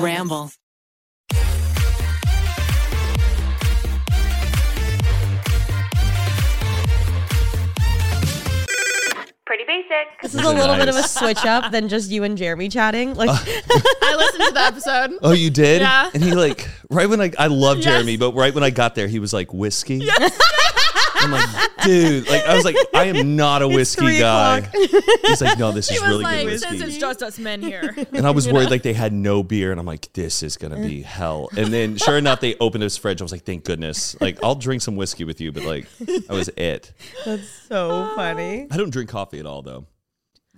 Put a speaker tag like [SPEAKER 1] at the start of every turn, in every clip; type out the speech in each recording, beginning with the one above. [SPEAKER 1] Ramble.
[SPEAKER 2] Pretty basic.
[SPEAKER 3] This is Uh, a little bit of a switch up than just you and Jeremy chatting. Like, um,
[SPEAKER 4] I listened to the episode.
[SPEAKER 5] Oh, you did?
[SPEAKER 4] Yeah.
[SPEAKER 5] And he like right when I I love
[SPEAKER 4] Yes.
[SPEAKER 5] Jeremy, but right when I got there, he was like whiskey. I'm like, dude, like I was like, I am not a whiskey
[SPEAKER 3] three
[SPEAKER 5] guy. He's like, no, this
[SPEAKER 4] He
[SPEAKER 5] is
[SPEAKER 4] was
[SPEAKER 5] really
[SPEAKER 4] like,
[SPEAKER 5] good
[SPEAKER 4] since it's
[SPEAKER 5] whiskey.
[SPEAKER 4] just us men here.
[SPEAKER 5] And I was worried like they had no beer, and I'm like, this is gonna be hell. And then sure enough, they opened his fridge. I was like, thank goodness. Like, I'll drink some whiskey with you, but like, that was it.
[SPEAKER 3] that's so funny.
[SPEAKER 5] I don't drink coffee at all though.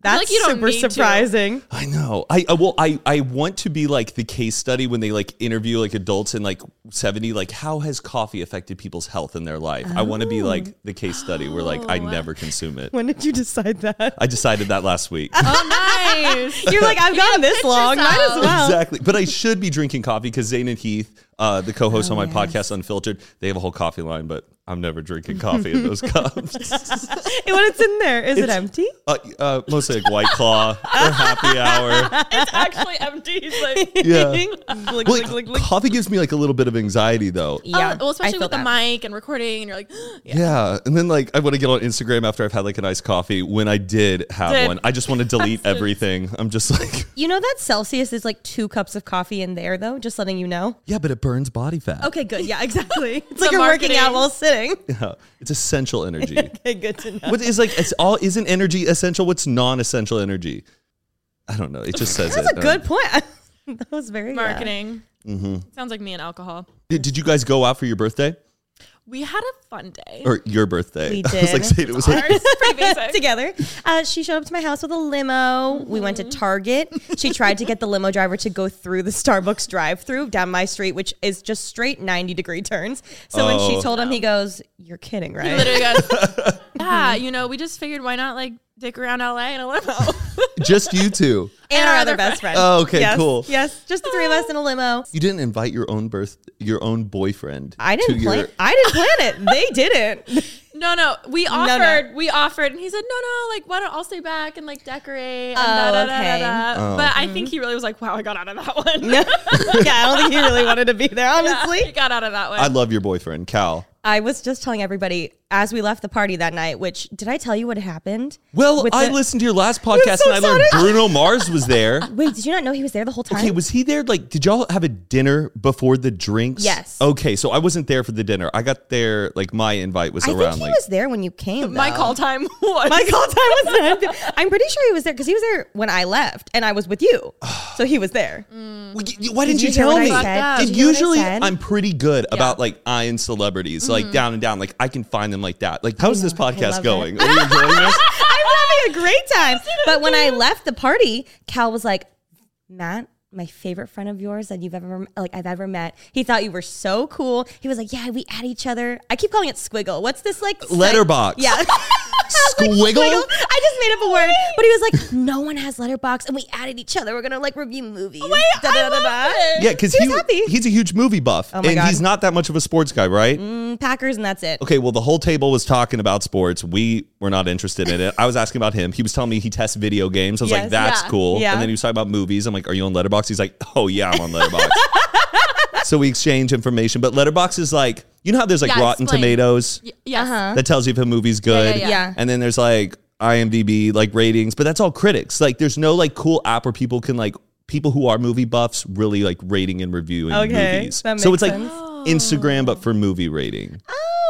[SPEAKER 3] That's
[SPEAKER 4] you don't
[SPEAKER 3] super
[SPEAKER 4] need to.
[SPEAKER 3] surprising.
[SPEAKER 5] I know. I, I well, I I want to be like the case study when they like interview like adults in like seventy, like how has coffee affected people's health in their life? I want to be like the case study where like I never consume it.
[SPEAKER 3] When did you decide that?
[SPEAKER 5] I decided that last week.
[SPEAKER 4] oh, nice.
[SPEAKER 3] You're like, I've gone this
[SPEAKER 4] pitch
[SPEAKER 3] long. Might as
[SPEAKER 4] yourself.
[SPEAKER 3] well.
[SPEAKER 5] Exactly, but I should be drinking coffee because Zane and Heath, uh, the co-hosts on my podcast Unfiltered, they have a whole coffee line, but I'm never drinking coffee in those cups.
[SPEAKER 3] And When it's in there, is it
[SPEAKER 5] It's-
[SPEAKER 3] empty?
[SPEAKER 5] uh, uh, mostly like White Claw or Happy Hour.
[SPEAKER 4] it's actually empty. He's like, Oh,
[SPEAKER 5] Yeah,
[SPEAKER 3] Glick,
[SPEAKER 5] Well,
[SPEAKER 3] glick, glick, glick.
[SPEAKER 5] coffee gives me like a little bit of anxiety though.
[SPEAKER 4] yeah.
[SPEAKER 3] Yeah,
[SPEAKER 4] well,
[SPEAKER 3] I
[SPEAKER 4] especially
[SPEAKER 3] feel
[SPEAKER 4] with the
[SPEAKER 3] that.
[SPEAKER 4] mic and recording, and you're like,
[SPEAKER 5] Yeah. And then like I want to get on Instagram after I've had like a nice coffee. When I did have
[SPEAKER 4] Did.
[SPEAKER 5] one, I just want to delete everything. I'm just like,
[SPEAKER 3] You know that Celsius is like two cups of coffee in there, though. Just letting you know.
[SPEAKER 5] yeah, but it burns body fat.
[SPEAKER 3] Okay, good. Yeah, exactly. it's like
[SPEAKER 4] The
[SPEAKER 3] you're working out
[SPEAKER 4] marketing.
[SPEAKER 3] while sitting.
[SPEAKER 5] Yeah. It's essential energy.
[SPEAKER 3] Okay, good to know.
[SPEAKER 5] what is like it's all isn't energy essential? What's non-essential energy? I don't know. It just says
[SPEAKER 3] That's
[SPEAKER 5] it. Uh,
[SPEAKER 3] a good point. that was very uh,
[SPEAKER 4] marketing. Sounds like me and alcohol.
[SPEAKER 5] Did, did you guys go out for your birthday
[SPEAKER 4] We had a fun day.
[SPEAKER 5] or your birthday?
[SPEAKER 3] We
[SPEAKER 5] I was like,
[SPEAKER 3] did.
[SPEAKER 5] saying it was like,
[SPEAKER 4] Ours, pretty basic.
[SPEAKER 3] together. Uh, she showed up to my house with a limo. We went to Target. She tried to get the limo driver to go through the Starbucks drive-through down my street, which is just straight 90 degree turns. So when she
[SPEAKER 5] Oh.
[SPEAKER 3] told him, he goes, "You're kidding, right?"
[SPEAKER 4] Literally goes, yeah, you know, we just figured why not like dick around LA in a limo.
[SPEAKER 5] just you two.
[SPEAKER 3] and our other best friend.
[SPEAKER 5] Oh, okay,
[SPEAKER 3] Yes,
[SPEAKER 5] cool.
[SPEAKER 3] Yes, just the three of us in a limo.
[SPEAKER 5] You didn't invite your own birth, your own boyfriend.
[SPEAKER 3] I
[SPEAKER 5] to
[SPEAKER 3] didn't plan.
[SPEAKER 5] your-
[SPEAKER 3] I didn't plan it. They didn't.
[SPEAKER 4] no, no, we
[SPEAKER 3] no.
[SPEAKER 4] offered, we offered, and he said, no, no, like why don't I'll stay back and like decorate. And
[SPEAKER 3] Oh,
[SPEAKER 4] da, da, da,
[SPEAKER 3] okay.
[SPEAKER 4] da, da. But I think he really was like, wow, I got out of that one.
[SPEAKER 3] yeah, I don't think he really wanted to be there. Honestly,
[SPEAKER 4] he got out of that one.
[SPEAKER 5] I love your boyfriend, Cal.
[SPEAKER 3] I was just telling everybody as we left the party that night. Which did I tell you what happened?
[SPEAKER 5] Well,
[SPEAKER 3] With
[SPEAKER 5] I
[SPEAKER 3] the-
[SPEAKER 5] listened to your last podcast
[SPEAKER 3] so
[SPEAKER 5] and I learned
[SPEAKER 3] sorry.
[SPEAKER 5] Bruno Mars was there.
[SPEAKER 3] Wait, did you not know he was there the whole time?
[SPEAKER 5] Okay, was he there? Like, did y'all have a dinner before the drinks?
[SPEAKER 3] Yes.
[SPEAKER 5] Okay, so I wasn't there for the dinner. I got there, like, my invite was
[SPEAKER 3] I think
[SPEAKER 5] around,
[SPEAKER 3] he
[SPEAKER 5] like,
[SPEAKER 3] was there when you came.
[SPEAKER 4] My
[SPEAKER 3] though.
[SPEAKER 4] call time was
[SPEAKER 3] My call time was nine. I'm pretty sure he was there because he was there when I left and I was with you, so he was there.
[SPEAKER 5] Well, y- y- why didn't
[SPEAKER 3] you
[SPEAKER 5] you,
[SPEAKER 3] hear
[SPEAKER 5] tell
[SPEAKER 3] what I
[SPEAKER 5] me?
[SPEAKER 3] said? Did
[SPEAKER 5] And
[SPEAKER 3] you hear what I
[SPEAKER 5] usually,
[SPEAKER 3] said? Mm-hmm.
[SPEAKER 5] I'm pretty good about, like, eyeing celebrities, like, down and down. Like, I can find them like that. Like, how's this podcast
[SPEAKER 3] love
[SPEAKER 5] going? Are you enjoying this?
[SPEAKER 3] I'm having a great time. But when I left the party, Cal was like, Matt, my favorite friend of yours that you've ever like I've ever met. He thought you were so cool. He was like, Yeah, we at each other. I keep calling it squiggle. What's this like? site-
[SPEAKER 5] Letterbox.
[SPEAKER 3] Yeah.
[SPEAKER 5] Squiggle?
[SPEAKER 3] I just made up a word, but he was like, "No one has letterbox, and we added each other. We're gonna like review movies." Wait,
[SPEAKER 5] Yeah, because
[SPEAKER 3] He
[SPEAKER 5] he,
[SPEAKER 3] was happy. Oh
[SPEAKER 5] he's a huge movie buff.
[SPEAKER 3] my
[SPEAKER 5] and
[SPEAKER 3] God.
[SPEAKER 5] he's not that much of a sports guy, right?
[SPEAKER 3] Packers, and that's it.
[SPEAKER 5] Okay, well, the whole table was talking about sports. We were not interested in it. I was asking about him. He was telling me he tests video games. I was
[SPEAKER 3] Yes.
[SPEAKER 5] like, that's
[SPEAKER 4] Yeah.
[SPEAKER 5] cool.
[SPEAKER 3] Yeah.
[SPEAKER 5] And then he was talking about movies. I'm like, are you on Letterbox? He's like, oh, yeah, I'm on Letterbox. so we exchange information. But Letterbox is like, you know how there's like
[SPEAKER 4] Yeah,
[SPEAKER 5] Rotten
[SPEAKER 4] explain.
[SPEAKER 5] Tomatoes
[SPEAKER 4] Yes.
[SPEAKER 5] that tells you if a movie's good?
[SPEAKER 4] yeah.
[SPEAKER 3] Yeah.
[SPEAKER 5] And then there's like IMDb, like ratings, but that's all critics. Like, there's no like cool app where people can like, people who are movie buffs really like rating and reviewing
[SPEAKER 3] Okay,
[SPEAKER 5] movies.
[SPEAKER 3] that
[SPEAKER 5] so it's
[SPEAKER 3] makes
[SPEAKER 5] like
[SPEAKER 3] sense.
[SPEAKER 5] Instagram, but for movie rating.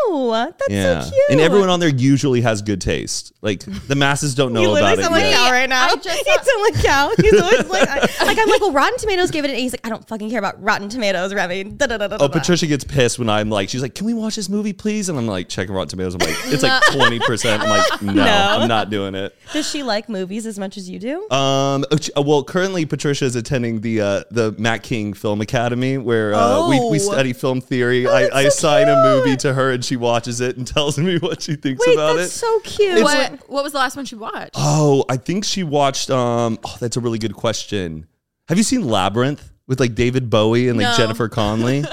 [SPEAKER 3] Oh, that's so cute.
[SPEAKER 5] And everyone on there usually has good taste. Like the masses don't know
[SPEAKER 3] You literally
[SPEAKER 5] about it
[SPEAKER 3] sound like
[SPEAKER 5] yet.
[SPEAKER 3] Cal right now.
[SPEAKER 4] I
[SPEAKER 3] You
[SPEAKER 4] just
[SPEAKER 3] sound like Cal. He's always like, I, like I'm like, well, Rotten Tomatoes gave it an eight. He's like, I don't fucking care about Rotten Tomatoes, Remy. Da, da, da, da, da.
[SPEAKER 5] Oh, Patricia gets pissed when I'm like, she's like, "Can we watch this movie, please?" And I'm like, checking Rotten Tomatoes. I'm like, it's like twenty percent. I'm like, no, I'm not doing it.
[SPEAKER 3] Does she like movies as much as you do?
[SPEAKER 5] Um, uh, well, currently Patricia is attending the uh, the Matt King Film Academy where uh, we,
[SPEAKER 3] Oh.
[SPEAKER 5] we study film theory. I, I assign a movie to her and she watches it and tells me what she thinks
[SPEAKER 3] Wait,
[SPEAKER 5] about
[SPEAKER 3] that's
[SPEAKER 5] it.
[SPEAKER 3] so cute.
[SPEAKER 4] What, what was the last one she watched?
[SPEAKER 5] Oh, I think she watched. Um, oh, that's a really good question. Have you seen Labyrinth with like David Bowie and like
[SPEAKER 4] No.
[SPEAKER 5] Jennifer Connelly
[SPEAKER 3] no,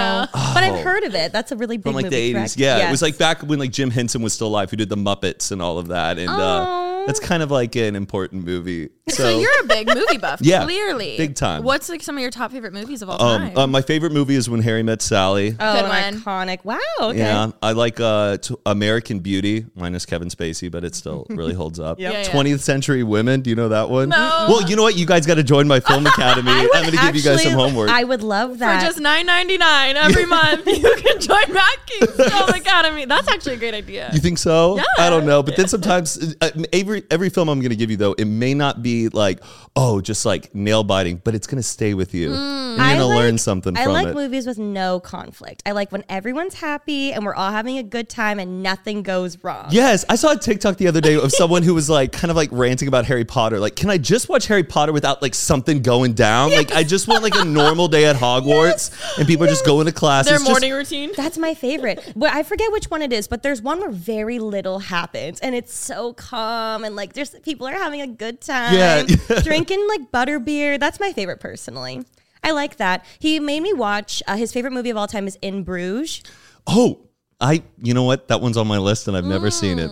[SPEAKER 3] but I've heard of it. That's a really big
[SPEAKER 5] Oh. from like the
[SPEAKER 3] movie,
[SPEAKER 5] eighties?
[SPEAKER 3] correct?
[SPEAKER 5] Yeah, it
[SPEAKER 3] Yes.
[SPEAKER 5] was like back when like Jim Henson was still alive, who did the Muppets and all of that, and uh,
[SPEAKER 3] Aw.
[SPEAKER 5] that's kind of like an important movie.
[SPEAKER 4] So, you're a big movie buff,
[SPEAKER 5] Yeah,
[SPEAKER 4] clearly.
[SPEAKER 5] big time.
[SPEAKER 4] What's like some of your top favorite movies of all
[SPEAKER 5] um,
[SPEAKER 4] time?
[SPEAKER 5] uh, my favorite movie is When Harry Met Sally.
[SPEAKER 3] Oh,
[SPEAKER 4] Good
[SPEAKER 3] an
[SPEAKER 4] one.
[SPEAKER 3] iconic. Wow. Okay.
[SPEAKER 5] Yeah, I like uh, t- American Beauty minus Kevin Spacey, but it still really holds up.
[SPEAKER 4] Yeah, yeah.
[SPEAKER 5] 20th Century Women, do you know that one?
[SPEAKER 4] No.
[SPEAKER 5] Well, you know what? You guys got to join my film academy. I'm going to give you guys
[SPEAKER 3] Actually,
[SPEAKER 5] some homework.
[SPEAKER 3] I would love
[SPEAKER 4] For
[SPEAKER 3] that.
[SPEAKER 4] just nine ninety nine every month, you can join Oh Mackey's Film Academy. That's actually a great idea.
[SPEAKER 5] you think so?
[SPEAKER 4] Yeah.
[SPEAKER 5] I don't know, but then sometimes uh, every every film I'm going to give you though, it may not be like oh, just like nail biting, but it's going to stay with you. And you're
[SPEAKER 3] Hmm. I
[SPEAKER 5] going to
[SPEAKER 3] like-
[SPEAKER 5] learn something
[SPEAKER 3] I
[SPEAKER 5] from
[SPEAKER 3] like
[SPEAKER 5] it.
[SPEAKER 3] movies with no conflict. I like when everyone's happy and we're all having a good time and nothing goes wrong.
[SPEAKER 5] Yes, I saw a TikTok the other day of someone who was like kind of like ranting about Harry Potter. Like, can I just watch Harry Potter without like something going down? Like, I just want like a normal day at Hogwarts and people are just going to class.
[SPEAKER 4] Their
[SPEAKER 5] It's just-
[SPEAKER 4] morning routine.
[SPEAKER 3] That's my favorite. but I forget which one it is, but there's one where very little happens and it's so calm and like there's people are having a good time.
[SPEAKER 5] Yeah.
[SPEAKER 3] drinking like butterbeer. That's my favorite personally. I like that. He made me watch uh, his favorite movie of all time is In Bruges.
[SPEAKER 5] oh, I you know what? That one's on my list and I've never seen it.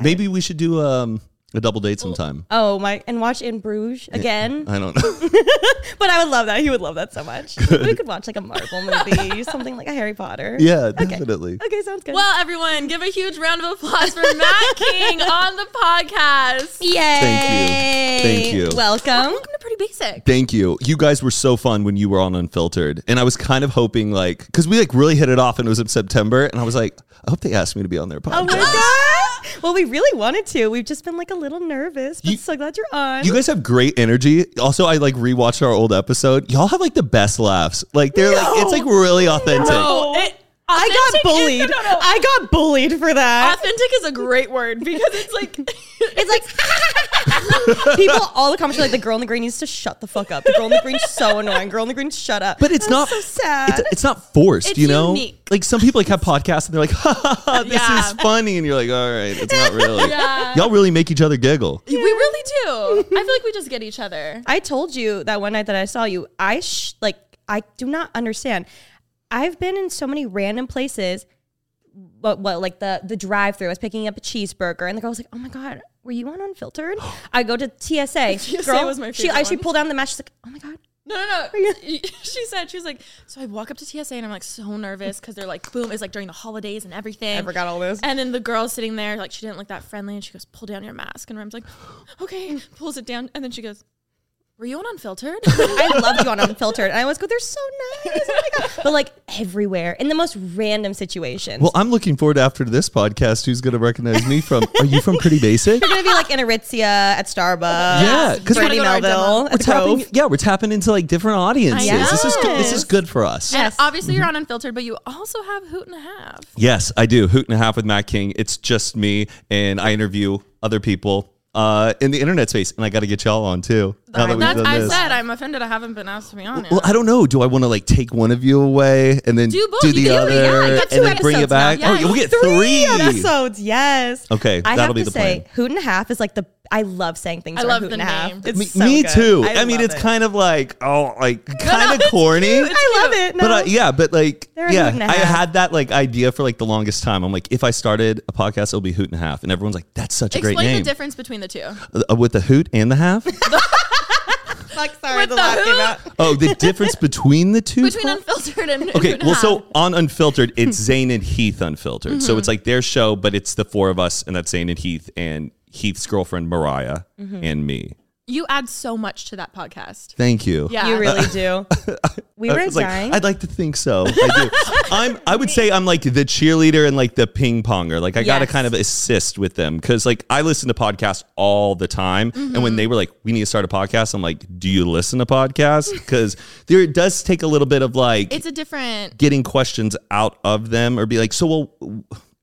[SPEAKER 5] Maybe we should do um a double date sometime.
[SPEAKER 3] Hmm. Oh my and watch In Bruges again.
[SPEAKER 5] I don't know.
[SPEAKER 3] But I would love that. He would love that so much. We could watch like a Marvel movie, something like a Harry Potter.
[SPEAKER 5] yeah, definitely.
[SPEAKER 3] Okay, sounds good.
[SPEAKER 4] Well, everyone, give a huge round of applause for Matt King on the podcast.
[SPEAKER 3] Yay!
[SPEAKER 5] Thank you. Thank you.
[SPEAKER 3] Welcome.
[SPEAKER 4] Welcome to Pretty Basic.
[SPEAKER 5] Thank you. You guys were so fun when you were on Unfiltered. And I was kind of hoping like cuz we like really hit it off and it was in September and I was like, I hope they asked me to be on their podcast.
[SPEAKER 3] Oh my god. Well, we really wanted to. We've just been like a little nervous, but
[SPEAKER 5] You-
[SPEAKER 3] so glad you're on.
[SPEAKER 5] You guys have great energy. Also, I like rewatched our old episode. Y'all have like the best laughs. Like they're like it's like really authentic.
[SPEAKER 4] Oh, it,
[SPEAKER 3] I got
[SPEAKER 4] authentic is-
[SPEAKER 3] bullied.
[SPEAKER 4] no, no, no.
[SPEAKER 3] I got bullied for that.
[SPEAKER 4] Authentic is a great word because it's like
[SPEAKER 3] It's like people all the comments are like the girl in the green needs to shut the fuck up. The girl in the green's so annoying. Girl in the green, shut up.
[SPEAKER 5] But it's not
[SPEAKER 3] so sad.
[SPEAKER 5] It's, it's not forced,
[SPEAKER 4] It's
[SPEAKER 5] you know?
[SPEAKER 4] unique.
[SPEAKER 5] Like some people like have podcasts and they're like, ha, ha, ha this
[SPEAKER 4] Yeah.
[SPEAKER 5] is funny. And you're like, all right, it's not really.
[SPEAKER 4] Yeah.
[SPEAKER 5] Y'all really make each other giggle.
[SPEAKER 4] we really do. I feel like we just get each other.
[SPEAKER 3] I told you that one night that I saw you. I sh- like I do not understand. I've been in so many random places. But what like the the drive through? I was picking up a cheeseburger, and the girl was like, "Oh my god, were you on Unfiltered?" I go to TSA.
[SPEAKER 4] TSA was my
[SPEAKER 3] She
[SPEAKER 4] favorite
[SPEAKER 3] I, she
[SPEAKER 4] one.
[SPEAKER 3] pulled down the mesh. She's like, "Oh my god."
[SPEAKER 4] No, no, no. she said she was like, so I walk up to TSA and I'm like so nervous because they're like, boom, it's like during the holidays and everything.
[SPEAKER 3] all this.
[SPEAKER 4] And then the girl sitting there, like she didn't look that friendly, and she goes, "Pull down your mask." And Rem's like, "Okay," pulls it down, and then she goes, "Were you on unfiltered?"
[SPEAKER 3] I loved you on Unfiltered, and I always go, "They're so nice." Oh my god! But like everywhere in the most random situations.
[SPEAKER 5] Well, I'm looking forward to after this podcast. Who's going to recognize me from? Are you from Pretty Basic?
[SPEAKER 3] You're gonna be like in Aritzia at Starbucks.
[SPEAKER 5] Yeah, 'cause we're
[SPEAKER 3] Brandy
[SPEAKER 4] gonna go to our
[SPEAKER 3] Melville.
[SPEAKER 5] We're
[SPEAKER 3] at Grove.
[SPEAKER 5] tapping, yeah, we're tapping into like different audiences.
[SPEAKER 3] I
[SPEAKER 5] This is good. This
[SPEAKER 3] know.
[SPEAKER 5] is good for us.
[SPEAKER 4] And obviously, you're on unfiltered, but you also have hoot and a half.
[SPEAKER 5] Yes, I do. Hoot and a half with Matt King. It's just me, and I interview other people uh, in the internet space, and I got to get y'all on too. Now that we've
[SPEAKER 4] That's
[SPEAKER 5] done
[SPEAKER 4] I
[SPEAKER 5] this.
[SPEAKER 4] said I'm offended. I haven't been asked to be on it.
[SPEAKER 5] Well, I don't know. Do I want to like take one of you away and then
[SPEAKER 4] Do
[SPEAKER 5] do,
[SPEAKER 4] both. You
[SPEAKER 5] the
[SPEAKER 4] can do it.
[SPEAKER 5] other
[SPEAKER 4] Yeah, I
[SPEAKER 3] got two
[SPEAKER 5] and then bring it
[SPEAKER 3] episodes now.
[SPEAKER 5] back?
[SPEAKER 4] Yeah,
[SPEAKER 5] oh, you'll get
[SPEAKER 3] three
[SPEAKER 5] three.
[SPEAKER 3] episodes. Yes.
[SPEAKER 5] Okay,
[SPEAKER 3] I
[SPEAKER 5] that'll
[SPEAKER 3] have
[SPEAKER 5] be
[SPEAKER 3] to
[SPEAKER 5] the
[SPEAKER 3] say,
[SPEAKER 5] plan.
[SPEAKER 3] hoot and a half is like the. I love saying things.
[SPEAKER 4] I
[SPEAKER 3] are
[SPEAKER 4] love
[SPEAKER 3] hoot
[SPEAKER 4] the
[SPEAKER 3] and a half.
[SPEAKER 4] name.
[SPEAKER 3] It's
[SPEAKER 5] me
[SPEAKER 3] so
[SPEAKER 5] me
[SPEAKER 3] good.
[SPEAKER 5] too.
[SPEAKER 3] I,
[SPEAKER 5] I, mean,
[SPEAKER 3] love
[SPEAKER 5] it's
[SPEAKER 3] it.
[SPEAKER 5] kind of like oh, like kind of
[SPEAKER 4] it's
[SPEAKER 5] corny.
[SPEAKER 3] I love it. No.
[SPEAKER 5] But uh, yeah, but like
[SPEAKER 3] They're a
[SPEAKER 5] yeah,
[SPEAKER 3] hoot and a
[SPEAKER 5] I
[SPEAKER 3] half.
[SPEAKER 5] had that like idea for like the longest time. I'm like, if I started a podcast, it'll be Hoot and a Half, and everyone's like, that's such a
[SPEAKER 4] Explain
[SPEAKER 5] great
[SPEAKER 4] the
[SPEAKER 5] name
[SPEAKER 4] difference between the two.
[SPEAKER 5] Uh, with the hoot and the half.
[SPEAKER 3] Like, sorry,
[SPEAKER 4] With
[SPEAKER 3] the
[SPEAKER 4] the
[SPEAKER 3] laugh came
[SPEAKER 4] hoot?
[SPEAKER 3] out.
[SPEAKER 5] Oh, the difference between the two.
[SPEAKER 4] Between
[SPEAKER 5] po-
[SPEAKER 4] unfiltered and hoot
[SPEAKER 5] okay,
[SPEAKER 4] and a
[SPEAKER 5] well,
[SPEAKER 4] half. Mm-hmm.
[SPEAKER 5] so on Unfiltered, it's Zane and Heath Unfiltered. So it's like their show, but it's the four of us, and that's Zane and Heath and Heath's girlfriend Mariah
[SPEAKER 4] Mm-hmm.
[SPEAKER 5] and me.
[SPEAKER 4] you add so much to that podcast.
[SPEAKER 5] Thank you.
[SPEAKER 4] Yeah,
[SPEAKER 3] You really do. We
[SPEAKER 5] I
[SPEAKER 3] were
[SPEAKER 5] was like,
[SPEAKER 3] dying.
[SPEAKER 5] I'd like to think so. I do. I'm. I would say I'm like the cheerleader and like the ping ponger. Like I got to
[SPEAKER 3] Yes.
[SPEAKER 5] kind of assist with them because like I listen to podcasts all the time. And
[SPEAKER 4] Mm-hmm.
[SPEAKER 5] when they were like, "We need to start a podcast," I'm like, "Do you listen to podcasts?" Because there does take a little bit of like
[SPEAKER 4] it's a different.
[SPEAKER 5] getting questions out of them or be like, so well,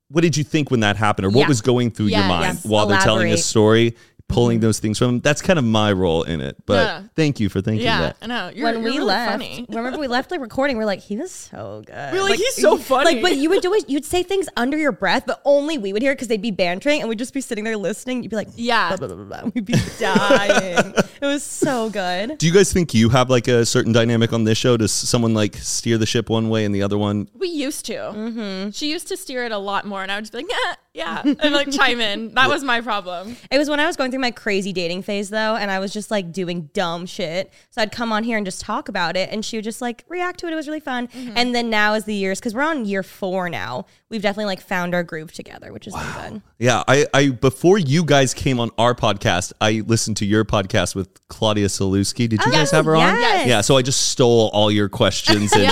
[SPEAKER 5] what did you think when that happened or what
[SPEAKER 4] Yeah.
[SPEAKER 5] was going through your
[SPEAKER 4] Yes.
[SPEAKER 5] mind
[SPEAKER 4] Yes. Mm-hmm.
[SPEAKER 5] while they're telling a
[SPEAKER 3] Elaborate.
[SPEAKER 5] story, pulling those things from them? That's kind of my role in it. But
[SPEAKER 4] Yeah.
[SPEAKER 5] thank you for thinking
[SPEAKER 4] Yeah,
[SPEAKER 5] that.
[SPEAKER 4] I know. You're,
[SPEAKER 3] when
[SPEAKER 4] you're
[SPEAKER 3] we
[SPEAKER 4] really
[SPEAKER 3] left,
[SPEAKER 4] funny.
[SPEAKER 3] remember we left like recording. We're like, he was so good.
[SPEAKER 4] We're like, he's so funny.
[SPEAKER 3] Like, but you would do it. You'd say things under your breath, but only we would hear because they'd be bantering, and we'd just be sitting there listening. You'd be like,
[SPEAKER 4] Yeah.
[SPEAKER 3] blah, blah, blah, blah, blah. we'd be dying. it was so good.
[SPEAKER 5] Do you guys think you have like a certain dynamic on this show? Does someone like steer the ship one way and the other one?
[SPEAKER 3] Mm-hmm.
[SPEAKER 4] We used to. She used to steer it a lot more, and I would just be like, "Nah, yeah, and like chime in. That was my problem.
[SPEAKER 3] It was when I was going through my crazy dating phase though, and I was just like doing dumb shit. So I'd come on here and just talk about it, and she would just like react to it. It was really fun.
[SPEAKER 5] Mm-hmm.
[SPEAKER 3] And then now, as the years, because we're on year four now, we've definitely like found our groove together, which is really good.
[SPEAKER 5] Yeah, I, I before you guys came on our podcast, I listened to your podcast with Claudia Salewski. Did you guys have her on?
[SPEAKER 3] Oh, yes.
[SPEAKER 5] Yeah, so I just stole all your questions and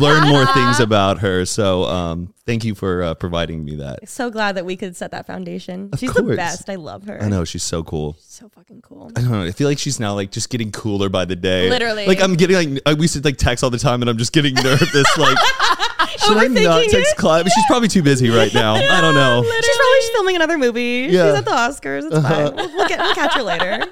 [SPEAKER 5] learned more things about her. So um, thank you for uh, providing me that.
[SPEAKER 3] So glad that we could set that foundation. She's the
[SPEAKER 5] course.
[SPEAKER 3] best. I love her.
[SPEAKER 5] I know she's so cool.
[SPEAKER 4] So fucking cool.
[SPEAKER 5] I don't know. I feel like she's now like just getting cooler by the day.
[SPEAKER 4] Literally.
[SPEAKER 5] like I'm getting like I- we used to like text all the time, and I'm just getting nervous. like, should I not
[SPEAKER 3] Overthinking
[SPEAKER 5] text Claudia? She's probably too busy right now. I don't know.
[SPEAKER 3] She's probably just filming another movie.
[SPEAKER 5] Yeah. Uh-huh.
[SPEAKER 3] She's at the Oscars. It's fine. We'll, we'll get, we'll catch her later.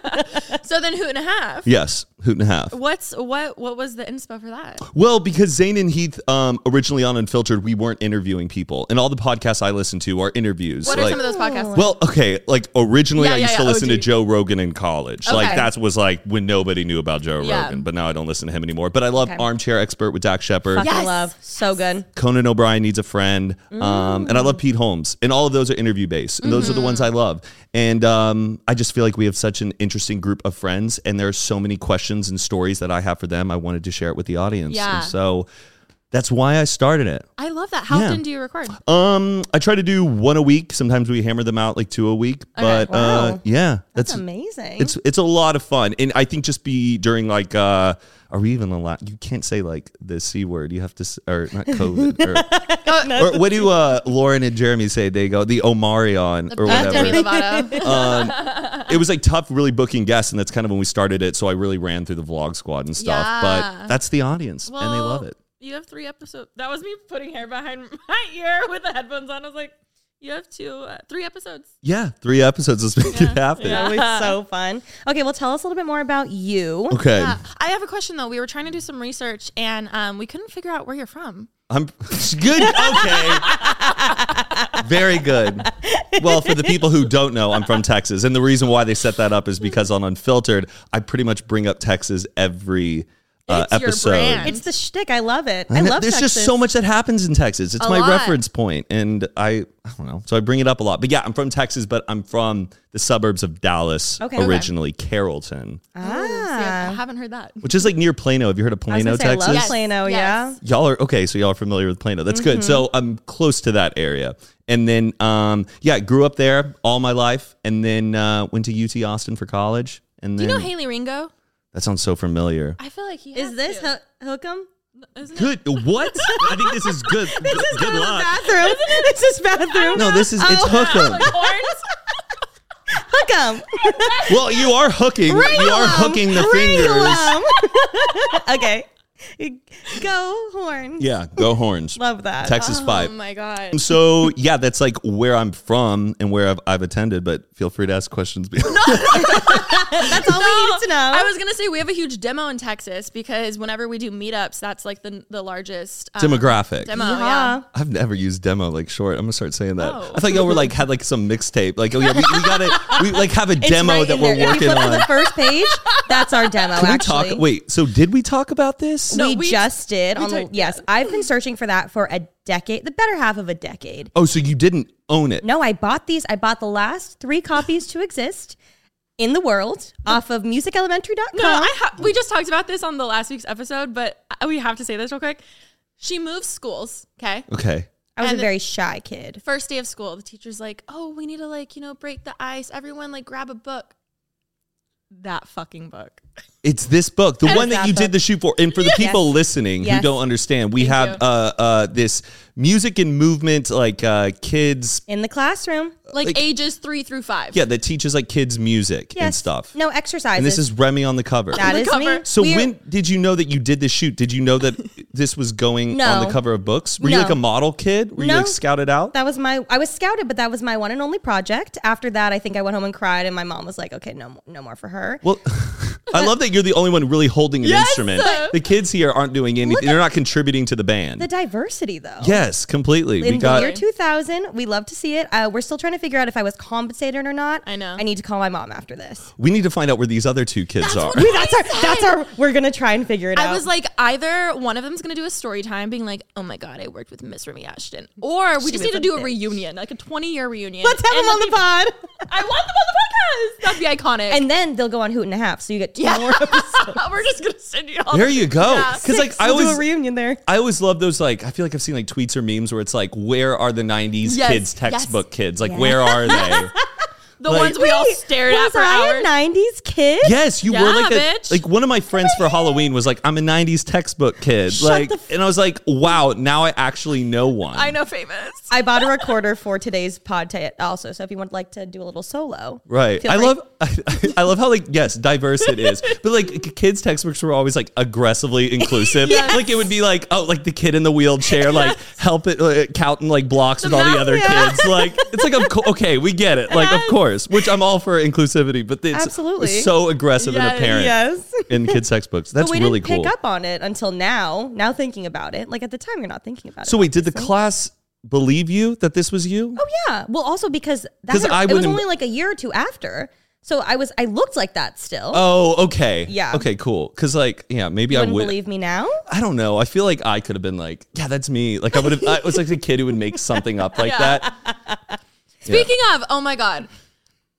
[SPEAKER 4] So then, hoot and a half.
[SPEAKER 5] Yes, hoot and a half.
[SPEAKER 4] What's what? What was the inspo for that?
[SPEAKER 5] Well, because Zane and Heath um, originally on Unfiltered, we weren't interviewing people, and all the podcasts I listen to are interviews.
[SPEAKER 4] What are
[SPEAKER 5] like,
[SPEAKER 4] some of those podcasts?
[SPEAKER 5] well, okay, like originally
[SPEAKER 4] Yeah,
[SPEAKER 5] I
[SPEAKER 4] yeah,
[SPEAKER 5] used to
[SPEAKER 4] yeah,
[SPEAKER 5] listen to
[SPEAKER 4] OG.
[SPEAKER 5] Joe Rogan in college. Like
[SPEAKER 4] Okay.
[SPEAKER 5] that was like when nobody knew about Joe
[SPEAKER 4] Yeah.
[SPEAKER 5] Rogan, but now I don't listen to him anymore. But I love
[SPEAKER 3] Okay.
[SPEAKER 5] Armchair Expert with Dak Shepard.
[SPEAKER 3] Fucking love. So good.
[SPEAKER 5] Conan O'Brien needs a friend, um, and I love Pete Holmes, and all of those are interview based, and those are the ones I love. And um, I just feel like we have such an interesting group of friends, and there are so many questions and stories that I have for them. I wanted to share it with the audience,
[SPEAKER 4] Yeah.
[SPEAKER 5] and so that's why I started it.
[SPEAKER 4] I love that. How
[SPEAKER 5] Yeah.
[SPEAKER 4] often do you record?
[SPEAKER 5] Um, I try to do one a week. Sometimes we hammer them out like two a week, but uh,
[SPEAKER 3] Wow.
[SPEAKER 5] yeah,
[SPEAKER 3] That's
[SPEAKER 5] that's.
[SPEAKER 3] amazing.
[SPEAKER 4] Mm-hmm.
[SPEAKER 5] it's it's a lot of fun, and I think just be during like uh, are we even allowed? You can't say like the c word. You have to s- or not COVID or or what do uh, Lauren and Jeremy say? They go the Omarion or
[SPEAKER 4] Uh, Demi
[SPEAKER 5] whatever. Um,
[SPEAKER 4] Lovato.
[SPEAKER 5] It was like tough, really booking guests, and that's kind of when we started it. So I really ran through the vlog squad and stuff.
[SPEAKER 4] Yeah.
[SPEAKER 5] But that's the audience, and they love
[SPEAKER 4] Well,
[SPEAKER 5] it.
[SPEAKER 4] You have three episodes. That was me putting hair behind my ear with the headphones on. I was like, you have two, uh, three episodes.
[SPEAKER 5] Yeah, three episodes. Let's make it happen.
[SPEAKER 3] always so fun. Okay, well, tell us a little bit more about you.
[SPEAKER 5] Okay,
[SPEAKER 4] Yeah. I have a question though. We were trying to do some research and um, we couldn't figure out where you're from.
[SPEAKER 5] I'm good. Okay, very good. Well, for the people who don't know, I'm from Texas, and the reason why they set that up is because on Unfiltered, I pretty much bring up Texas every uh,
[SPEAKER 4] It's your
[SPEAKER 5] episode.
[SPEAKER 4] brand.
[SPEAKER 3] It's the shtick. I love it.
[SPEAKER 5] I
[SPEAKER 3] I
[SPEAKER 5] know,
[SPEAKER 3] love
[SPEAKER 5] There's just
[SPEAKER 3] Texas.
[SPEAKER 5] so much that happens in Texas. It's
[SPEAKER 4] A
[SPEAKER 5] my
[SPEAKER 4] lot.
[SPEAKER 5] reference point, and I, I don't know. So I bring it up a lot. But yeah, I'm from Texas, but I'm from the suburbs of Dallas
[SPEAKER 3] Okay. Okay.
[SPEAKER 5] originally, Carrollton,
[SPEAKER 4] Ooh, see, I- I
[SPEAKER 3] Ah.
[SPEAKER 4] haven't heard that.
[SPEAKER 5] which is like near Plano. Have you heard of
[SPEAKER 3] I was
[SPEAKER 5] Plano,
[SPEAKER 3] gonna say, I
[SPEAKER 5] Texas?
[SPEAKER 3] love
[SPEAKER 4] Yes.
[SPEAKER 3] Plano, yeah.
[SPEAKER 4] Yes.
[SPEAKER 5] Y'all are okay, so y'all are familiar with Plano. That's good. So I'm close to that area, and then um, yeah, grew up there all my life, and then uh, went to UT Austin for college, and
[SPEAKER 4] Do
[SPEAKER 5] then
[SPEAKER 4] you know Haley Ringo?
[SPEAKER 5] that sounds so familiar.
[SPEAKER 4] I feel like he
[SPEAKER 3] Is
[SPEAKER 4] has
[SPEAKER 3] this
[SPEAKER 4] to.
[SPEAKER 3] ho- Hookem?
[SPEAKER 4] Isn't it?
[SPEAKER 5] Good. What? I think this is good. good luck.
[SPEAKER 3] Bathroom. This is bathroom.
[SPEAKER 5] No, this is it's Hookem.
[SPEAKER 4] Horns?
[SPEAKER 3] Hookem.
[SPEAKER 5] Well, you are hooking. You are hooking the fingers.
[SPEAKER 3] okay. Go horn.
[SPEAKER 5] Yeah, go horns.
[SPEAKER 3] Love that.
[SPEAKER 5] Texas
[SPEAKER 4] Oh
[SPEAKER 5] five.
[SPEAKER 4] my God.
[SPEAKER 5] So yeah, that's like where I'm from and where I've, I've attended. But feel free to ask questions.
[SPEAKER 3] That's all we needed to know.
[SPEAKER 4] I was gonna say we have a huge demo in Texas because whenever we do meetups, that's like the the largest um,
[SPEAKER 5] Demographic.
[SPEAKER 4] Demo,
[SPEAKER 3] yeah.
[SPEAKER 4] yeah.
[SPEAKER 5] I've never used demo like short. I'm gonna start saying that.
[SPEAKER 4] Oh.
[SPEAKER 5] I thought y'all were like had like some mixtape. Like oh yeah, we, we got it. We like have a
[SPEAKER 3] It's
[SPEAKER 5] demo
[SPEAKER 3] right
[SPEAKER 5] that
[SPEAKER 3] in
[SPEAKER 5] we're
[SPEAKER 3] there. If
[SPEAKER 5] working
[SPEAKER 3] you flip to
[SPEAKER 5] on.
[SPEAKER 3] the first page, that's our demo.
[SPEAKER 5] Can we
[SPEAKER 3] actually,
[SPEAKER 5] talk? Wait, so did we talk about this?
[SPEAKER 4] No,
[SPEAKER 3] we,
[SPEAKER 4] we-
[SPEAKER 3] just did. on the,
[SPEAKER 4] talked-
[SPEAKER 3] yes, I've been searching for that for a decade, the better half of a decade.
[SPEAKER 5] Oh, so you didn't own it.
[SPEAKER 3] No, I bought these. I bought the last three copies to exist in the world off of musicelementary.com.
[SPEAKER 4] No, I ha- we just talked about this on the last week's episode, but I- we have to say this real quick. She moves schools, okay?
[SPEAKER 5] Okay.
[SPEAKER 3] I was a
[SPEAKER 4] and-
[SPEAKER 3] very shy kid.
[SPEAKER 4] First day of school, the teacher's like, "Oh, we need to like, you know, break the ice. Everyone like grab a book." That fucking book.
[SPEAKER 5] It's this book, the one that
[SPEAKER 3] that
[SPEAKER 5] you
[SPEAKER 3] book.
[SPEAKER 5] did the shoot for. And for the people listening who
[SPEAKER 3] Yes.
[SPEAKER 5] don't understand, we
[SPEAKER 4] Thank
[SPEAKER 5] have
[SPEAKER 4] you.
[SPEAKER 5] uh, uh, this music and movement, like uh, kids,
[SPEAKER 3] In the classroom.
[SPEAKER 4] Like,
[SPEAKER 5] Like-
[SPEAKER 4] ages 3 through 5.
[SPEAKER 5] yeah, that teaches like kids music and
[SPEAKER 3] Yes.
[SPEAKER 5] stuff.
[SPEAKER 3] No exercises.
[SPEAKER 5] and this is Remy on the cover.
[SPEAKER 3] that
[SPEAKER 4] the
[SPEAKER 3] is
[SPEAKER 4] cover.
[SPEAKER 3] me.
[SPEAKER 5] so
[SPEAKER 3] We are-
[SPEAKER 5] when did you know that you did this shoot? Did you know that this was going on the
[SPEAKER 3] No.
[SPEAKER 5] cover of books? Were you
[SPEAKER 3] No.
[SPEAKER 5] like a model kid? Were you
[SPEAKER 3] No.
[SPEAKER 5] like scouted out?
[SPEAKER 3] that was my I was scouted, but that was my one and only project. After that, I think I went home and cried and my mom was like, "Okay, no no more for her."
[SPEAKER 5] well, I love that that you're the only one really holding an
[SPEAKER 4] Yes!
[SPEAKER 5] instrument. The kids here aren't doing anything. They're not contributing to the band.
[SPEAKER 3] The diversity, though.
[SPEAKER 5] yes, completely.
[SPEAKER 3] In
[SPEAKER 5] we got
[SPEAKER 3] the year 2000, we love to see it. Uh, we're still trying to figure out if I was compensated or not.
[SPEAKER 4] I know.
[SPEAKER 3] I need to call my mom after this.
[SPEAKER 5] we need to find out where these other two kids are.
[SPEAKER 3] Wait, that's our. That's our. We're gonna try and figure it out.
[SPEAKER 4] I was like, either one of them's gonna do a story time, being like, "Oh my god, I worked with Miss Remy Ashton," or we just need
[SPEAKER 3] was
[SPEAKER 4] to
[SPEAKER 3] a
[SPEAKER 4] do a
[SPEAKER 3] bitch.
[SPEAKER 4] reunion, like a twenty-year reunion.
[SPEAKER 3] let's have
[SPEAKER 4] And
[SPEAKER 3] them on
[SPEAKER 4] let
[SPEAKER 3] the pod,
[SPEAKER 4] me- I want them on the podcast. That'd be iconic.
[SPEAKER 3] and then they'll go on Hoot and a Half. So you get two
[SPEAKER 4] Yeah.
[SPEAKER 3] more episodes.
[SPEAKER 4] we're just gonna send you all.
[SPEAKER 5] there you go. Because like I
[SPEAKER 3] we'll
[SPEAKER 5] always
[SPEAKER 3] do a reunion there.
[SPEAKER 5] I always love those like I feel like I've seen like tweets or memes where it's like where are the 90s
[SPEAKER 4] Yes,
[SPEAKER 5] kids
[SPEAKER 4] yes.
[SPEAKER 5] textbook kids like where are they?
[SPEAKER 4] the
[SPEAKER 5] like-
[SPEAKER 4] ones we all
[SPEAKER 3] Wait,
[SPEAKER 4] stared at
[SPEAKER 3] was
[SPEAKER 4] for
[SPEAKER 3] I a
[SPEAKER 4] hours.
[SPEAKER 3] '90s kid?
[SPEAKER 5] yes, you were
[SPEAKER 4] Yeah,
[SPEAKER 5] like a,
[SPEAKER 4] bitch.
[SPEAKER 5] like one of my friends for Halloween was like I'm a 90s textbook kid like
[SPEAKER 3] the f-
[SPEAKER 5] and I was like wow, now I actually know one.
[SPEAKER 4] I know, famous.
[SPEAKER 3] I bought a recorder for today's pod ta- also. So if you would like to do a little solo,
[SPEAKER 5] Right.
[SPEAKER 3] feel
[SPEAKER 5] I
[SPEAKER 3] free.
[SPEAKER 5] love I, I love how like yes, diverse it is. But like k- kids textbooks were always like aggressively inclusive. Like it would be like oh like the kid in the wheelchair like help it uh, counting like blocks with all the
[SPEAKER 4] math,
[SPEAKER 5] other
[SPEAKER 4] yeah.
[SPEAKER 5] kids. Like it's like of co- okay, we get it. Like of course, which I'm all for inclusivity, but it's
[SPEAKER 3] Absolutely.
[SPEAKER 5] so aggressive and
[SPEAKER 4] Yes.
[SPEAKER 5] apparent
[SPEAKER 3] yes.
[SPEAKER 5] in kids textbooks. That's
[SPEAKER 3] But we
[SPEAKER 5] really
[SPEAKER 3] didn't
[SPEAKER 5] cool.
[SPEAKER 3] pick up on it until now. Now thinking about it, like at the time, you're not thinking about it.
[SPEAKER 5] so wait, did the class believe you that this was you?
[SPEAKER 3] Oh yeah. Well, also because that
[SPEAKER 5] 'Cause
[SPEAKER 3] had-
[SPEAKER 5] I
[SPEAKER 3] it was
[SPEAKER 5] wouldn't-
[SPEAKER 3] only like a year or two after, so I was I looked like that still.
[SPEAKER 5] Oh, okay.
[SPEAKER 3] Yeah.
[SPEAKER 5] Okay, cool. Cuz like yeah, maybe
[SPEAKER 3] you
[SPEAKER 5] I
[SPEAKER 3] wouldn't
[SPEAKER 5] would
[SPEAKER 3] believe me now.
[SPEAKER 5] I don't know. I feel like I could have been like, yeah, that's me. Like I would have. I was like the kid who would make something up like
[SPEAKER 4] Yeah.
[SPEAKER 5] that.
[SPEAKER 4] Speaking of, oh my god,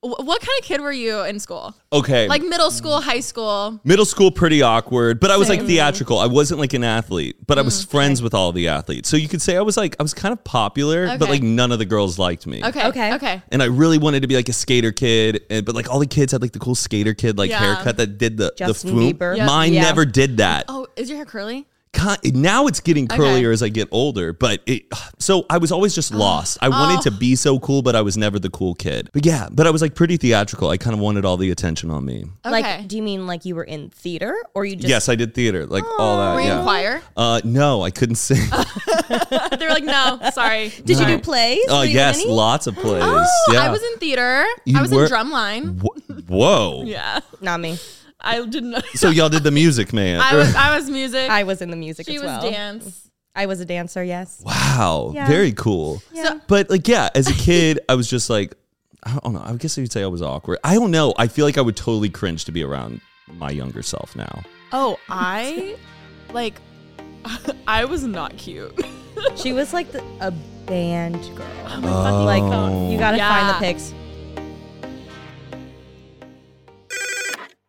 [SPEAKER 4] Wh- what kind of kid were you in school?
[SPEAKER 5] Okay.
[SPEAKER 4] Like middle school, high school.
[SPEAKER 5] middle school, pretty awkward. But I was like theatrical. I wasn't like an athlete, but I
[SPEAKER 3] Mm,
[SPEAKER 5] was friends with all the athletes. So you could say I was like I was kind of popular, but
[SPEAKER 4] Okay.
[SPEAKER 5] like none of the girls liked me.
[SPEAKER 3] Okay.
[SPEAKER 4] Okay, okay, okay.
[SPEAKER 5] And I really wanted to be like a skater kid, and, but like all the kids had like the cool skater kid like
[SPEAKER 4] Yeah.
[SPEAKER 5] haircut that did the
[SPEAKER 3] Justin
[SPEAKER 5] the foom.
[SPEAKER 3] Bieber. Yeah.
[SPEAKER 5] Mine
[SPEAKER 3] Yeah.
[SPEAKER 5] never did that.
[SPEAKER 4] Oh, is your hair curly?
[SPEAKER 5] Ki- now it's getting curlier as I get older, but it so I was always
[SPEAKER 4] Oh.
[SPEAKER 5] just lost. I wanted to be so cool, but I was never the cool kid. But yeah, but I was like pretty theatrical. I kind of wanted all the attention on me.
[SPEAKER 4] Okay.
[SPEAKER 3] Like, do you mean like you were in theater or you just?
[SPEAKER 5] yes, I did theater, like all
[SPEAKER 4] Oh, were
[SPEAKER 5] that.
[SPEAKER 4] you in
[SPEAKER 5] Yeah.
[SPEAKER 4] choir?
[SPEAKER 5] Uh, no, I couldn't sing.
[SPEAKER 4] they were like, no, sorry.
[SPEAKER 3] Did you
[SPEAKER 5] No.
[SPEAKER 3] do plays?
[SPEAKER 5] Oh
[SPEAKER 3] Were you in
[SPEAKER 5] yes,
[SPEAKER 3] any?
[SPEAKER 5] lots of plays.
[SPEAKER 4] Oh,
[SPEAKER 5] yeah.
[SPEAKER 4] I was in theater.
[SPEAKER 5] You
[SPEAKER 4] I was
[SPEAKER 5] were-
[SPEAKER 4] in drumline.
[SPEAKER 5] Wh- Whoa.
[SPEAKER 4] Yeah,
[SPEAKER 3] Not me.
[SPEAKER 4] I didn't.
[SPEAKER 5] So y'all did the music man.
[SPEAKER 4] I was. I was music.
[SPEAKER 3] I was in the music
[SPEAKER 4] she
[SPEAKER 3] as
[SPEAKER 4] was
[SPEAKER 3] well.
[SPEAKER 4] dance.
[SPEAKER 3] I was a dancer. Yes.
[SPEAKER 5] wow.
[SPEAKER 3] Yeah.
[SPEAKER 5] Very cool.
[SPEAKER 3] Yeah.
[SPEAKER 5] But like, yeah, as a kid, I was just like, I don't know. I guess you'd say I was awkward. I don't know. I feel like I would totally cringe to be around my younger self now.
[SPEAKER 4] Oh, I like. I was not cute.
[SPEAKER 3] she was like the, a band girl.
[SPEAKER 5] Oh.
[SPEAKER 3] Like you gotta
[SPEAKER 4] Yeah.
[SPEAKER 3] find the pics.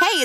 [SPEAKER 6] Hey,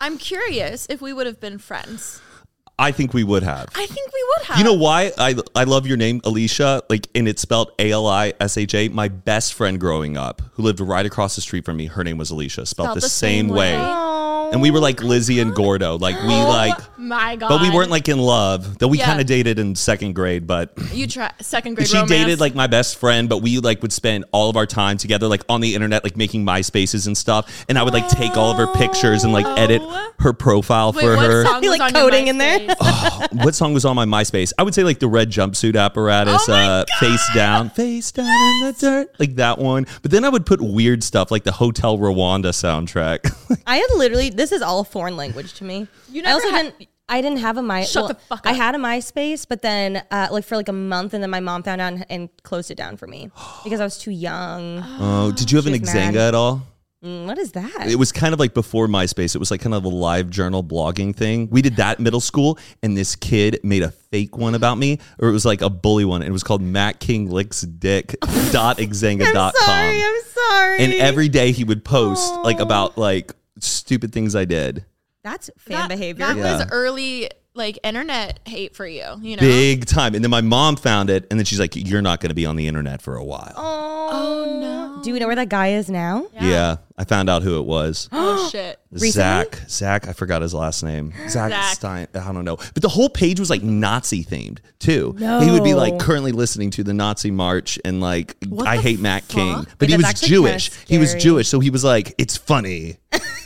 [SPEAKER 4] I'm curious if we would have been friends.
[SPEAKER 5] I think we would have.
[SPEAKER 4] I think we would have.
[SPEAKER 5] You know why I I love your name Alicia like and it's spelled A L I S H A. My best friend growing up who lived right across the street from me, her name was Alicia, spelled, the, same, way. Oh
[SPEAKER 3] Oh.
[SPEAKER 5] And we were like Lizzie and Gordo, like we like,
[SPEAKER 4] Oh My God.
[SPEAKER 5] but we weren't like in love. Though we
[SPEAKER 4] Yeah.
[SPEAKER 5] kind of dated in second grade, but
[SPEAKER 4] you. Try second grade.
[SPEAKER 5] she
[SPEAKER 4] romance.
[SPEAKER 5] dated like my best friend, but we like would spend all of our time together, like on the internet, like making MySpaces and stuff. And I would like take all of her pictures and like edit her profile
[SPEAKER 4] Oh. Wait,
[SPEAKER 5] for
[SPEAKER 4] what
[SPEAKER 5] her.
[SPEAKER 4] song
[SPEAKER 3] You
[SPEAKER 4] was
[SPEAKER 3] like
[SPEAKER 4] on your
[SPEAKER 3] coding in there?
[SPEAKER 4] MySpace?
[SPEAKER 5] what song was on my MySpace? I would say like the red jumpsuit apparatus,
[SPEAKER 4] Oh my
[SPEAKER 5] uh, face down, face down in the dirt, like that one. But then I would put weird stuff like the Hotel Rwanda soundtrack.
[SPEAKER 3] I had literally this is all foreign language to me.
[SPEAKER 4] You
[SPEAKER 3] I
[SPEAKER 4] never
[SPEAKER 3] also
[SPEAKER 4] had-
[SPEAKER 3] didn't I didn't have a my
[SPEAKER 4] Shut the fuck
[SPEAKER 3] I
[SPEAKER 4] up.
[SPEAKER 3] had a MySpace, but then uh, like for like a month and then my mom found out and, and closed it down for me because I was too young.
[SPEAKER 5] oh, did you have an
[SPEAKER 3] She's mad.
[SPEAKER 5] Xanga at all?
[SPEAKER 3] Mm, what is that?
[SPEAKER 5] It was kind of like before MySpace. It was like kind of a live journal blogging thing. We did that in middle school, and this kid made a fake one about me, or it was like a bully one. and It was called Matt King Licks Dick dot exanga
[SPEAKER 3] I'm
[SPEAKER 5] dot
[SPEAKER 3] sorry.
[SPEAKER 5] com.
[SPEAKER 3] I'm sorry.
[SPEAKER 5] And every day he would post like about like stupid things I did.
[SPEAKER 3] that's fan behavior.
[SPEAKER 4] That
[SPEAKER 5] Yeah.
[SPEAKER 4] was early like internet hate for you. You know.
[SPEAKER 5] Big time. And then my mom found it, and then she's like, "You're not going to be on the internet for a while."
[SPEAKER 3] oh no. Do we know where that guy is now?
[SPEAKER 5] yeah. I found out who it was.
[SPEAKER 4] Oh shit.
[SPEAKER 5] Zach. Zach. I forgot his last name. Zach,
[SPEAKER 4] Zach.
[SPEAKER 5] Stein. I don't know. But the whole page was like Nazi themed too. He would be like
[SPEAKER 3] No.
[SPEAKER 5] currently listening to the Nazi march and like I hate Matt King. But
[SPEAKER 3] Wait, that's
[SPEAKER 5] he was
[SPEAKER 3] actually kinda
[SPEAKER 5] Jewish. He was
[SPEAKER 3] scary.
[SPEAKER 5] Jewish. So he was like, it's funny.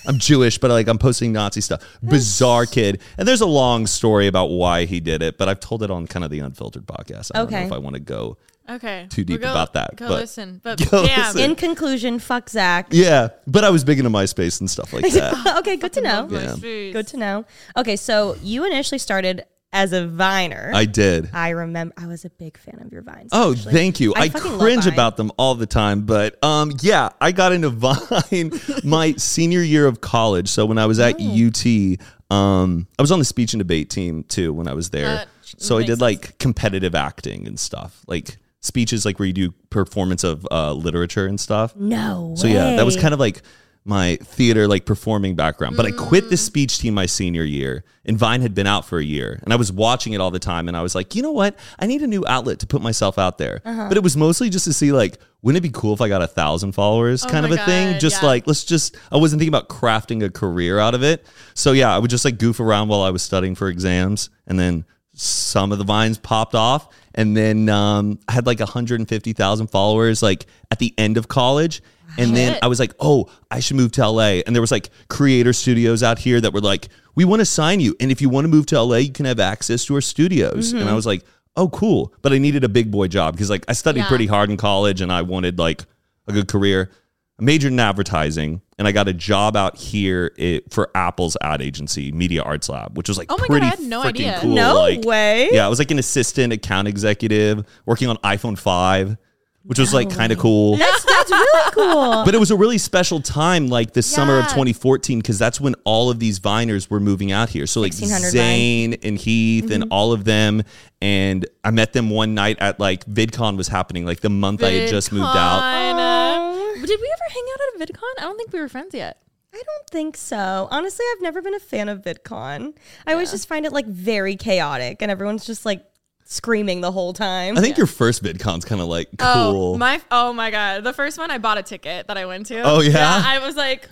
[SPEAKER 5] I'm Jewish, but like I'm posting Nazi stuff. Bizarre kid. And there's a long story about why he did it, but I've told it on kind of the unfiltered podcast. I
[SPEAKER 3] Okay.
[SPEAKER 5] don't know if I want to go.
[SPEAKER 4] Okay.
[SPEAKER 5] Too deep
[SPEAKER 4] go-
[SPEAKER 5] about that,
[SPEAKER 4] Go
[SPEAKER 5] but-
[SPEAKER 4] listen. But
[SPEAKER 5] Go
[SPEAKER 4] damn.
[SPEAKER 5] listen.
[SPEAKER 3] In conclusion, fuck Zach.
[SPEAKER 5] Yeah. But I was big into MySpace and stuff like that.
[SPEAKER 3] okay, good to know.
[SPEAKER 5] Yeah.
[SPEAKER 4] Good
[SPEAKER 3] Good to know. Okay, so you initially started as a viner.
[SPEAKER 5] I did.
[SPEAKER 3] I remember I was a big fan of your vines.
[SPEAKER 5] Oh,
[SPEAKER 3] actually.
[SPEAKER 5] thank you. I,
[SPEAKER 3] fucking love
[SPEAKER 5] cringe
[SPEAKER 3] Vine.
[SPEAKER 5] about them all the time, but um, yeah, I got into Vine my senior year of college. So when I was at
[SPEAKER 3] Oh.
[SPEAKER 5] UT, um, I was on the speech and debate team too when I was there.
[SPEAKER 4] Uh,
[SPEAKER 5] so I
[SPEAKER 4] makes
[SPEAKER 5] did like competitive acting and stuff, like speeches, like where you do performance of uh, literature and stuff.
[SPEAKER 3] No.
[SPEAKER 5] So yeah, that was
[SPEAKER 3] way.
[SPEAKER 5] kind of like my theater like performing background. But I quit the
[SPEAKER 4] Mm.
[SPEAKER 5] speech team my senior year, and Vine had been out for a year, and I was watching it all the time, and I was like, you know what? I need a new outlet to put myself out there.
[SPEAKER 4] Uh-huh.
[SPEAKER 5] But it was mostly just to see like, wouldn't it be cool if I got a thousand followers, kind of
[SPEAKER 4] Oh my
[SPEAKER 5] a thing?
[SPEAKER 4] God,
[SPEAKER 5] Just
[SPEAKER 4] yeah.
[SPEAKER 5] like let's just. I wasn't thinking about crafting a career out of it. So yeah, I would just like goof around while I was studying for exams, and then. Some of the vines popped off, and then um, I had like 150,000 followers, like at the end of college. And then
[SPEAKER 4] Shit.
[SPEAKER 5] I was like, oh, I should move to LA. And there was like creator studios out here that were like, we want to sign you. And if you want to move to LA, you can have access to our studios. And I was like, oh, cool. But I needed a big boy job because like I studied pretty hard in college and I wanted like a good career. I majored in advertising and I got a job out here it, for Apple's ad agency, Media Arts Lab, which was like
[SPEAKER 4] Oh my God, I
[SPEAKER 5] pretty
[SPEAKER 4] had no
[SPEAKER 5] freaking
[SPEAKER 4] idea.
[SPEAKER 5] cool.
[SPEAKER 3] No
[SPEAKER 5] like,
[SPEAKER 3] way.
[SPEAKER 5] Yeah, I was like an assistant account executive working on iPhone 5, which was like kind of cool
[SPEAKER 3] That's, that's really cool.
[SPEAKER 5] but it was a really special time, like the summer of 2014, because that's when all of these viners were moving out here. So like
[SPEAKER 3] 1600
[SPEAKER 5] Zane and Heath and
[SPEAKER 4] Mm-hmm.
[SPEAKER 5] all of them. And I met them one night at like VidCon was happening, like the month I had just moved out.
[SPEAKER 4] Did we ever hang out at a VidCon? I don't think we were friends yet.
[SPEAKER 3] I don't think so. Honestly, I've never been a fan of VidCon. I always just find it like very chaotic and everyone's just like screaming the whole time.
[SPEAKER 5] I think your first VidCon's kind of like cool.
[SPEAKER 4] Oh my! Oh my god! The first one I bought a ticket that I went to.
[SPEAKER 5] Oh, yeah?
[SPEAKER 4] I was like,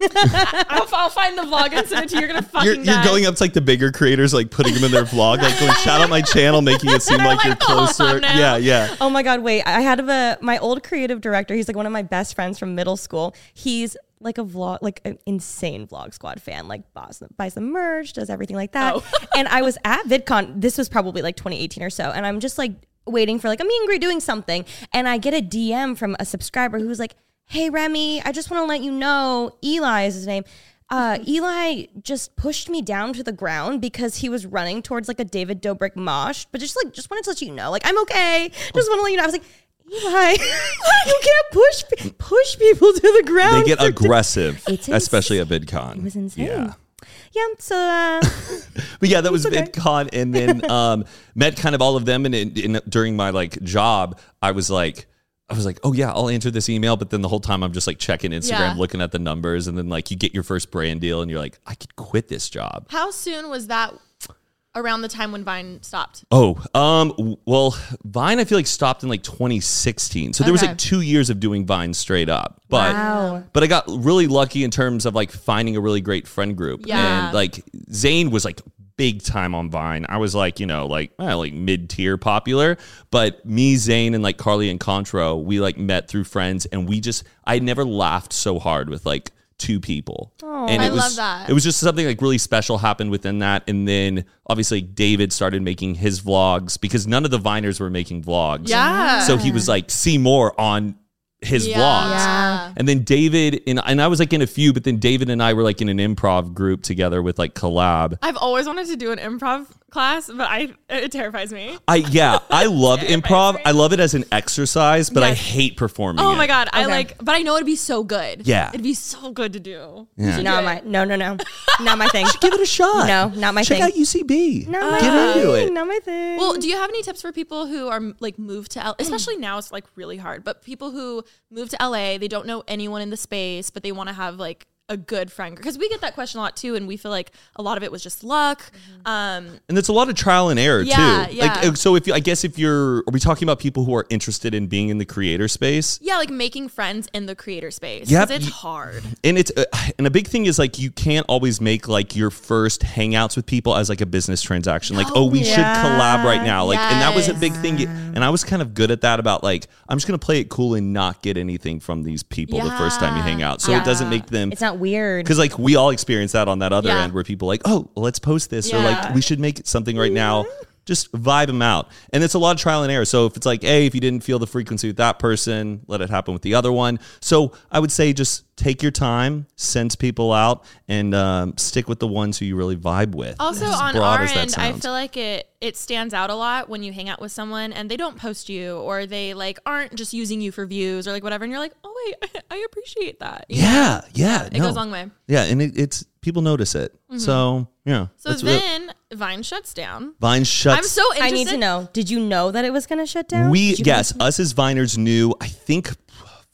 [SPEAKER 4] I'll, I'll find the vlog and send it to you. You're gonna fucking.
[SPEAKER 5] you're, you're
[SPEAKER 4] die.
[SPEAKER 5] going up to like the bigger creators, like putting them in their vlog, like going shout out my channel, making it seem like, you're
[SPEAKER 4] like, "Oh,
[SPEAKER 5] closer.
[SPEAKER 4] thumbnail."
[SPEAKER 5] Yeah, yeah.
[SPEAKER 3] Oh my god, wait. I had a my old creative director, he's like one of my best friends from middle school. He's like a vlog like an insane vlog squad fan, like buys, buys the merch, does everything like that. and I was at VidCon, this was probably like 2018 or so, and I'm just like waiting for like a meet and greet doing something. And I get a DM from a subscriber who's like, Hey Remy, I just want to let you know Eli is his name. Uh, Eli just pushed me down to the ground because he was running towards like a David Dobrik mosh, but just like just wanted to let you know, like I'm okay. Just want to let you know. I was like, Eli, you can't push pe- push people to the
[SPEAKER 4] Oh,
[SPEAKER 3] ground.
[SPEAKER 5] They get
[SPEAKER 3] for-
[SPEAKER 5] aggressive,
[SPEAKER 3] It's
[SPEAKER 5] especially at VidCon. It was
[SPEAKER 3] insane.
[SPEAKER 5] Yeah.
[SPEAKER 3] yeah. So uh,
[SPEAKER 5] But yeah, that was VidCon, and then um, met kind of all of them. And in, in, during my like job, I was like, I was like, oh yeah, I'll answer this email. But then the whole time, I'm just like checking Instagram,
[SPEAKER 4] Yeah.
[SPEAKER 5] looking at the numbers, and then like you get your first brand deal, and you're like, I could quit this job.
[SPEAKER 4] How soon was that? Around the time when Vine stopped.
[SPEAKER 5] Oh, um, w- well, Vine, I feel like stopped in like 2016. So there was
[SPEAKER 4] Okay.
[SPEAKER 5] like two years of doing Vine straight up. But
[SPEAKER 4] Oh.
[SPEAKER 5] but I got really lucky in terms of like finding a really great friend group.
[SPEAKER 4] Yeah.
[SPEAKER 5] And like Zane was like big time on Vine. I was like, you know, like eh, like mid tier popular. But me, Zane, and like Carly and Contro, we like met through friends and we just I never laughed so hard with like two people. and
[SPEAKER 4] I
[SPEAKER 5] was,
[SPEAKER 4] love that.
[SPEAKER 5] It was just something like really special happened within that. And then obviously David started making his vlogs because none of the Viners were making vlogs.
[SPEAKER 4] Yeah.
[SPEAKER 5] So he was like, see more on his vlogs.
[SPEAKER 4] Yeah.
[SPEAKER 5] And then David and and I was like in a few, but then David and I were like in an improv group together with like collab.
[SPEAKER 4] I've always wanted to do an improv class, but I it terrifies me.
[SPEAKER 5] I yeah, I love improv. I love it as an exercise, but I
[SPEAKER 4] Yes.
[SPEAKER 5] hate performing.
[SPEAKER 4] Oh
[SPEAKER 5] it.
[SPEAKER 4] my god, I like, but I know it'd be so good.
[SPEAKER 5] Yeah.
[SPEAKER 4] it'd be so good to do.
[SPEAKER 5] Yeah.
[SPEAKER 3] Not my, no, no, no. Not my thing.
[SPEAKER 5] Give it a shot.
[SPEAKER 3] No, not my
[SPEAKER 5] Check
[SPEAKER 3] thing.
[SPEAKER 5] out UCB.
[SPEAKER 3] Not my
[SPEAKER 5] Get
[SPEAKER 3] thing.
[SPEAKER 5] into it.
[SPEAKER 3] Not my thing.
[SPEAKER 4] Well, do you have any tips for people who are like moved to L? Especially now, it's like really hard. But people who move to LA, they don't know anyone in the space, but they want to have like a good friend because we get that question a lot too, and we feel like a lot of it was just luck. Um,
[SPEAKER 5] And it's a lot of trial and error
[SPEAKER 4] Yeah,
[SPEAKER 5] too.
[SPEAKER 4] yeah.
[SPEAKER 5] Like uh, so if you, I guess if you're are we talking about people who are interested in being in the creator space?
[SPEAKER 4] yeah, like making friends in the creator space
[SPEAKER 5] Yep.
[SPEAKER 4] because it's
[SPEAKER 5] Y-
[SPEAKER 4] hard.
[SPEAKER 5] and it's uh, and a big thing is like you can't always make like your first hangouts with people as like a business transaction like oh we should collab right now like and that was a big thing and i was kind of good at that about like i'm just gonna play it cool and not get anything from these people the first time you hang out so it doesn't make them
[SPEAKER 3] it's not weird.
[SPEAKER 5] because like we all experience that on that other
[SPEAKER 4] Yeah.
[SPEAKER 5] end where people like oh let's post this or like
[SPEAKER 4] Yeah.
[SPEAKER 5] we should make something right now just vibe them out and it's a lot of trial and error so if it's like hey if you didn't feel the frequency with that person let it happen with the other one so i would say just take your time send people out and um, stick with the ones who you really vibe with
[SPEAKER 4] Also
[SPEAKER 5] As
[SPEAKER 4] on
[SPEAKER 5] broad
[SPEAKER 4] our
[SPEAKER 5] as that
[SPEAKER 4] end, I
[SPEAKER 5] sounds.
[SPEAKER 4] feel like it it stands out a lot when you hang out with someone and they don't post you or they like aren't just using you for views or like whatever, and you're like, oh wait, I, appreciate that. you know?
[SPEAKER 5] yeah yeah
[SPEAKER 4] it
[SPEAKER 5] no.
[SPEAKER 4] goes a long way. Mm-hmm.
[SPEAKER 5] yeah and it, it's people notice it so yeah
[SPEAKER 4] So
[SPEAKER 5] that's real-
[SPEAKER 4] then Vine shuts down.
[SPEAKER 5] vine shuts
[SPEAKER 4] I'm so
[SPEAKER 3] I
[SPEAKER 4] interested.
[SPEAKER 3] need to know. Did you know that it was going to shut down?
[SPEAKER 5] We
[SPEAKER 3] Did you
[SPEAKER 5] yes, us as Viners knew. I think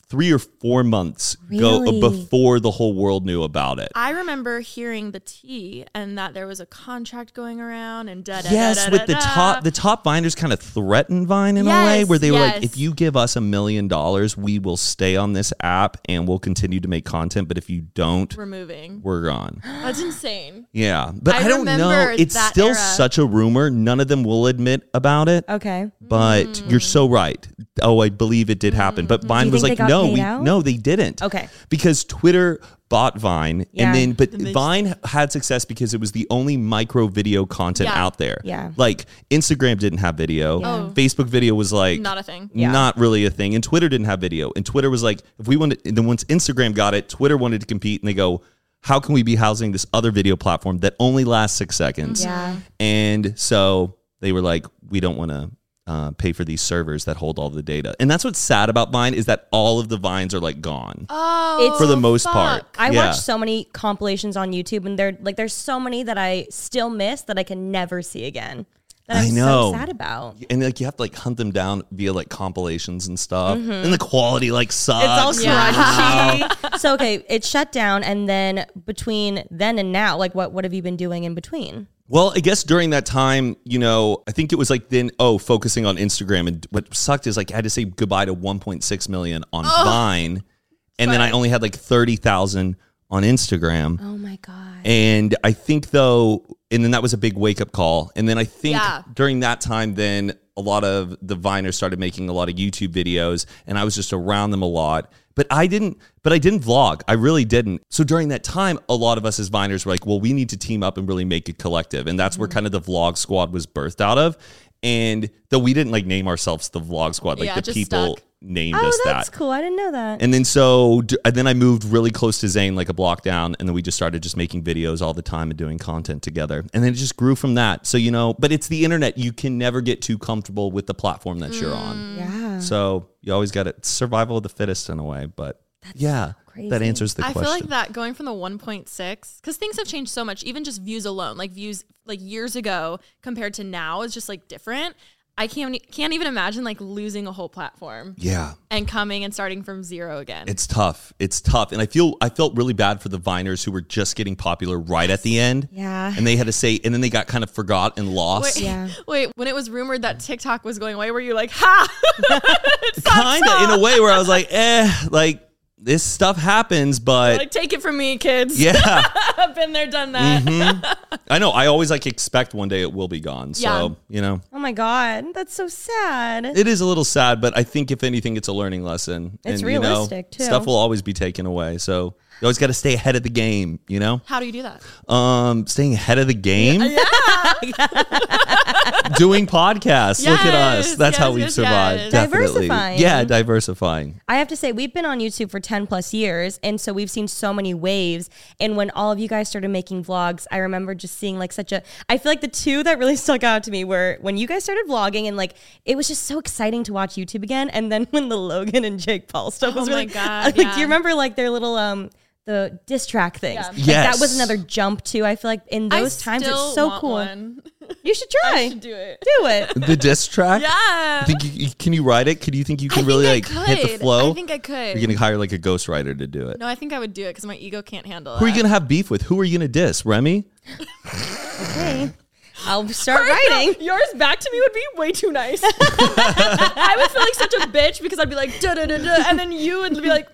[SPEAKER 5] three or four months
[SPEAKER 3] Really?
[SPEAKER 5] go before the whole world knew about it.
[SPEAKER 4] I remember hearing the tea and that there was a contract going around and da da
[SPEAKER 5] yes,
[SPEAKER 4] da, da,
[SPEAKER 5] with the
[SPEAKER 4] da,
[SPEAKER 5] top the top Viners kind of threatened Vine in a way
[SPEAKER 4] Yes,
[SPEAKER 5] where they were like,
[SPEAKER 4] yes.
[SPEAKER 5] if you give us a million dollars, we will stay on this app and we'll continue to make content. But if you don't,
[SPEAKER 4] we're moving.
[SPEAKER 5] we're gone.
[SPEAKER 4] That's insane.
[SPEAKER 5] Yeah, but I,
[SPEAKER 4] I
[SPEAKER 5] don't know.
[SPEAKER 4] remember
[SPEAKER 5] It's
[SPEAKER 4] that
[SPEAKER 5] still
[SPEAKER 4] era.
[SPEAKER 5] such a rumor. None of them will admit about it.
[SPEAKER 3] just- Okay.
[SPEAKER 5] But you're so right. Oh, I believe it did happen. But Vine
[SPEAKER 3] Mm. you
[SPEAKER 5] was
[SPEAKER 3] think
[SPEAKER 5] like,
[SPEAKER 3] they got
[SPEAKER 5] no,
[SPEAKER 3] paid
[SPEAKER 5] we
[SPEAKER 3] out?
[SPEAKER 5] no, they didn't.
[SPEAKER 3] Okay.
[SPEAKER 5] Because Twitter bought Vine,
[SPEAKER 3] Yeah.
[SPEAKER 5] and then but Vine had success because it was the only micro video content
[SPEAKER 4] Yeah.
[SPEAKER 5] out there.
[SPEAKER 3] Yeah.
[SPEAKER 5] Like Instagram didn't have video. Facebook video was like
[SPEAKER 4] Not a thing.
[SPEAKER 5] Not really a thing. And Twitter didn't have video. And Twitter was like, if we wanted, and then once Instagram got it, Twitter wanted to compete, and they go. How can we be housing this other video platform that only lasts six seconds?
[SPEAKER 3] Yeah.
[SPEAKER 5] And so they were like, we don't want to uh, pay for these servers that hold all the data. And that's what's sad about Vine is that all of the vines are like gone
[SPEAKER 4] Oh,
[SPEAKER 3] It's-
[SPEAKER 5] for the most
[SPEAKER 4] fuck.
[SPEAKER 5] part.
[SPEAKER 3] I
[SPEAKER 5] Yeah.
[SPEAKER 3] watch so many compilations on YouTube, and they're like, there's so many that I still miss that I can never see again. That
[SPEAKER 5] I
[SPEAKER 3] I'm
[SPEAKER 5] know.
[SPEAKER 3] so sad about.
[SPEAKER 5] And like you have to like hunt them down via like compilations and stuff, and the quality like sucks.
[SPEAKER 3] It's all crunchy. so okay, it shut down, and then between then and now, like what what have you been doing in between?
[SPEAKER 5] Well, I guess during that time, you know, I think it was like then, oh, focusing on Instagram. And what sucked is like I had to say goodbye to 1.6 million on Vine. And then I only had like 30,000 on Instagram.
[SPEAKER 3] Oh my god.
[SPEAKER 5] And I think though, and then that was a big wake up call. And then I think
[SPEAKER 4] Yeah.
[SPEAKER 5] during that time, then a lot of the Viners started making a lot of YouTube videos, and I was just around them a lot. But I didn't. But I didn't vlog. I really didn't. So during that time, a lot of us as Viners were like, "Well, we need to team up and really make a collective," and that's
[SPEAKER 3] Mm-hmm.
[SPEAKER 5] where kind of the Vlog Squad was birthed out of. And though we didn't like name ourselves the Vlog Squad, like
[SPEAKER 4] Yeah, it
[SPEAKER 5] the
[SPEAKER 4] just
[SPEAKER 5] people
[SPEAKER 4] stuck.
[SPEAKER 5] named
[SPEAKER 3] Oh,
[SPEAKER 5] us
[SPEAKER 3] that's
[SPEAKER 5] that.
[SPEAKER 3] cool. I didn't know that.
[SPEAKER 5] And then so d- and then I moved really close to Zane, like a block down, and then we just started just making videos all the time and doing content together. And then it just grew from that. So you know, but it's the internet. You can never get too comfortable with the platform that you're on.
[SPEAKER 3] yeah.
[SPEAKER 5] So you always got it. Survival of the fittest in a way, but yeah, that answers the
[SPEAKER 4] I
[SPEAKER 5] question.
[SPEAKER 4] feel like that going from the 1.6 because things have changed so much. Even just views alone, like views like years ago compared to now, is just like different. I can't e, can't even imagine like losing a whole platform
[SPEAKER 5] yeah.
[SPEAKER 4] and coming and starting from zero again.
[SPEAKER 5] It's tough. It's tough. And I feel I felt really bad for the Viners who were just getting popular right at the end.
[SPEAKER 3] Yeah.
[SPEAKER 5] And they had to say and then they got kind of forgot and lost.
[SPEAKER 4] Wait,
[SPEAKER 3] Yeah.
[SPEAKER 4] wait, when it was rumored that TikTok was going away, were you like, ha?
[SPEAKER 5] kind of in a way where I was like, eh, like this stuff happens, but
[SPEAKER 4] like, take it from me, kids.
[SPEAKER 5] yeah,
[SPEAKER 4] I've been there, done that.
[SPEAKER 3] Mm-hmm.
[SPEAKER 5] I know. I always like expect one day it will be gone. So
[SPEAKER 4] Yeah.
[SPEAKER 5] you know,
[SPEAKER 3] Oh my god, that's so sad.
[SPEAKER 5] it is a little sad, but I think if anything, it's a learning lesson.
[SPEAKER 3] It's
[SPEAKER 5] you know,
[SPEAKER 3] realistic, too.
[SPEAKER 5] Stuff will always be taken away. So You always got to stay ahead of the game, you know?
[SPEAKER 4] How do you do that?
[SPEAKER 5] Um, staying ahead of the game. Doing podcasts. Look at us.
[SPEAKER 4] Yes,
[SPEAKER 5] That's how
[SPEAKER 4] yes,
[SPEAKER 5] we
[SPEAKER 4] yes,
[SPEAKER 5] survive.
[SPEAKER 4] yes.
[SPEAKER 5] Definitely.
[SPEAKER 3] Diversifying.
[SPEAKER 5] Yeah, diversifying.
[SPEAKER 3] I have to say, we've been on YouTube for 10 plus years. And so we've seen so many waves. And when all of you guys started making vlogs, I remember just seeing like such a, I feel like the two that really stuck out to me were when you guys started vlogging and like, it was just so exciting to watch YouTube again. And then when the Logan and Jake Paul stuff
[SPEAKER 4] Oh
[SPEAKER 3] was
[SPEAKER 4] my
[SPEAKER 3] really,
[SPEAKER 4] God,
[SPEAKER 3] like, do
[SPEAKER 4] yeah.
[SPEAKER 3] you remember like their little, um, the diss track things. Like, that was
[SPEAKER 5] Yes.
[SPEAKER 3] another jump too. I feel like in
[SPEAKER 4] I
[SPEAKER 3] those times
[SPEAKER 4] still
[SPEAKER 3] it's so
[SPEAKER 4] want
[SPEAKER 3] cool.
[SPEAKER 4] one.
[SPEAKER 3] You should try.
[SPEAKER 4] I should do it.
[SPEAKER 3] do it.
[SPEAKER 5] The diss track.
[SPEAKER 4] Yeah.
[SPEAKER 5] Think you, you- can you ride it? Could you think you
[SPEAKER 4] I
[SPEAKER 5] can
[SPEAKER 4] think
[SPEAKER 5] really
[SPEAKER 4] I
[SPEAKER 5] like hit the
[SPEAKER 4] could.
[SPEAKER 5] flow?
[SPEAKER 4] I think I could.
[SPEAKER 5] You're gonna hire like a ghostwriter to do it.
[SPEAKER 4] No, I think I would do it because my ego can't handle it.
[SPEAKER 5] Who are you gonna have beef with? Who are you gonna diss? Remy?
[SPEAKER 3] I'll start writing.
[SPEAKER 4] Yours back to me would be way too nice. I would feel like such a bitch because I'd be like, duh, duh, duh, duh, and then you would be like,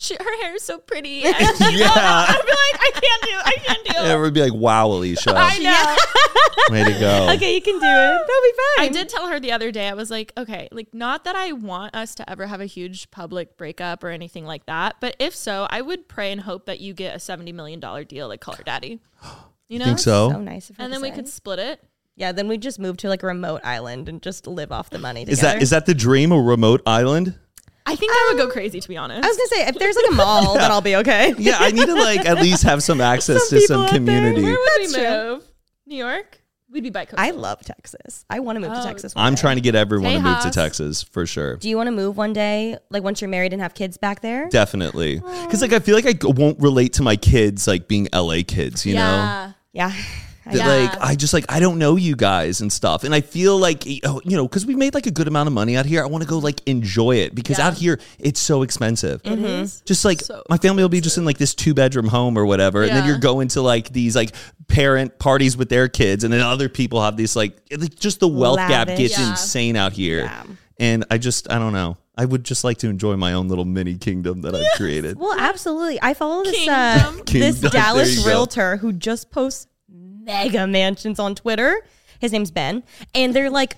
[SPEAKER 4] Shit, her hair is so pretty. And she'd be
[SPEAKER 5] Yeah.
[SPEAKER 4] like, I can't do, I can't do.
[SPEAKER 5] Everyone would be like, wow, Alicia.
[SPEAKER 4] I know.
[SPEAKER 5] Way to go.
[SPEAKER 3] Okay, you can do it. That'll be fine.
[SPEAKER 4] I did tell her the other day, I was like, okay, like, not that I want us to ever have a huge public breakup or anything like that, but if so, I would pray and hope that you get a $70 million deal, like, call her daddy. You know?
[SPEAKER 5] Think so?
[SPEAKER 3] So nice of her. to
[SPEAKER 4] And then we
[SPEAKER 3] say.
[SPEAKER 4] could split it.
[SPEAKER 3] Yeah, then we just move to like a remote island and just live off the money.
[SPEAKER 5] Is
[SPEAKER 3] together.
[SPEAKER 5] that is that the dream? A remote island?
[SPEAKER 4] I think I would go crazy, to be honest.
[SPEAKER 3] I was gonna say if there's like a mall, then I'll be okay.
[SPEAKER 5] Yeah, I need to like at least have some access to
[SPEAKER 3] people
[SPEAKER 5] some
[SPEAKER 3] out there.
[SPEAKER 5] community.
[SPEAKER 4] Where would
[SPEAKER 3] That's
[SPEAKER 4] we
[SPEAKER 3] true.
[SPEAKER 4] move? New York? We'd be by coast.
[SPEAKER 3] I love Texas. I want to move to
[SPEAKER 4] Oh.
[SPEAKER 3] Texas. one
[SPEAKER 5] I'm
[SPEAKER 3] day.
[SPEAKER 5] trying to get everyone to move to
[SPEAKER 4] Tejas.
[SPEAKER 5] Texas for sure.
[SPEAKER 3] Do you want to move one day, like once you're married and have kids back there?
[SPEAKER 5] Definitely. Because like I feel like I g- won't relate to my kids like being LA kids, you know?
[SPEAKER 3] yeah. I
[SPEAKER 5] That,
[SPEAKER 3] know.
[SPEAKER 5] Like I just like I don't know you guys and stuff, and I feel like oh, you know because we made like a good amount of money out here. I want to go like enjoy it because out here it's so expensive.
[SPEAKER 4] Mm-hmm.
[SPEAKER 5] Just like my family will be just in like this two bedroom home or whatever, and then
[SPEAKER 4] Yeah.
[SPEAKER 5] you're going to like these like parent parties with their kids, and then other people have these like it- like, just the wealth gap
[SPEAKER 3] Lavish.
[SPEAKER 5] gets
[SPEAKER 4] Yeah.
[SPEAKER 5] insane out here, and I just I don't know. I would just like to enjoy my own little mini kingdom that I've created.
[SPEAKER 3] Well, absolutely. I follow this uh,
[SPEAKER 4] Kingdom.
[SPEAKER 5] Kingdom,
[SPEAKER 3] this
[SPEAKER 5] there you
[SPEAKER 3] Dallas
[SPEAKER 5] go.
[SPEAKER 3] realtor who just posts mega mansions on Twitter. His name's Ben, and they're like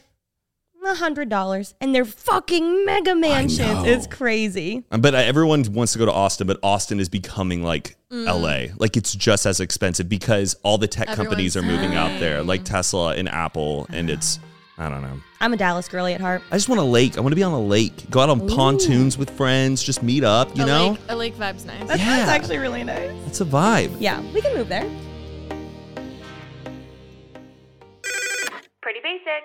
[SPEAKER 3] a hundred dollars, and they're fucking mega mansions. It's crazy.
[SPEAKER 5] Um, But uh, everyone wants to go to Austin, but Austin is becoming like
[SPEAKER 4] Mm.
[SPEAKER 5] LA. Like it's just as expensive because all the tech companies are moving out there, like Tesla and Apple. And it's, I don't know.
[SPEAKER 3] I'm a Dallas girly at heart.
[SPEAKER 5] I just want a lake. I want to be on a lake, go out on pontoons with friends, just meet up, you
[SPEAKER 4] a
[SPEAKER 5] know?
[SPEAKER 4] lake, a lake vibe's nice.
[SPEAKER 5] yeah. It's
[SPEAKER 3] actually really nice.
[SPEAKER 5] a vibe.
[SPEAKER 3] Yeah, we can move there.
[SPEAKER 2] Pretty basic.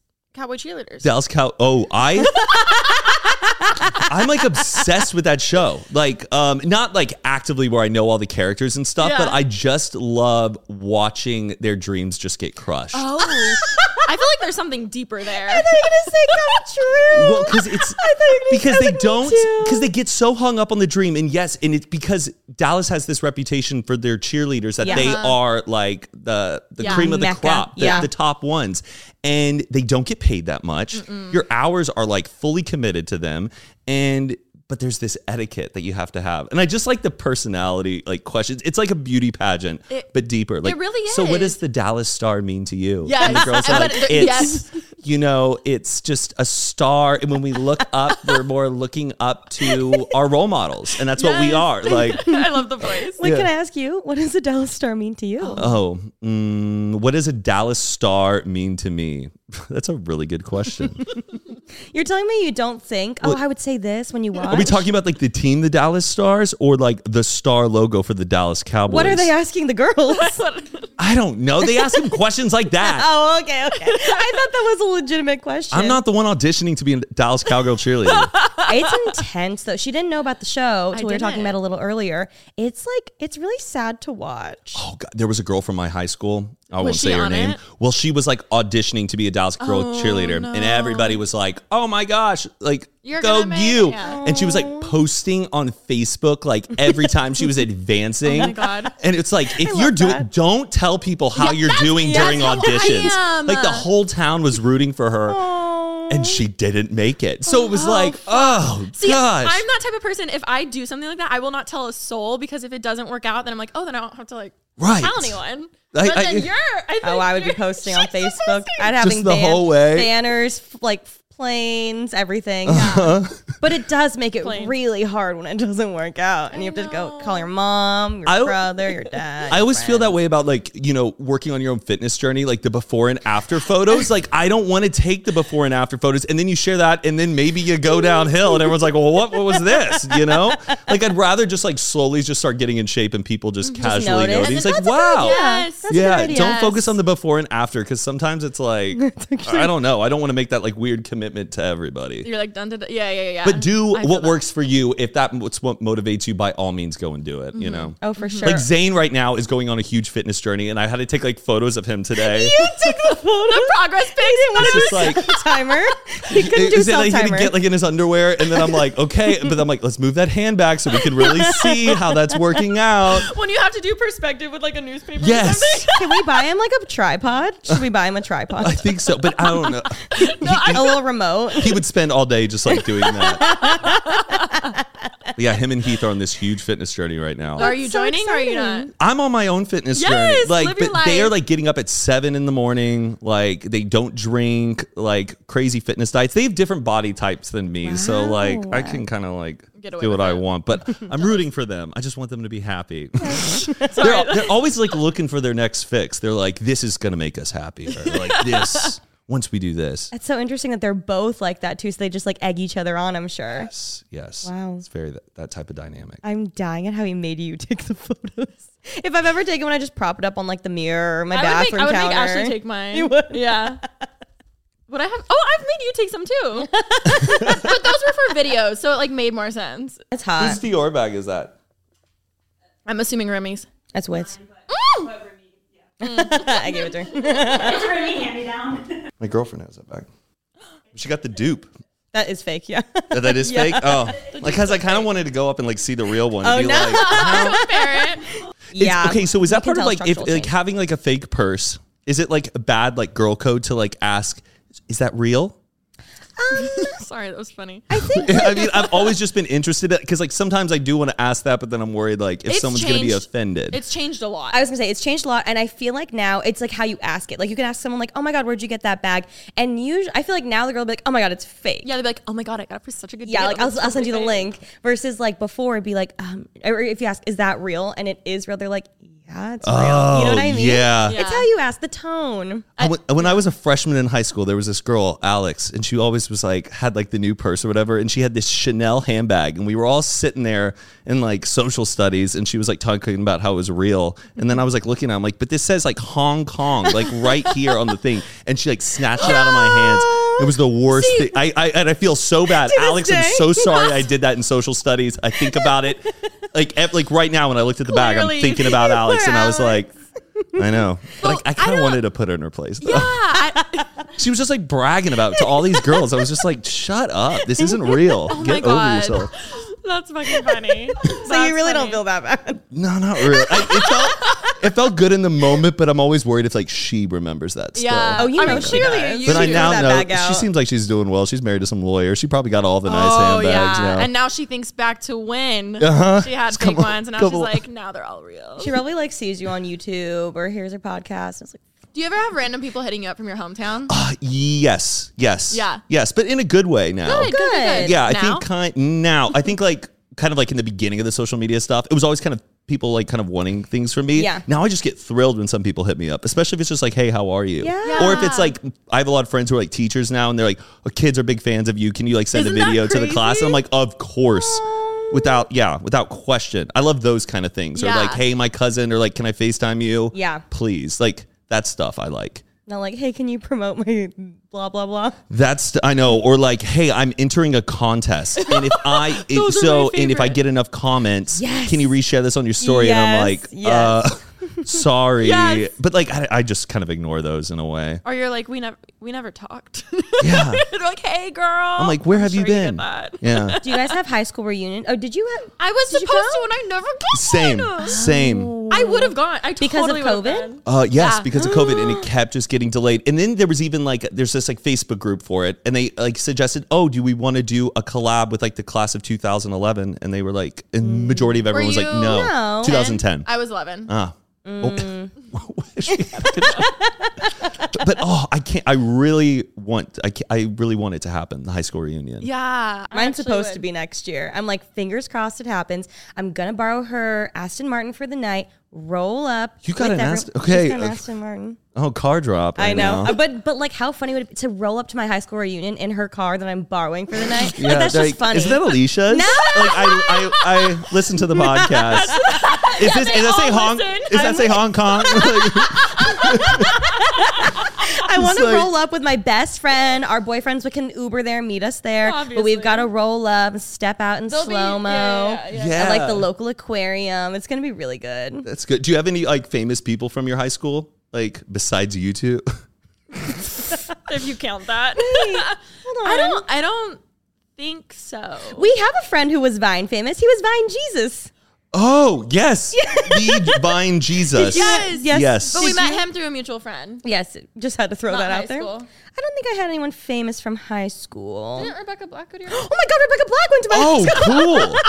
[SPEAKER 4] Cowboy cheerleaders.
[SPEAKER 5] Dallas Cow. Oh, I. I'm like obsessed with that show. Like, um, not like actively where I know all the characters and stuff,
[SPEAKER 4] Yeah.
[SPEAKER 5] but I just love watching their dreams just get crushed.
[SPEAKER 4] oh, I feel like there's something deeper there.
[SPEAKER 3] They're gonna say come true.
[SPEAKER 5] Well, because it's
[SPEAKER 3] I thought you were gonna
[SPEAKER 5] because
[SPEAKER 3] say,
[SPEAKER 5] they
[SPEAKER 3] like, me
[SPEAKER 5] don't
[SPEAKER 3] too.
[SPEAKER 5] because they get so hung up on the dream, and yes, and it's because Dallas has this reputation for their cheerleaders that
[SPEAKER 3] Yeah. Uh-huh.
[SPEAKER 5] they are like the the
[SPEAKER 4] Yeah.
[SPEAKER 5] cream of the
[SPEAKER 3] Mecca.
[SPEAKER 5] crop, the,
[SPEAKER 3] Yeah.
[SPEAKER 5] the top ones, and they don't get paid that much. Your hours are like fully committed to them, and. But there's this etiquette that you have to have, and I just like the personality like questions. It's like a beauty pageant, but deeper. Like,
[SPEAKER 4] really
[SPEAKER 5] So, what
[SPEAKER 4] is.
[SPEAKER 5] does the Dallas star mean to you?
[SPEAKER 4] Yes.
[SPEAKER 5] and the girls are
[SPEAKER 4] And
[SPEAKER 5] like,
[SPEAKER 4] but the-
[SPEAKER 5] it's
[SPEAKER 4] yes.
[SPEAKER 5] you know, it's just a star. And when we look up, we're more looking up to our role models. And that's what we are. Like,
[SPEAKER 4] I love the voice.
[SPEAKER 3] Wait, can I ask you, what does a Dallas Star mean to you?
[SPEAKER 5] oh, mm, what does a Dallas star mean to me? That's a really good question.
[SPEAKER 3] You're telling me you don't think, oh, I would say this when you watch?
[SPEAKER 5] Are we talking about like the team, the Dallas Stars, or like the star logo for the Dallas Cowboys?
[SPEAKER 3] What are they asking the girls?
[SPEAKER 5] I don't know. They ask him questions like that.
[SPEAKER 3] oh, okay, okay. I thought that was a legitimate question.
[SPEAKER 5] I'm not the one auditioning to be a Dallas Cowgirl cheerleader.
[SPEAKER 3] It's intense though. She didn't know about the show till we were talking
[SPEAKER 4] didn't.
[SPEAKER 3] about it a little earlier. It's like it's really sad to watch.
[SPEAKER 5] Oh God, there was a girl from my high school. I won't
[SPEAKER 4] she
[SPEAKER 5] say her
[SPEAKER 4] on
[SPEAKER 5] name.
[SPEAKER 4] it? Oh,
[SPEAKER 5] Well, she was like auditioning to be a Dallas Girl cheerleader, and everybody was like, "Oh my gosh, like
[SPEAKER 4] You're
[SPEAKER 5] go
[SPEAKER 4] gonna make
[SPEAKER 5] you!"
[SPEAKER 4] it.
[SPEAKER 5] And she was like posting on Facebook like every time she was advancing.
[SPEAKER 4] Oh my God.
[SPEAKER 5] And it's like if you're doing, don't tell people how you're doing during auditions.
[SPEAKER 4] am.
[SPEAKER 5] Like the whole town was rooting for her, and she didn't make it. So it was like, oh
[SPEAKER 4] See,
[SPEAKER 5] gosh.
[SPEAKER 4] I'm that type of person. If I do something like that, I will not tell a soul because if it doesn't work out, then I'm like, oh, then I don't have to like
[SPEAKER 5] Right.
[SPEAKER 4] tell anyone.
[SPEAKER 5] I-
[SPEAKER 4] but
[SPEAKER 5] I-
[SPEAKER 4] then you're. I think
[SPEAKER 3] Oh, I would be
[SPEAKER 4] you're-
[SPEAKER 3] posting on
[SPEAKER 4] She's the
[SPEAKER 3] Facebook.
[SPEAKER 4] posting.
[SPEAKER 3] I'd having
[SPEAKER 5] the whole way.
[SPEAKER 3] banners, f- like f- planes, everything.
[SPEAKER 5] Uh-huh.
[SPEAKER 3] But it does make it
[SPEAKER 4] Planes.
[SPEAKER 3] really hard when it doesn't work out, and you have to go call your mom, your
[SPEAKER 5] I-
[SPEAKER 3] brother, your dad.
[SPEAKER 5] I
[SPEAKER 3] your
[SPEAKER 5] always feel
[SPEAKER 3] friend.
[SPEAKER 5] that way about like, you know, working on your own fitness journey, like the before and after photos. Like, I don't want to take the before and after photos. And then you share that, and then maybe you go downhill, and everyone's like, well, what, what was this? You know? Like, I'd rather just like slowly just start getting in shape and people just casually
[SPEAKER 3] notice.
[SPEAKER 5] notice. It's like,
[SPEAKER 3] That's a good
[SPEAKER 5] wow.
[SPEAKER 3] idea.
[SPEAKER 4] Yes.
[SPEAKER 3] That's a
[SPEAKER 5] Yeah,
[SPEAKER 3] good idea.
[SPEAKER 5] don't focus on the before and after because sometimes it's like, I don't know. I don't want to make that like weird commitment to everybody.
[SPEAKER 4] You're like dun dun. dun. Yeah, yeah, yeah.
[SPEAKER 5] But do
[SPEAKER 4] I feel
[SPEAKER 5] what
[SPEAKER 4] that.
[SPEAKER 5] works for you. If that what's what motivates you, by all means, go and do it. You know.
[SPEAKER 3] Oh, for sure.
[SPEAKER 5] Like Zayn right now is going on a huge fitness journey, and I had to take like photos of him today.
[SPEAKER 4] the progress pics. None of
[SPEAKER 5] It's just
[SPEAKER 4] this-
[SPEAKER 5] like,
[SPEAKER 3] timer. You couldn't do
[SPEAKER 5] is it
[SPEAKER 3] self
[SPEAKER 5] like he
[SPEAKER 3] timer.
[SPEAKER 5] didn't get like in his underwear? And then I'm like, okay, but I'm like, let's move that hand back so we can really see how that's working out.
[SPEAKER 4] when you have to do perspective with like a newspaper. Or
[SPEAKER 5] Yes,
[SPEAKER 4] something.
[SPEAKER 3] Can we buy him like a tripod? Should we buy him a tripod?
[SPEAKER 5] I think so, but I don't know.
[SPEAKER 3] a little remote.
[SPEAKER 5] He would spend all day just like doing that. But yeah, him and Heath are on this huge fitness journey right now.
[SPEAKER 4] Are you
[SPEAKER 3] so
[SPEAKER 4] joining or are you not?
[SPEAKER 3] exciting.
[SPEAKER 5] I'm on my own fitness
[SPEAKER 4] Yes,
[SPEAKER 5] journey. Like,
[SPEAKER 4] live your
[SPEAKER 5] but they are
[SPEAKER 4] life.
[SPEAKER 5] like getting up at seven in the morning. Like, they don't drink. Like, crazy fitness diets. They have different body types than me, so like I can kind of like
[SPEAKER 4] Get away
[SPEAKER 5] do what
[SPEAKER 4] with
[SPEAKER 5] I
[SPEAKER 4] it.
[SPEAKER 5] want. But I'm rooting for them. I just want them to be happy. they're, al- they're always like looking for their next fix. They're like, this is gonna make us happier. Like this. Once we do this,
[SPEAKER 3] It's so interesting that they're both like that too. So they just like egg each other on. I'm sure.
[SPEAKER 5] yes,
[SPEAKER 3] Wow.
[SPEAKER 5] it's very that, that type of dynamic.
[SPEAKER 3] I'm dying at how he made you take the photos. If I've ever taken one, I just prop it up on like the mirror or my
[SPEAKER 4] I would,
[SPEAKER 3] bathroom
[SPEAKER 4] make, I would make
[SPEAKER 3] counter.
[SPEAKER 4] Ashley take mine.
[SPEAKER 3] You would?
[SPEAKER 4] Yeah. Would I have? Oh, I've made you take some too. but those were for videos, so it like made more sense.
[SPEAKER 3] That's hot.
[SPEAKER 5] Whose Dior bag is that?
[SPEAKER 4] I'm assuming Remy's.
[SPEAKER 3] That's wits.
[SPEAKER 4] Mm!
[SPEAKER 3] I gave it to her.
[SPEAKER 5] My girlfriend has that bag. She got the dupe.
[SPEAKER 3] That is fake. Yeah.
[SPEAKER 5] That, that is fake. Oh, because I kind of wanted to go up and like see the real one. and
[SPEAKER 3] Oh,
[SPEAKER 5] be
[SPEAKER 3] no.
[SPEAKER 5] like,
[SPEAKER 4] Barrett.
[SPEAKER 5] It's-
[SPEAKER 3] yeah.
[SPEAKER 5] Okay, so is
[SPEAKER 3] You
[SPEAKER 5] that
[SPEAKER 3] can
[SPEAKER 5] part of
[SPEAKER 3] tell
[SPEAKER 5] like if
[SPEAKER 3] structural
[SPEAKER 5] like
[SPEAKER 3] change.
[SPEAKER 5] having like a fake purse? Is it like a bad like girl code to like ask? Is that real?
[SPEAKER 4] Sorry, that was funny.
[SPEAKER 5] I mean, I've always just been interested because like sometimes I do want to ask that, but then I'm worried like if
[SPEAKER 4] It's
[SPEAKER 5] someone's gonna be
[SPEAKER 4] changed.
[SPEAKER 5] offended.
[SPEAKER 4] It's changed a lot.
[SPEAKER 3] I was gonna say it's changed a lot, and I feel like now it's like how you ask it. Like you can ask someone like, "Oh my god, where'd you get that bag?" And usually, I feel like now the girl will be like, "Oh my god, it's fake."
[SPEAKER 4] yeah, they'd be like, "Oh my god, I got it for such a good
[SPEAKER 3] Yeah,
[SPEAKER 4] deal."
[SPEAKER 3] like I'll,
[SPEAKER 4] It's
[SPEAKER 3] I'll send you the
[SPEAKER 4] totally
[SPEAKER 3] link. Versus like before, it'd be like, um, or if you ask, is that real? And it is real. They're like, yeah, it's real. You know what I
[SPEAKER 5] Oh,
[SPEAKER 3] mean?
[SPEAKER 5] yeah.
[SPEAKER 3] It's how you ask the tone.
[SPEAKER 5] I- when, when I was a freshman in high school, there was this girl, Alex, and she always was like had like the new purse or whatever, and she had this Chanel handbag, and we were all sitting there in like social studies, and she was like talking about how it was real, and then I was like looking, at it, I'm like, but this says like Hong Kong, like right here on the thing, and she like snatched it out of my hands. It was the worst thing. I, I and I feel so bad,
[SPEAKER 3] this
[SPEAKER 5] Alex. I'm
[SPEAKER 3] day.
[SPEAKER 5] so sorry I did that in social studies. I think about it, like ev- like right now when I looked at the bag, I'm
[SPEAKER 4] Clearly.
[SPEAKER 5] thinking about Alex, and I was like.
[SPEAKER 3] Alex.
[SPEAKER 5] I know, but
[SPEAKER 4] Well,
[SPEAKER 5] I, I kind
[SPEAKER 4] I
[SPEAKER 5] of
[SPEAKER 4] don't-
[SPEAKER 5] wanted to put her in her place. Though.
[SPEAKER 4] Yeah, I,
[SPEAKER 5] She was just like bragging about it to all these girls. I was just like, shut up. This isn't real.
[SPEAKER 4] Oh my
[SPEAKER 5] Get over
[SPEAKER 4] God.
[SPEAKER 5] yourself.
[SPEAKER 4] that's fucking funny.
[SPEAKER 3] So you really don't feel that bad.
[SPEAKER 5] No, not really. I, it, felt, it felt good in the moment, but I'm always worried if like she remembers that still.
[SPEAKER 4] Yeah.
[SPEAKER 3] Oh, you
[SPEAKER 4] I
[SPEAKER 3] know
[SPEAKER 4] mean,
[SPEAKER 3] she
[SPEAKER 4] clearly
[SPEAKER 3] does.
[SPEAKER 4] you
[SPEAKER 5] But I
[SPEAKER 4] do.
[SPEAKER 5] now
[SPEAKER 3] that
[SPEAKER 5] know
[SPEAKER 3] bag out.
[SPEAKER 5] she seems like she's doing well. She's married to some lawyer. She probably got all the nice
[SPEAKER 4] Oh
[SPEAKER 5] handbags
[SPEAKER 4] yeah,
[SPEAKER 5] now.
[SPEAKER 4] and now she thinks back to when
[SPEAKER 5] Uh-huh.
[SPEAKER 4] she had fake ones, and now she's
[SPEAKER 5] couple-
[SPEAKER 4] like, now they're all real.
[SPEAKER 3] She probably like sees you on YouTube or hears her podcast. And it's like,
[SPEAKER 4] Do you ever have random people hitting you up from your hometown?
[SPEAKER 5] Uh, yes, yes,
[SPEAKER 4] Yeah.
[SPEAKER 5] yes, but in a good way now.
[SPEAKER 4] Good, good, good.
[SPEAKER 5] Yeah, I
[SPEAKER 4] Now?
[SPEAKER 5] think kind now. I think like kind of like in the beginning of the social media stuff, it was always kind of people like kind of wanting things from me.
[SPEAKER 3] Yeah.
[SPEAKER 5] Now I just get thrilled when some people hit me up, especially if it's just like, "Hey, how are you?"
[SPEAKER 3] Yeah.
[SPEAKER 5] Or if it's like I have a lot of friends who are like teachers now, and they're like, oh, "Kids are big fans of you. Can you like send
[SPEAKER 4] Isn't
[SPEAKER 5] a
[SPEAKER 4] that
[SPEAKER 5] video to the class?" And I'm like, "Of course." Without yeah, without question. I love those kind of things. Or
[SPEAKER 4] Yeah.
[SPEAKER 5] like, "Hey, my cousin," or like, "Can I FaceTime you?"
[SPEAKER 3] Yeah.
[SPEAKER 5] Please. Like that stuff I like.
[SPEAKER 3] Not like, hey, can you promote my blah blah blah?
[SPEAKER 5] That's I know, or like, hey, I'm entering a contest, and if I it-
[SPEAKER 4] Those are
[SPEAKER 5] so
[SPEAKER 4] my
[SPEAKER 5] and if I
[SPEAKER 4] favorite.
[SPEAKER 5] get enough comments,
[SPEAKER 3] Yes.
[SPEAKER 5] can you reshare this on your story? and I'm like,
[SPEAKER 3] Yes,
[SPEAKER 5] uh, sorry,
[SPEAKER 4] Yes.
[SPEAKER 5] but like, I, I just kind of ignore those in a way.
[SPEAKER 4] Or you're like, we never, we never talked.
[SPEAKER 5] Yeah,
[SPEAKER 4] They're like, hey, girl. Oh, I'm
[SPEAKER 5] I'm like, where have you
[SPEAKER 4] sure did
[SPEAKER 5] been?
[SPEAKER 4] that.
[SPEAKER 5] yeah,
[SPEAKER 3] Do you guys have high school reunion? Oh, did you have
[SPEAKER 4] I was
[SPEAKER 3] Did you
[SPEAKER 4] supposed to,
[SPEAKER 3] go?
[SPEAKER 4] and I never got
[SPEAKER 5] same,
[SPEAKER 4] one.
[SPEAKER 5] same.
[SPEAKER 4] I would have gone. I
[SPEAKER 3] Because of
[SPEAKER 4] totally would've
[SPEAKER 3] COVID?
[SPEAKER 4] gone.
[SPEAKER 5] Uh, yes,
[SPEAKER 4] Yeah.
[SPEAKER 5] because of COVID, and it kept just getting delayed. And then there was even like there's this like Facebook group for it, and they like suggested, oh, do we want to do a collab with like the class of 2011? And they were like, and majority of everyone was like,
[SPEAKER 4] you-
[SPEAKER 5] no,
[SPEAKER 3] No.
[SPEAKER 5] 2010.
[SPEAKER 4] I was 11.
[SPEAKER 5] Ah.
[SPEAKER 3] Mm.
[SPEAKER 5] Oh, wish we had a good shot. but oh, I can't. I really want. I ca I really want it to happen. The high school reunion.
[SPEAKER 4] yeah. I
[SPEAKER 3] Mine's
[SPEAKER 4] actually
[SPEAKER 3] supposed
[SPEAKER 4] would.
[SPEAKER 3] to be next year. I'm like, fingers crossed it happens. I'm gonna borrow her Aston Martin for the night. Roll up.
[SPEAKER 5] You got
[SPEAKER 3] with
[SPEAKER 5] an
[SPEAKER 3] every-
[SPEAKER 5] Ast- okay,
[SPEAKER 3] She's got an
[SPEAKER 5] uh,
[SPEAKER 3] Aston Martin.
[SPEAKER 5] Oh, car drop.
[SPEAKER 3] I know, Uh, but but like, how funny would it be to roll up to my high school reunion in her car that I'm borrowing for the night? like, that's
[SPEAKER 5] like,
[SPEAKER 3] just funny.
[SPEAKER 5] Isn't that Alicia's?
[SPEAKER 3] No.
[SPEAKER 5] Like I, I, I listen to the podcast. Is this? Is that say
[SPEAKER 4] all
[SPEAKER 5] Hong?
[SPEAKER 4] listen.
[SPEAKER 5] Is that say Hong Kong? Like,
[SPEAKER 3] I want to
[SPEAKER 5] like-
[SPEAKER 3] roll up with my best friend. Our boyfriends we can Uber there, meet us there. But
[SPEAKER 4] Obviously.
[SPEAKER 3] we've got to roll up and step out in
[SPEAKER 4] They'll be-
[SPEAKER 3] slow mo.
[SPEAKER 4] yeah, yeah,
[SPEAKER 5] yeah.
[SPEAKER 3] At like the
[SPEAKER 5] Yeah.
[SPEAKER 3] local aquarium. It's gonna be really good.
[SPEAKER 5] that's good. Do you have any like famous people from your high school? Like besides you two?
[SPEAKER 4] If you count that.
[SPEAKER 3] Hold on.
[SPEAKER 4] I don't, I don't think so.
[SPEAKER 3] We have a friend who was Vine famous. He was Vine Jesus.
[SPEAKER 5] Oh yes, the Vine Jesus.
[SPEAKER 4] Yes.
[SPEAKER 3] Yes.
[SPEAKER 5] Yes.
[SPEAKER 4] But we
[SPEAKER 5] Did
[SPEAKER 4] met him through a mutual friend.
[SPEAKER 3] Yes, just had to throw
[SPEAKER 4] Not
[SPEAKER 3] that
[SPEAKER 4] high
[SPEAKER 3] out there.
[SPEAKER 4] school.
[SPEAKER 3] I don't think I had anyone famous from high school.
[SPEAKER 4] Didn't Rebecca Black go to your
[SPEAKER 3] Oh my God, Rebecca Black went to my
[SPEAKER 5] Oh,
[SPEAKER 3] high school.
[SPEAKER 5] cool.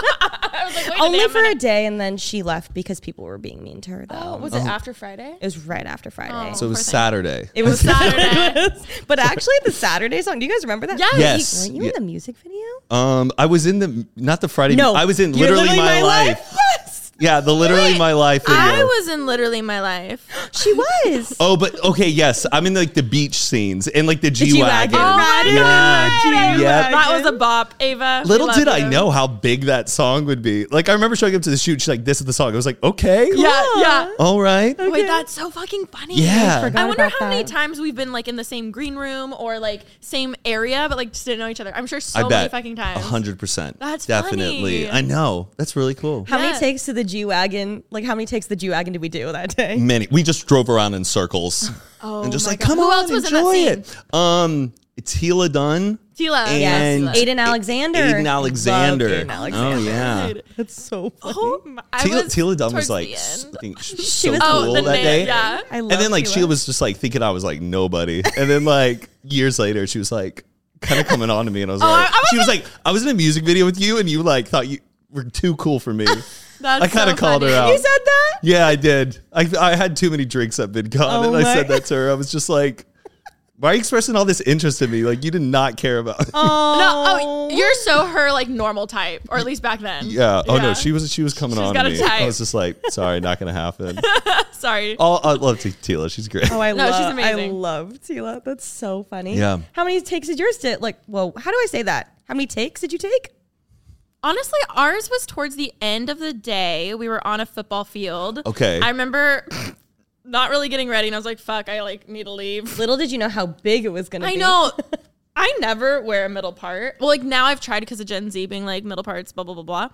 [SPEAKER 4] I was like, wait a
[SPEAKER 3] Only
[SPEAKER 4] minute,
[SPEAKER 3] for
[SPEAKER 4] I'm
[SPEAKER 3] a day, and then she left because people were being mean to her. Though
[SPEAKER 4] gonna- Oh,
[SPEAKER 5] Oh.
[SPEAKER 4] Was Oh. it after Friday?
[SPEAKER 3] it was right after Friday.
[SPEAKER 5] So it was Saturday.
[SPEAKER 3] it was
[SPEAKER 4] Saturday.
[SPEAKER 3] But actually, the Saturday song. Do you guys remember that?
[SPEAKER 4] Yes.
[SPEAKER 5] Yes.
[SPEAKER 3] Were you in the music video?
[SPEAKER 5] Um, I was in the not the
[SPEAKER 3] Um,
[SPEAKER 5] Friday. I was in
[SPEAKER 3] You're
[SPEAKER 5] literally, my, life.
[SPEAKER 3] Yes,
[SPEAKER 5] Yeah, the literally
[SPEAKER 4] Wait,
[SPEAKER 5] my life video.
[SPEAKER 4] I was in literally my life.
[SPEAKER 3] she was.
[SPEAKER 5] oh, but okay, yes, I'm in like the beach scenes and like the G wagon.
[SPEAKER 3] G-Wagon. Oh my
[SPEAKER 5] yeah,
[SPEAKER 3] God,
[SPEAKER 5] yeah.
[SPEAKER 4] That was a bop, Ava. we
[SPEAKER 5] Uh, Little
[SPEAKER 4] love
[SPEAKER 5] did I
[SPEAKER 4] you.
[SPEAKER 5] know how big that song would be. Like I remember showing up to the shoot. She's like, "This is the song." I was like, "Okay,
[SPEAKER 4] Yeah, yeah.
[SPEAKER 5] all right."
[SPEAKER 4] Wait, that's so fucking funny.
[SPEAKER 5] Yeah. I
[SPEAKER 4] I
[SPEAKER 3] forgot
[SPEAKER 4] wonder
[SPEAKER 3] about
[SPEAKER 4] how many
[SPEAKER 3] that.
[SPEAKER 4] times we've been like in the same green room or like same area, but like just didn't know each other. I'm sure so
[SPEAKER 5] I
[SPEAKER 4] many
[SPEAKER 5] bet
[SPEAKER 4] fucking times.
[SPEAKER 5] hundred percent.
[SPEAKER 4] That's
[SPEAKER 5] definitely.
[SPEAKER 4] funny.
[SPEAKER 5] I know. That's really cool.
[SPEAKER 3] How many
[SPEAKER 4] Yes.
[SPEAKER 3] takes to the G wagon? Like how many takes to the G wagon did we do that day?
[SPEAKER 5] Many. We just drove around in circles oh, and just like, come
[SPEAKER 4] Who
[SPEAKER 5] on,
[SPEAKER 4] else was in that
[SPEAKER 5] enjoy
[SPEAKER 4] scene?
[SPEAKER 5] it. Um, Tila Dunn.
[SPEAKER 4] Tila.
[SPEAKER 5] And
[SPEAKER 4] Tila.
[SPEAKER 3] Aiden Alexander.
[SPEAKER 5] Aiden Alexander.
[SPEAKER 3] Love Aiden Alexander.
[SPEAKER 5] Oh yeah.
[SPEAKER 3] That's so funny.
[SPEAKER 4] Oh my- I
[SPEAKER 5] Tila,
[SPEAKER 4] was
[SPEAKER 5] Tila Dunn
[SPEAKER 4] towards
[SPEAKER 5] was like,
[SPEAKER 4] the
[SPEAKER 5] s-
[SPEAKER 4] end.
[SPEAKER 5] I think she
[SPEAKER 3] She
[SPEAKER 5] was
[SPEAKER 3] was
[SPEAKER 5] so
[SPEAKER 4] Oh,
[SPEAKER 5] cool
[SPEAKER 4] the
[SPEAKER 5] that
[SPEAKER 4] name,
[SPEAKER 5] day.
[SPEAKER 4] yeah.
[SPEAKER 3] I love
[SPEAKER 5] And then like
[SPEAKER 3] Tila.
[SPEAKER 5] Sheila was just like thinking I was like nobody, and then like years later she was like kind of coming on to me, and I was like,
[SPEAKER 4] Oh, I- I
[SPEAKER 5] she was like, I was in a music video with you, and you like thought you were too cool for me.
[SPEAKER 4] That's
[SPEAKER 5] I kind
[SPEAKER 4] so
[SPEAKER 5] of called
[SPEAKER 4] funny.
[SPEAKER 5] her out.
[SPEAKER 3] You said that?
[SPEAKER 5] Yeah, I did. I I had too many drinks at VidCon, and I
[SPEAKER 3] Oh my-
[SPEAKER 5] said that to her. I was just like, why are you expressing all this interest in me? Like you did not care about. me.
[SPEAKER 3] Oh,
[SPEAKER 4] No, oh, you're so her like normal type, or at least back then.
[SPEAKER 5] Yeah. Oh no, she was she was coming
[SPEAKER 4] She's
[SPEAKER 5] on
[SPEAKER 4] got
[SPEAKER 5] to
[SPEAKER 4] a
[SPEAKER 5] me. I
[SPEAKER 4] type.
[SPEAKER 5] was just like, sorry, not gonna happen.
[SPEAKER 4] Sorry.
[SPEAKER 5] Oh, I love T- Tila. She's great.
[SPEAKER 3] Oh, I
[SPEAKER 4] No, she's
[SPEAKER 3] love, I
[SPEAKER 4] amazing.
[SPEAKER 3] love Tila. That's so funny.
[SPEAKER 5] Yeah.
[SPEAKER 3] How many takes did yours did? Like, well, how do I say that? How many takes did you take?
[SPEAKER 4] Honestly, ours was towards the end of the day. We were on a football field.
[SPEAKER 5] Okay.
[SPEAKER 4] I remember not really getting ready, and I was like, "Fuck, I like need to leave."
[SPEAKER 3] Little did you know how big it was going to be.
[SPEAKER 4] I know. I never wear a middle part. Well, like now I've tried because of Gen Z being like middle parts, blah blah blah blah.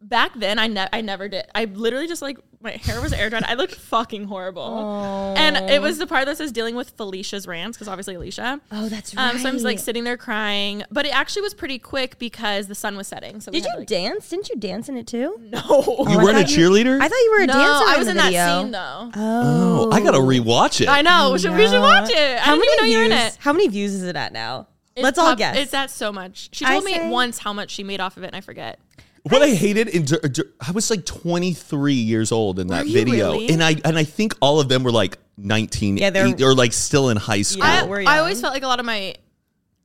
[SPEAKER 4] Back then, I ne- I never did. I literally just like my hair was air dried. I looked fucking horrible, and it was the part that says dealing with Felicia's rants because obviously Alicia.
[SPEAKER 3] Oh, that's right.
[SPEAKER 4] Um, so I'm just, like sitting there crying, but it actually was pretty quick because the sun was setting. So we
[SPEAKER 3] did
[SPEAKER 4] had,
[SPEAKER 3] you
[SPEAKER 4] like-
[SPEAKER 3] dance? Didn't you dance in it too?
[SPEAKER 4] No, Oh
[SPEAKER 5] you
[SPEAKER 3] I
[SPEAKER 5] weren't a
[SPEAKER 3] thought you-
[SPEAKER 5] cheerleader.
[SPEAKER 3] I thought you were a
[SPEAKER 4] no,
[SPEAKER 3] dancer.
[SPEAKER 4] I was
[SPEAKER 3] in,
[SPEAKER 4] in
[SPEAKER 3] the
[SPEAKER 4] that
[SPEAKER 3] video.
[SPEAKER 4] scene though.
[SPEAKER 5] Oh, I gotta rewatch it.
[SPEAKER 4] I know. We should, we should watch it. I
[SPEAKER 3] How
[SPEAKER 4] didn't
[SPEAKER 3] many
[SPEAKER 4] even know you were in
[SPEAKER 3] views-
[SPEAKER 4] it.
[SPEAKER 3] How many views is it at now?
[SPEAKER 4] It's
[SPEAKER 3] Let's all
[SPEAKER 4] prob-
[SPEAKER 3] guess.
[SPEAKER 4] It's at so much. She
[SPEAKER 3] I
[SPEAKER 4] told me
[SPEAKER 3] say-
[SPEAKER 4] once how much she made off of it, and I forget.
[SPEAKER 5] What I hated, in, dur- dur- I was like 23 years old in that
[SPEAKER 4] you
[SPEAKER 5] video,
[SPEAKER 4] really?
[SPEAKER 5] and I and I think all of them were like 19
[SPEAKER 3] Yeah, they're-
[SPEAKER 5] eight- or like still in high school.
[SPEAKER 4] I,
[SPEAKER 3] Yeah, we're
[SPEAKER 4] I always
[SPEAKER 3] young.
[SPEAKER 4] felt like a lot of my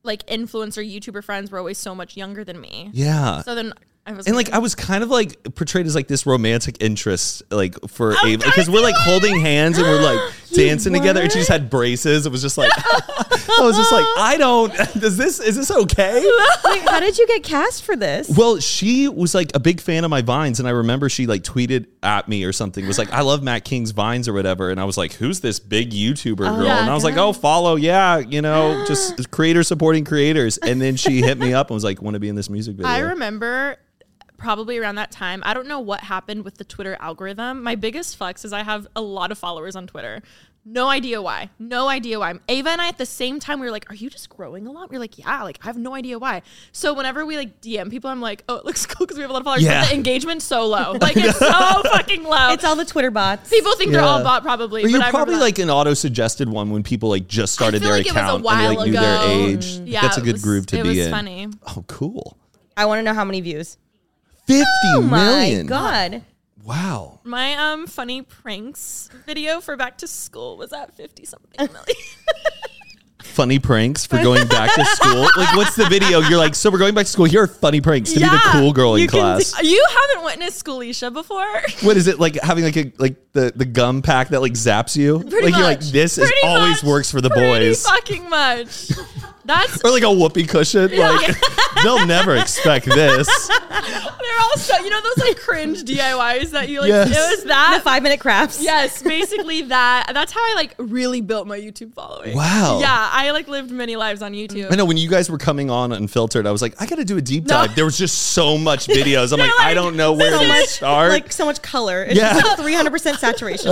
[SPEAKER 4] like influencer YouTuber friends were always so much younger than me.
[SPEAKER 5] yeah.
[SPEAKER 4] So then I was
[SPEAKER 5] and like I was kind of like portrayed as like this romantic interest like for Ava because we're like holding hands and we're like dancing together and she just had braces. It was just like I was just like I don't does this is this okay?
[SPEAKER 3] Wait, how did you get cast for this?
[SPEAKER 5] Well, she was like a big fan of my vines, and I remember she like tweeted at me or something, was like, I love Matt King's vines or whatever. And I was like, Who's this big YouTuber girl? and I was like, Oh, follow, yeah, you know, just creators supporting creators. And then she hit me up and was like, Want to be in this music video?
[SPEAKER 4] I remember probably around that time. I don't know what happened with the Twitter algorithm. My biggest flex is I have a lot of followers on Twitter. No idea why. No idea why. Ava and I at the same time we were like, "Are you just growing a lot?" We are like, "Yeah." Like I have no idea why. So whenever we like DM people, I'm like, "Oh, it looks cool because we have a lot of followers."
[SPEAKER 5] Yeah.
[SPEAKER 4] But the engagement's so low. Like it's so fucking low.
[SPEAKER 3] It's all the Twitter bots.
[SPEAKER 4] people think they're all
[SPEAKER 5] Yeah.
[SPEAKER 4] bot probably.
[SPEAKER 5] Or
[SPEAKER 4] but
[SPEAKER 5] you're
[SPEAKER 4] I remember
[SPEAKER 5] probably
[SPEAKER 4] that.
[SPEAKER 5] like an auto suggested one when people like just started
[SPEAKER 4] feel
[SPEAKER 5] their
[SPEAKER 4] like it was a
[SPEAKER 5] account and they
[SPEAKER 4] while
[SPEAKER 5] like knew their
[SPEAKER 4] ago.
[SPEAKER 5] age.
[SPEAKER 4] Mm. Yeah,
[SPEAKER 5] That's a
[SPEAKER 4] it
[SPEAKER 5] good
[SPEAKER 4] was-
[SPEAKER 5] groove to
[SPEAKER 4] it
[SPEAKER 5] be
[SPEAKER 4] was
[SPEAKER 5] in.
[SPEAKER 4] funny.
[SPEAKER 5] Oh, cool.
[SPEAKER 3] I want to know how many views. Oh
[SPEAKER 5] Fifty
[SPEAKER 4] Oh
[SPEAKER 5] million.
[SPEAKER 3] My God.
[SPEAKER 5] Wow.
[SPEAKER 4] My um funny pranks video for back to school was at fifty something million.
[SPEAKER 5] funny pranks for going back to school? like, what's the video? You're like, so we're going back to school. Here are funny pranks to be the
[SPEAKER 4] Yeah,
[SPEAKER 5] cool girl in
[SPEAKER 4] you can
[SPEAKER 5] class.
[SPEAKER 4] do- you haven't witnessed Schoolisha before.
[SPEAKER 5] what is it like having like a like the the gum pack that like zaps you?
[SPEAKER 4] Pretty
[SPEAKER 5] like
[SPEAKER 4] much.
[SPEAKER 5] you're like this is
[SPEAKER 4] Pretty
[SPEAKER 5] always
[SPEAKER 4] much.
[SPEAKER 5] works for the
[SPEAKER 4] Pretty
[SPEAKER 5] boys.
[SPEAKER 4] fucking much. That's
[SPEAKER 5] Or like a whoopee cushion. Like they'll never expect this.
[SPEAKER 4] they're all so you know those like cringe DIYs that you like.
[SPEAKER 5] Yes.
[SPEAKER 4] It was that.
[SPEAKER 3] The five minute crafts.
[SPEAKER 4] yes, basically that. That's how I like really built my YouTube following.
[SPEAKER 5] Wow.
[SPEAKER 4] Yeah, I like lived many lives on YouTube.
[SPEAKER 5] I know when you guys were coming on unfiltered, I was like, I gotta do a deep dive. There was just so much videos. I'm like, I
[SPEAKER 4] like,
[SPEAKER 5] don't know where
[SPEAKER 4] so
[SPEAKER 5] to
[SPEAKER 4] much,
[SPEAKER 5] start.
[SPEAKER 3] Like so much color. It's
[SPEAKER 5] Yeah.
[SPEAKER 3] just like 300% saturation.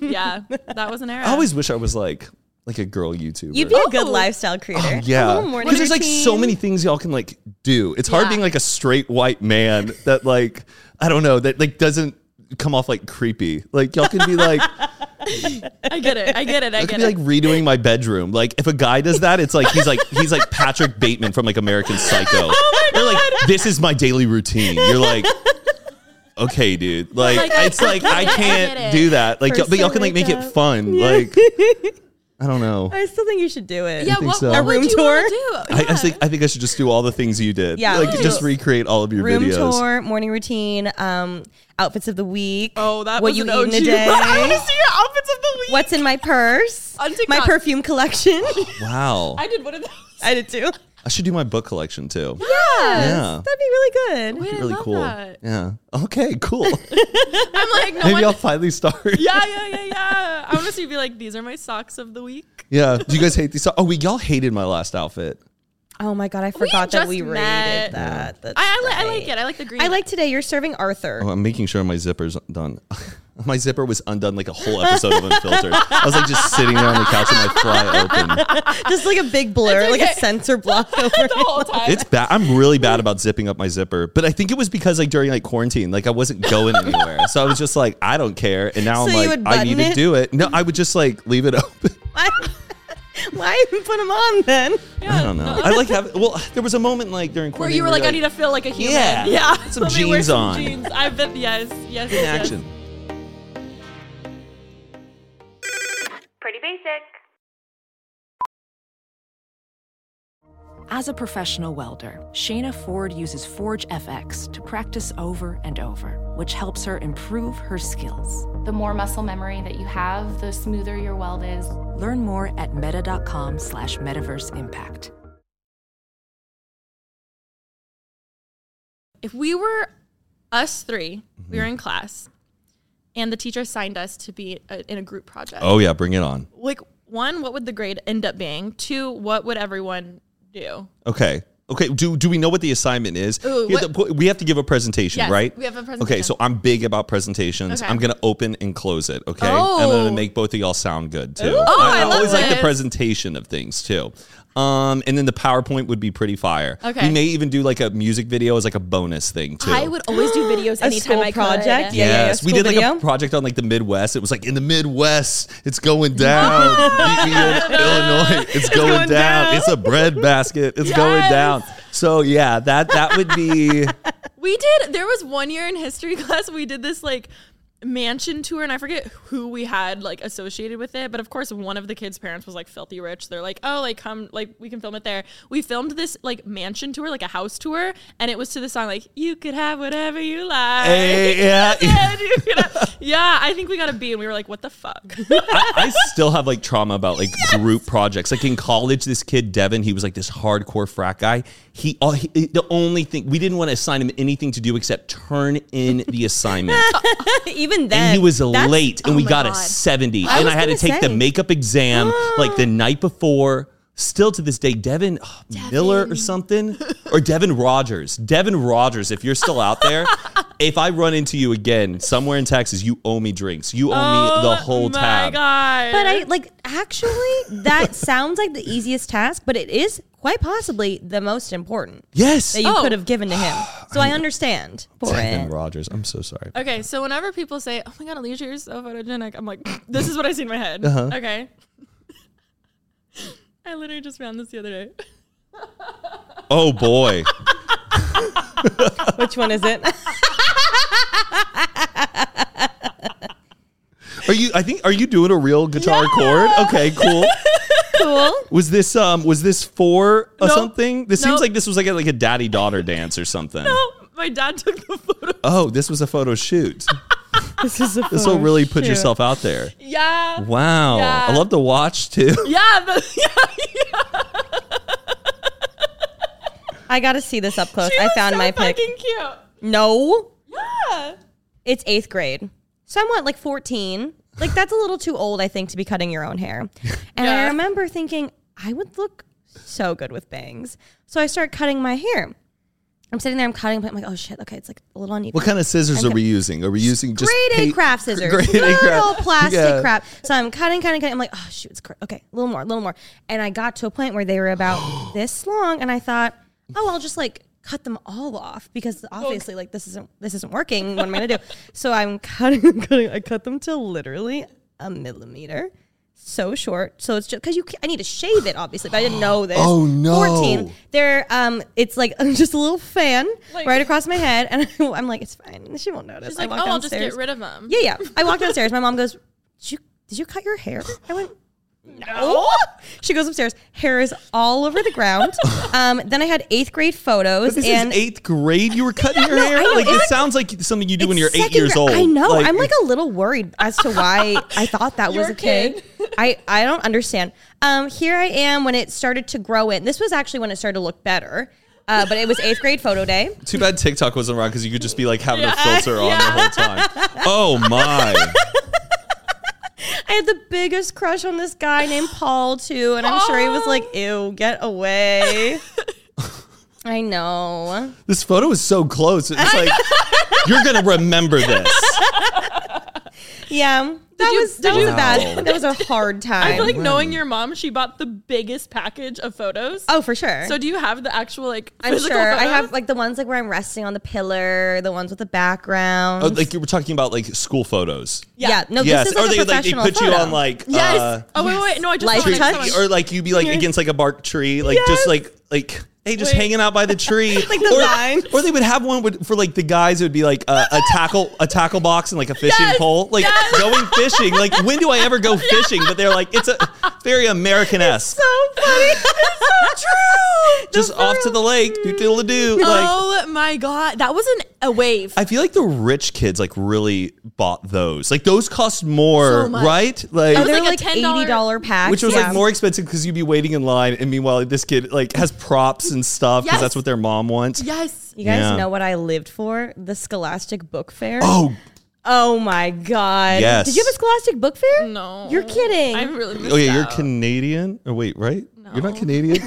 [SPEAKER 4] Yeah, that was an era.
[SPEAKER 5] I always wish I was like like a girl YouTuber.
[SPEAKER 3] You'd be a
[SPEAKER 4] Oh.
[SPEAKER 3] good lifestyle creator. A
[SPEAKER 5] Oh, Yeah,
[SPEAKER 3] little morning
[SPEAKER 5] because there's like so
[SPEAKER 3] routine.
[SPEAKER 5] many things y'all can like do. It's hard
[SPEAKER 4] Yeah.
[SPEAKER 5] being like a straight white man that like I don't know that like doesn't come off like creepy. Like y'all can be like
[SPEAKER 4] I get it. I get it. I
[SPEAKER 5] I could
[SPEAKER 4] get
[SPEAKER 5] be like
[SPEAKER 4] it.
[SPEAKER 5] redoing my bedroom. Like if a guy does that, it's like he's like he's like Patrick Bateman from like American Psycho.
[SPEAKER 4] Oh
[SPEAKER 5] They're like this is my daily routine. You're like. Okay, dude. Like,
[SPEAKER 4] Like,
[SPEAKER 5] it's like I
[SPEAKER 4] get
[SPEAKER 5] can't
[SPEAKER 4] it.
[SPEAKER 5] do that. Like, y'all- but y'all can like make it fun. Like, I don't know.
[SPEAKER 3] I still think you should do it.
[SPEAKER 4] yeah,
[SPEAKER 5] think
[SPEAKER 4] what,
[SPEAKER 5] so.
[SPEAKER 4] what
[SPEAKER 5] A
[SPEAKER 4] would
[SPEAKER 3] room
[SPEAKER 4] you wanna
[SPEAKER 3] tour?
[SPEAKER 4] do?
[SPEAKER 5] I, I think I think I should just do all the things you did.
[SPEAKER 3] Yeah.
[SPEAKER 5] like
[SPEAKER 3] Yeah.
[SPEAKER 5] just recreate all of your
[SPEAKER 3] Room
[SPEAKER 5] videos.
[SPEAKER 3] tour, morning routine, um, outfits of the week.
[SPEAKER 4] Oh, that
[SPEAKER 3] what
[SPEAKER 4] was
[SPEAKER 3] you
[SPEAKER 4] an
[SPEAKER 3] eat in a
[SPEAKER 4] OG. I want
[SPEAKER 3] day.
[SPEAKER 4] to see your outfits of the week.
[SPEAKER 3] What's in my purse?
[SPEAKER 4] On
[SPEAKER 3] My
[SPEAKER 4] TikTok.
[SPEAKER 3] perfume collection.
[SPEAKER 5] Wow,
[SPEAKER 4] I did one of those.
[SPEAKER 3] I did too.
[SPEAKER 5] I should do my book collection too.
[SPEAKER 3] Yeah, that'd be really good.
[SPEAKER 4] Wait, I
[SPEAKER 5] Really
[SPEAKER 4] love
[SPEAKER 5] cool.
[SPEAKER 4] that.
[SPEAKER 5] Yeah. Okay. Cool.
[SPEAKER 4] I'm like, no
[SPEAKER 5] Maybe
[SPEAKER 4] one.
[SPEAKER 5] I'll finally start.
[SPEAKER 4] yeah, yeah, yeah, yeah. I want to see you be like, these are my socks of the week.
[SPEAKER 5] Yeah. Do you guys hate these? so- Oh, we y'all hated my last outfit.
[SPEAKER 3] Oh my god, I forgot that
[SPEAKER 4] just
[SPEAKER 3] we rated
[SPEAKER 4] met.
[SPEAKER 3] that. That's
[SPEAKER 4] I, I, li- I
[SPEAKER 3] right.
[SPEAKER 4] like it. I like the green.
[SPEAKER 3] I like today. You're serving Arthur.
[SPEAKER 5] Oh, I'm making sure my zipper's done. my zipper was undone like a whole episode of Unfiltered. I was like just sitting there on the couch and my fly open.
[SPEAKER 3] Just like a big blur, like a
[SPEAKER 4] okay.
[SPEAKER 3] sensor block over it.
[SPEAKER 4] the whole time.
[SPEAKER 5] It's bad. I'm really bad about zipping up my zipper, but I think it was because like during like quarantine, like I wasn't going anywhere, so I was just like, I don't care. And now
[SPEAKER 3] So you
[SPEAKER 5] I'm
[SPEAKER 3] would
[SPEAKER 5] like, I need
[SPEAKER 3] button
[SPEAKER 5] to
[SPEAKER 3] it?
[SPEAKER 5] do it. No, I would just like leave it open.
[SPEAKER 3] Why, why even put him on then?
[SPEAKER 5] I don't know. I like having. Well, there was a moment like during
[SPEAKER 4] where
[SPEAKER 5] quarantine
[SPEAKER 4] you were like, I need to feel like a human.
[SPEAKER 5] Yeah.
[SPEAKER 4] yeah.
[SPEAKER 5] Some
[SPEAKER 4] Let me wear
[SPEAKER 5] jeans
[SPEAKER 4] some
[SPEAKER 5] on.
[SPEAKER 4] Jeans. I bet. Yes, yes,
[SPEAKER 5] in
[SPEAKER 4] yes.
[SPEAKER 5] action.
[SPEAKER 2] Pretty basic.
[SPEAKER 7] As a professional welder, Shayna Ford uses Forge FX to practice over and over, which helps her improve her skills.
[SPEAKER 8] The more muscle memory that you have, the smoother your weld is.
[SPEAKER 7] Learn more at meta.com slash metaverse impact.
[SPEAKER 4] If we were us 3 we were
[SPEAKER 5] Mm-hmm.
[SPEAKER 4] in class, and the teacher assigned us to be uh in a group project.
[SPEAKER 5] Oh yeah, bring it on.
[SPEAKER 4] Like one, what would the grade end up being? Two, what would everyone do?
[SPEAKER 5] Okay. Okay. Do do we know what the assignment is?
[SPEAKER 4] Ooh,
[SPEAKER 5] Here's
[SPEAKER 4] what-
[SPEAKER 5] the po- we have to give a presentation,
[SPEAKER 4] Yes,
[SPEAKER 5] right?
[SPEAKER 4] we have a
[SPEAKER 5] Okay.
[SPEAKER 4] presentation.
[SPEAKER 5] So I'm big about presentations.
[SPEAKER 4] Okay.
[SPEAKER 5] I'm gonna open and close it. Okay. I'm gonna
[SPEAKER 4] Oh.
[SPEAKER 5] make both of y'all sound good too.
[SPEAKER 4] Oh, I love
[SPEAKER 5] always like the
[SPEAKER 4] this.
[SPEAKER 5] presentation of things too. Um, and then the PowerPoint would be pretty fire.
[SPEAKER 4] Okay.
[SPEAKER 5] We may even do like a music video as like a bonus thing too.
[SPEAKER 4] I would always do videos
[SPEAKER 3] A
[SPEAKER 4] anytime
[SPEAKER 3] school
[SPEAKER 4] I could.
[SPEAKER 3] project. Yeah, yeah, yeah.
[SPEAKER 5] Yes, we
[SPEAKER 3] School
[SPEAKER 5] did like a
[SPEAKER 3] video?
[SPEAKER 5] project on like the Midwest. It was like in the Midwest, it's going down. Beat me in Illinois, it's, going, down.
[SPEAKER 3] going down.
[SPEAKER 5] It's a bread basket. It's going
[SPEAKER 4] Yes.
[SPEAKER 5] down. So yeah, that that would be
[SPEAKER 4] We did. There was one year in history class we did this like mansion tour and I forget who we had like associated with it, but of course one of the kids' parents was like filthy rich. They're like, "Oh, like come like we can film it there." We filmed this like mansion tour, like a house tour, and it was to the song like "You could have whatever you like."
[SPEAKER 5] Hey, yeah.
[SPEAKER 4] And you could have- yeah, I think we got a B and we were like, "What the fuck?"
[SPEAKER 5] I, I still have like trauma about like group projects. Like in college, this kid Devin, he was like this hardcore frat guy. He, all, he the only thing we didn't want to assign him anything to do except turn in the assignment.
[SPEAKER 3] Even then,
[SPEAKER 5] and he was
[SPEAKER 3] that's-
[SPEAKER 5] late and
[SPEAKER 3] oh
[SPEAKER 5] we
[SPEAKER 3] my
[SPEAKER 5] got a
[SPEAKER 3] God.
[SPEAKER 5] 70
[SPEAKER 3] I
[SPEAKER 5] and
[SPEAKER 3] was
[SPEAKER 5] i had to
[SPEAKER 3] gonna
[SPEAKER 5] take the
[SPEAKER 3] say.
[SPEAKER 5] makeup exam like the night before still to this day devin, oh, miller or something or devin rogers devin rogers if you're still out there if i run into you again somewhere in texas you owe me drinks you owe me the
[SPEAKER 3] Oh
[SPEAKER 5] whole
[SPEAKER 4] Oh my
[SPEAKER 5] tab
[SPEAKER 4] god!
[SPEAKER 3] But I like actually that sounds like the easiest task, but it is quite possibly the most important
[SPEAKER 5] yes
[SPEAKER 3] that you
[SPEAKER 4] Oh.
[SPEAKER 3] could have given to him. So I understand for
[SPEAKER 5] devin
[SPEAKER 3] it.
[SPEAKER 5] rogers i'm so sorry
[SPEAKER 4] Okay, so whenever people say, "Oh my god, Alicia, you're so photogenic," I'm like, "This is what I see in my head."
[SPEAKER 5] Uh-huh.
[SPEAKER 4] Okay. I literally just found this the other day.
[SPEAKER 5] oh boy
[SPEAKER 3] Which one is it?
[SPEAKER 5] are you i think are you doing a real guitar chord okay cool
[SPEAKER 3] cool.
[SPEAKER 5] was this um was this for or
[SPEAKER 4] Nope.
[SPEAKER 5] something this seems
[SPEAKER 4] Nope.
[SPEAKER 5] like this was like a, like a daddy daughter dance or something
[SPEAKER 4] Oh, my dad took the photo.
[SPEAKER 3] Uh,
[SPEAKER 5] oh this was a photo shoot
[SPEAKER 3] This is a
[SPEAKER 5] This will really put yourself out there.
[SPEAKER 4] Yeah.
[SPEAKER 5] Wow.
[SPEAKER 4] Yeah.
[SPEAKER 5] I love the watch too.
[SPEAKER 4] Yeah. The,
[SPEAKER 3] I gotta see this up close.
[SPEAKER 4] she
[SPEAKER 3] I
[SPEAKER 4] was
[SPEAKER 3] found
[SPEAKER 4] so
[SPEAKER 3] my pic.
[SPEAKER 4] Fucking cute.
[SPEAKER 3] No,
[SPEAKER 4] Yeah.
[SPEAKER 3] it's eighth grade. So I'm what, like 14? Like that's a little too old, I think, to be cutting your own hair. And I
[SPEAKER 4] Yeah.
[SPEAKER 3] remember thinking, I would look so good with bangs. So I started cutting my hair. I'm sitting there, I'm cutting, but I'm like, oh shit, okay, it's like a little uneven.
[SPEAKER 5] What kind of scissors are we using? Are we using just
[SPEAKER 3] grade A
[SPEAKER 5] paint-
[SPEAKER 3] craft scissors,
[SPEAKER 5] Grade A
[SPEAKER 3] little
[SPEAKER 5] craft-
[SPEAKER 3] plastic
[SPEAKER 5] Yeah.
[SPEAKER 3] crap. So I'm cutting, cutting, cutting. I'm like, oh shoot, it's cra- okay, a little more, a little more. And I got to a point where they were about this long, and I thought, oh, I'll just like cut them all off because obviously, like this isn't this isn't working. What am I gonna do? So I'm cutting, cutting. I cut them to literally a millimeter. So short, so it's just because you. ca- I need to shave it, obviously, but I didn't know this.
[SPEAKER 5] Oh, no.
[SPEAKER 3] Fourteen. There, um, it's like just a little fan
[SPEAKER 4] Like-
[SPEAKER 3] right across my head, and I'm like, it's fine. She won't notice.
[SPEAKER 4] She's like, "Oh,
[SPEAKER 3] walk
[SPEAKER 4] I'll just get
[SPEAKER 3] downstairs.
[SPEAKER 4] rid of them."
[SPEAKER 3] Yeah, yeah. I walked downstairs. My mom goes, did you, did you cut your hair? I went, no. She goes upstairs. Hair is all over the ground. Um, then I had eighth grade photos.
[SPEAKER 5] This
[SPEAKER 3] and
[SPEAKER 5] is eighth grade. You were cutting your hair.
[SPEAKER 3] know,
[SPEAKER 5] Like this
[SPEAKER 3] it's-
[SPEAKER 5] sounds like something you do when you're eight
[SPEAKER 3] second
[SPEAKER 5] years
[SPEAKER 3] grade.
[SPEAKER 5] old.
[SPEAKER 3] I know. I'm like a little worried as to why I thought that was
[SPEAKER 4] Your
[SPEAKER 3] a kid. I, I don't understand. Um, here I am when it started to grow in. This was actually when it started to look better. Uh, but it was eighth grade photo day.
[SPEAKER 5] Too bad TikTok wasn't around because you could just be like having a filter on the whole time. Oh my!
[SPEAKER 3] I had the biggest crush on this guy named Paul too, and I'm sure he was like,
[SPEAKER 4] Oh.
[SPEAKER 3] "Ew, get away." I know.
[SPEAKER 5] This photo is so close. It's like you're gonna remember this.
[SPEAKER 3] Yeah, that
[SPEAKER 4] you-
[SPEAKER 3] was that
[SPEAKER 4] did
[SPEAKER 3] was
[SPEAKER 5] you-
[SPEAKER 3] a
[SPEAKER 5] Wow.
[SPEAKER 3] bad. That was a hard time.
[SPEAKER 4] I feel like knowing your mom, she bought the biggest package of photos.
[SPEAKER 3] oh, for sure.
[SPEAKER 4] So do you have the actual like?
[SPEAKER 3] I'm sure
[SPEAKER 4] physical
[SPEAKER 3] I have
[SPEAKER 4] photos?
[SPEAKER 3] like the ones like where I'm resting on the pillar, the ones with the background.
[SPEAKER 5] Oh, like you were talking about like school photos.
[SPEAKER 3] yeah. no,
[SPEAKER 5] yes.
[SPEAKER 3] this is like
[SPEAKER 5] or they
[SPEAKER 3] a
[SPEAKER 5] like they
[SPEAKER 3] professional
[SPEAKER 5] put you
[SPEAKER 3] photo.
[SPEAKER 5] on like
[SPEAKER 4] Yes.
[SPEAKER 5] uh,
[SPEAKER 4] oh wait, wait, wait. No, I just
[SPEAKER 3] Life
[SPEAKER 4] saw it.
[SPEAKER 3] touch.
[SPEAKER 4] Someone-
[SPEAKER 5] or like you'd be like against like a bark tree, like just like like hey, just
[SPEAKER 4] Wait.
[SPEAKER 5] hanging out by the tree, like
[SPEAKER 3] the
[SPEAKER 5] or,
[SPEAKER 3] vine.
[SPEAKER 5] Or they would have one with, for like the guys. It would be like a, a tackle, a tackle box, and like a fishing pole, like going fishing. Like when do I ever go fishing? But they're like it's a it's very American esque.
[SPEAKER 3] so funny. it's so true.
[SPEAKER 5] Just off to the lake, do do do. Like
[SPEAKER 4] Oh my god, that was an a wave.
[SPEAKER 5] I feel like the rich kids like really bought those. Like those cost more,
[SPEAKER 4] So much.
[SPEAKER 5] right? Like
[SPEAKER 3] Oh, they're
[SPEAKER 4] like a
[SPEAKER 3] like,
[SPEAKER 4] $10
[SPEAKER 3] eighty dollar packs,
[SPEAKER 5] Which was
[SPEAKER 3] yeah.
[SPEAKER 5] like more expensive because you'd be waiting in line, and meanwhile this kid like has props and stuff because
[SPEAKER 4] Yes.
[SPEAKER 5] that's what their mom wants.
[SPEAKER 4] yes.
[SPEAKER 3] You guys
[SPEAKER 5] Yeah.
[SPEAKER 3] know what I lived for? The Scholastic Book Fair.
[SPEAKER 5] Oh,
[SPEAKER 3] Oh my god!
[SPEAKER 5] Yes.
[SPEAKER 3] Did you have a Scholastic Book Fair?
[SPEAKER 4] No.
[SPEAKER 3] You're kidding.
[SPEAKER 4] I really missed
[SPEAKER 5] oh yeah, you're
[SPEAKER 4] out.
[SPEAKER 5] Canadian. Or wait, right? You're not Canadian.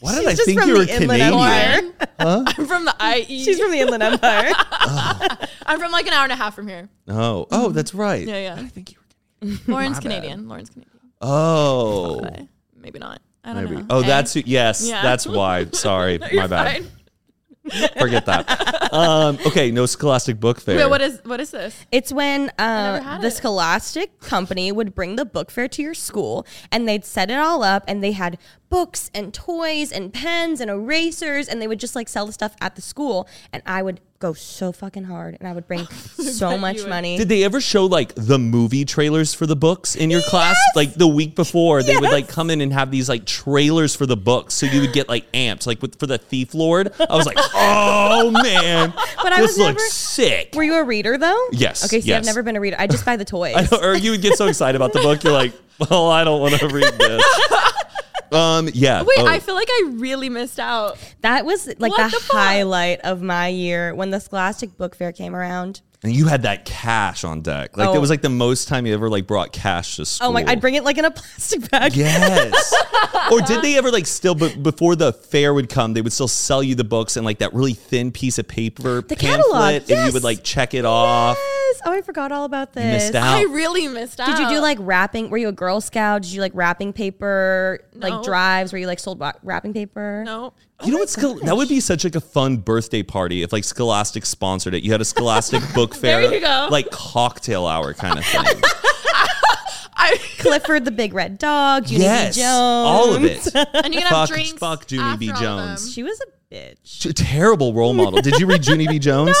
[SPEAKER 5] Why did I
[SPEAKER 3] just
[SPEAKER 5] think
[SPEAKER 3] from
[SPEAKER 5] you were
[SPEAKER 3] the Inland
[SPEAKER 5] Canadian?
[SPEAKER 3] Empire.
[SPEAKER 4] Lauren, I'm from the IE.
[SPEAKER 3] She's from the Inland Empire.
[SPEAKER 4] I'm from like an hour and a half from here.
[SPEAKER 5] Oh, oh, that's right.
[SPEAKER 4] Mm-hmm. Yeah, yeah. I think you were Canadian. Lauren's Canadian. Lauren's Canadian.
[SPEAKER 5] Oh,
[SPEAKER 4] Okay. Maybe not. I don't
[SPEAKER 5] maybe.
[SPEAKER 4] know.
[SPEAKER 5] Oh,
[SPEAKER 4] Eh?
[SPEAKER 5] that's who- yes.
[SPEAKER 4] Yeah.
[SPEAKER 5] That's why. Sorry, my
[SPEAKER 4] You're
[SPEAKER 5] bad.
[SPEAKER 4] fine.
[SPEAKER 5] Forget that. Um, okay, no Scholastic Book Fair.
[SPEAKER 4] Wait, what is what is this?
[SPEAKER 3] It's when
[SPEAKER 4] never
[SPEAKER 3] uh,
[SPEAKER 4] had
[SPEAKER 3] the
[SPEAKER 4] it.
[SPEAKER 3] Scholastic company would bring the book fair to your school, and they'd set it all up, and they had books and toys and pens and erasers, and they would just like sell the stuff at the school, and I would go so fucking hard and I would bring so much money.
[SPEAKER 5] Did they ever show like the movie trailers for the books in your class? Like the week before, they would like come in and have these like trailers for the books, so you would get like amped. Like with, for the Thief Lord, I was like, oh man,
[SPEAKER 3] But I
[SPEAKER 5] this
[SPEAKER 3] was
[SPEAKER 5] looks
[SPEAKER 3] never-
[SPEAKER 5] sick.
[SPEAKER 3] Were you a reader though?
[SPEAKER 5] Yes,
[SPEAKER 3] Okay, see,
[SPEAKER 5] yes.
[SPEAKER 3] I've never been a reader. I just buy the toys.
[SPEAKER 5] I know, or you would get so excited about the book, you're like, well, I don't want to read this. Um, yeah.
[SPEAKER 4] Wait,
[SPEAKER 5] oh.
[SPEAKER 4] I feel like I really missed out.
[SPEAKER 3] That was like
[SPEAKER 4] What
[SPEAKER 3] the,
[SPEAKER 4] the fuck?
[SPEAKER 3] highlight of my year when the Scholastic Book Fair came around.
[SPEAKER 5] and you had that cash on deck. Like
[SPEAKER 3] Oh.
[SPEAKER 5] it was like the most time you ever like brought cash to school.
[SPEAKER 3] Oh my! I'd bring it like in a plastic bag.
[SPEAKER 5] Yes. or did they ever like still, but before the fair would come, they would still sell you the books and like that really thin piece of paper
[SPEAKER 3] The
[SPEAKER 5] pamphlet,
[SPEAKER 3] catalog,
[SPEAKER 5] and you
[SPEAKER 3] yes.
[SPEAKER 5] would like check it off.
[SPEAKER 3] Yes. Oh, I forgot all about this.
[SPEAKER 5] missed out.
[SPEAKER 4] I really missed out.
[SPEAKER 3] Did you do like wrapping? Were you a Girl Scout? Did you like wrapping paper, like
[SPEAKER 4] No.
[SPEAKER 3] drives? Where you like sold wa- wrapping paper?
[SPEAKER 4] No.
[SPEAKER 5] You know what's Schol- that would be such like a fun birthday party if like Scholastic sponsored it. You had a Scholastic book fair,
[SPEAKER 4] you go.
[SPEAKER 5] like cocktail hour kind of thing.
[SPEAKER 4] I,
[SPEAKER 3] Clifford the Big Red Dog. Judy B.
[SPEAKER 5] yes,
[SPEAKER 3] Jones.
[SPEAKER 5] all of it.
[SPEAKER 4] and you can have
[SPEAKER 5] fuck,
[SPEAKER 4] drinks.
[SPEAKER 5] fuck Junie B.
[SPEAKER 4] after all of
[SPEAKER 5] Jones.
[SPEAKER 4] them.
[SPEAKER 3] She was a bitch.
[SPEAKER 5] T- Terrible role model. Did you read Junie B. Jones?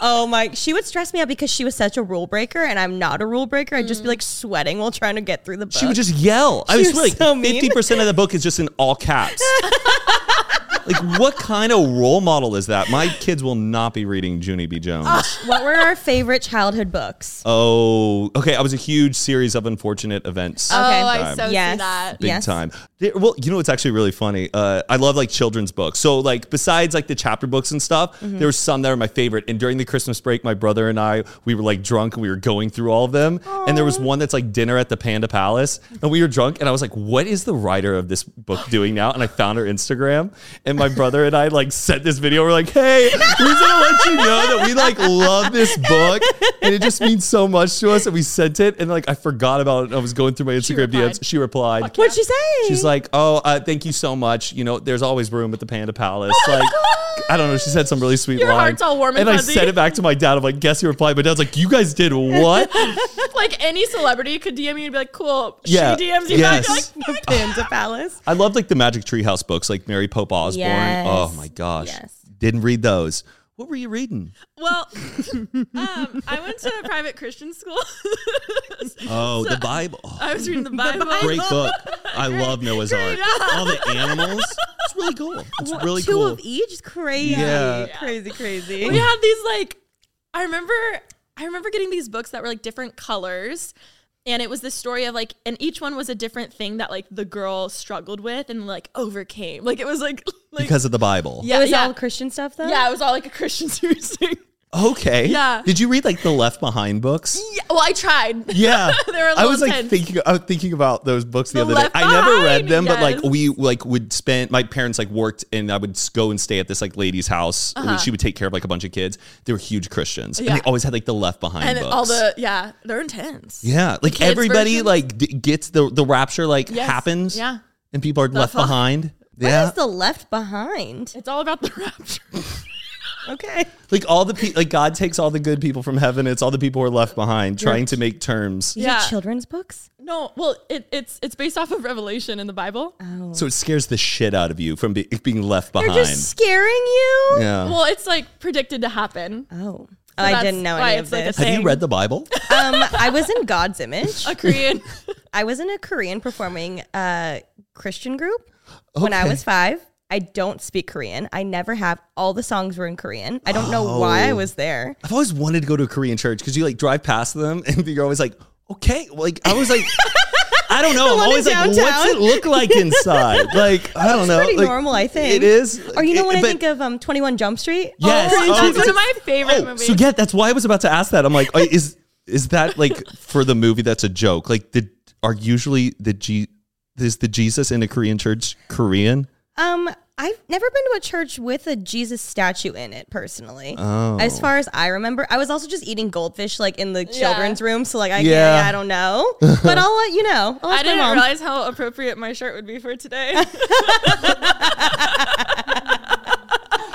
[SPEAKER 3] Oh my! She would stress me out because she was such a rule breaker, and I'm not a rule breaker. I'd
[SPEAKER 4] Mm.
[SPEAKER 3] just be like sweating while trying to get through the book.
[SPEAKER 5] She would just yell. I
[SPEAKER 3] She
[SPEAKER 5] was
[SPEAKER 3] was
[SPEAKER 5] like,
[SPEAKER 3] so mean.
[SPEAKER 5] fifty percent of the book is just in all caps. like, what kind of role model is that? My kids will not be reading Junie B. Jones.
[SPEAKER 3] what were our favorite childhood books?
[SPEAKER 5] oh, okay. I was a huge series of unfortunate events.
[SPEAKER 4] Oh,
[SPEAKER 3] Okay.
[SPEAKER 4] I so
[SPEAKER 3] Yes.
[SPEAKER 4] see that.
[SPEAKER 5] big
[SPEAKER 3] Yes.
[SPEAKER 5] time. There- well, you know, it's actually really funny. Uh, I love like children's books. So like besides like the chapter books and stuff, there was some that were my favorite. And during the Christmas break, my brother and I, we were like drunk and we were going through all of them. And there was one that's like dinner at the Panda Palace and we were drunk. And I was like, what is the writer of this book doing now? And I found her Instagram and my brother and I like sent this video. We're like, hey, we're just gonna let you know that we like love this book and it just means so much to us. And we sent it and like I forgot about it. I was going through my Instagram DMs.
[SPEAKER 4] replied.
[SPEAKER 5] She replied.
[SPEAKER 3] What'd she say?
[SPEAKER 5] She's like, "Oh, uh, thank you so much. You know, there's always room at the Panda Palace." Like, I don't know. She said some really sweet
[SPEAKER 4] Oh Your
[SPEAKER 5] line.
[SPEAKER 4] heart's all warm and
[SPEAKER 5] I
[SPEAKER 4] fuzzy.
[SPEAKER 5] sent it back to my dad. I'm like, "Guess who replied?" My dad's like, "You guys did what?"
[SPEAKER 4] like any celebrity could DM you and be like, cool.
[SPEAKER 5] Yeah.
[SPEAKER 4] She DMs you
[SPEAKER 5] Yes.
[SPEAKER 4] back. You're like,
[SPEAKER 3] the Panda Palace.
[SPEAKER 5] I loved like the Magic Treehouse books, like Mary Pope Osborne.
[SPEAKER 3] Yes.
[SPEAKER 5] Oh my gosh,
[SPEAKER 3] Yes.
[SPEAKER 5] didn't read those. What were you reading?
[SPEAKER 4] well, um, I went to a private Christian school.
[SPEAKER 5] Oh, the Bible.
[SPEAKER 4] I was reading the Bible.
[SPEAKER 5] Great book. I love Noah's Ark. All the animals. It's really cool. It's really
[SPEAKER 3] Two
[SPEAKER 5] cool.
[SPEAKER 3] of each. It's Crazy,
[SPEAKER 5] Yeah.
[SPEAKER 3] crazy, crazy.
[SPEAKER 4] We had these like, I remember, I remember getting these books that were like different colors. And it was the story of like, and each one was a different thing that like the girl struggled with and like overcame. Like it was like, like
[SPEAKER 5] because of the Bible.
[SPEAKER 4] yeah,
[SPEAKER 3] it was
[SPEAKER 4] yeah.
[SPEAKER 3] all Christian stuff though.
[SPEAKER 4] yeah, it was all like a Christian series thing.
[SPEAKER 5] Okay.
[SPEAKER 4] Yeah.
[SPEAKER 5] Did you read like the Left Behind books?
[SPEAKER 4] Yeah, well, I tried.
[SPEAKER 5] Yeah,
[SPEAKER 4] They were a
[SPEAKER 5] I
[SPEAKER 4] little
[SPEAKER 5] was like
[SPEAKER 4] intense.
[SPEAKER 5] thinking. I was thinking about those books the,
[SPEAKER 4] The
[SPEAKER 5] other day.
[SPEAKER 4] Left
[SPEAKER 5] I never read
[SPEAKER 4] Behind,
[SPEAKER 5] them, but like
[SPEAKER 4] yes.
[SPEAKER 5] we like would spend. My parents like worked, and I would s- go and stay at this like lady's house. She would take care of like a bunch of kids. They were huge Christians, and
[SPEAKER 4] Uh-huh. Yeah.
[SPEAKER 5] they always had like the Left Behind
[SPEAKER 4] And
[SPEAKER 5] books.
[SPEAKER 4] all the, yeah, they're intense.
[SPEAKER 5] yeah, like
[SPEAKER 4] kids'
[SPEAKER 5] everybody
[SPEAKER 4] versions.
[SPEAKER 5] like d- gets the the rapture like
[SPEAKER 4] Yes.
[SPEAKER 5] happens.
[SPEAKER 4] Yeah.
[SPEAKER 5] and people are left
[SPEAKER 4] fuck?
[SPEAKER 5] behind.
[SPEAKER 3] What
[SPEAKER 5] Yeah,
[SPEAKER 3] is the left behind?
[SPEAKER 4] It's all about the rapture.
[SPEAKER 3] Okay.
[SPEAKER 5] like all the pe- like God takes all the good people from heaven. It's all the people who are left behind, trying to make terms.
[SPEAKER 3] These
[SPEAKER 4] Yeah.
[SPEAKER 3] are children's books.
[SPEAKER 4] No, well, it, it's it's based off of Revelation in the Bible.
[SPEAKER 5] So it scares the shit out of you from be- being left
[SPEAKER 3] They're
[SPEAKER 5] behind.
[SPEAKER 3] just scaring you.
[SPEAKER 5] yeah.
[SPEAKER 4] Well, it's like predicted to happen.
[SPEAKER 3] Oh, I
[SPEAKER 4] that's
[SPEAKER 3] didn't know
[SPEAKER 4] why
[SPEAKER 3] any of
[SPEAKER 4] it's like a
[SPEAKER 3] this.
[SPEAKER 5] Have you
[SPEAKER 4] thing.
[SPEAKER 5] read the Bible?
[SPEAKER 3] um, I was in God's image.
[SPEAKER 4] A Korean.
[SPEAKER 3] I was in a Korean performing uh, Christian group when I
[SPEAKER 5] Okay.
[SPEAKER 3] was five. I don't speak Korean. I never have. All the songs were in Korean. I don't know
[SPEAKER 5] Oh.
[SPEAKER 3] why I was there.
[SPEAKER 5] I've always wanted to go to a Korean church because you like drive past them and you're always like, okay, like I was like, I don't know. I'm
[SPEAKER 3] one
[SPEAKER 5] always
[SPEAKER 3] in
[SPEAKER 5] like, what's
[SPEAKER 3] downtown.
[SPEAKER 5] it look like inside? Like I don't know.
[SPEAKER 3] Pretty
[SPEAKER 5] Like,
[SPEAKER 3] normal, I think.
[SPEAKER 5] It is.
[SPEAKER 3] Or you know
[SPEAKER 5] It-
[SPEAKER 3] when I
[SPEAKER 5] but-
[SPEAKER 3] think of um, 21 Jump Street?
[SPEAKER 5] Yes.
[SPEAKER 3] Korean
[SPEAKER 5] Oh,
[SPEAKER 4] That's
[SPEAKER 3] children's
[SPEAKER 4] one
[SPEAKER 5] it's-
[SPEAKER 4] of my favorite
[SPEAKER 5] Oh,
[SPEAKER 4] movies.
[SPEAKER 5] so yeah, that's why I was about to ask that. I'm like, I- is is that like for the movie? That's a joke. Like, the are usually the G is the Jesus in a Korean church Korean?
[SPEAKER 3] Um, I've never been to a church with a Jesus statue in it personally.
[SPEAKER 5] Oh.
[SPEAKER 3] As far as I remember, I was also just eating goldfish like in the
[SPEAKER 4] Yeah.
[SPEAKER 3] children's room, so like I
[SPEAKER 5] Yeah.
[SPEAKER 3] I don't know, but I'll let you know. I'll
[SPEAKER 4] I
[SPEAKER 3] ask my
[SPEAKER 4] didn't
[SPEAKER 3] mom.
[SPEAKER 4] realize how appropriate my shirt would be for today.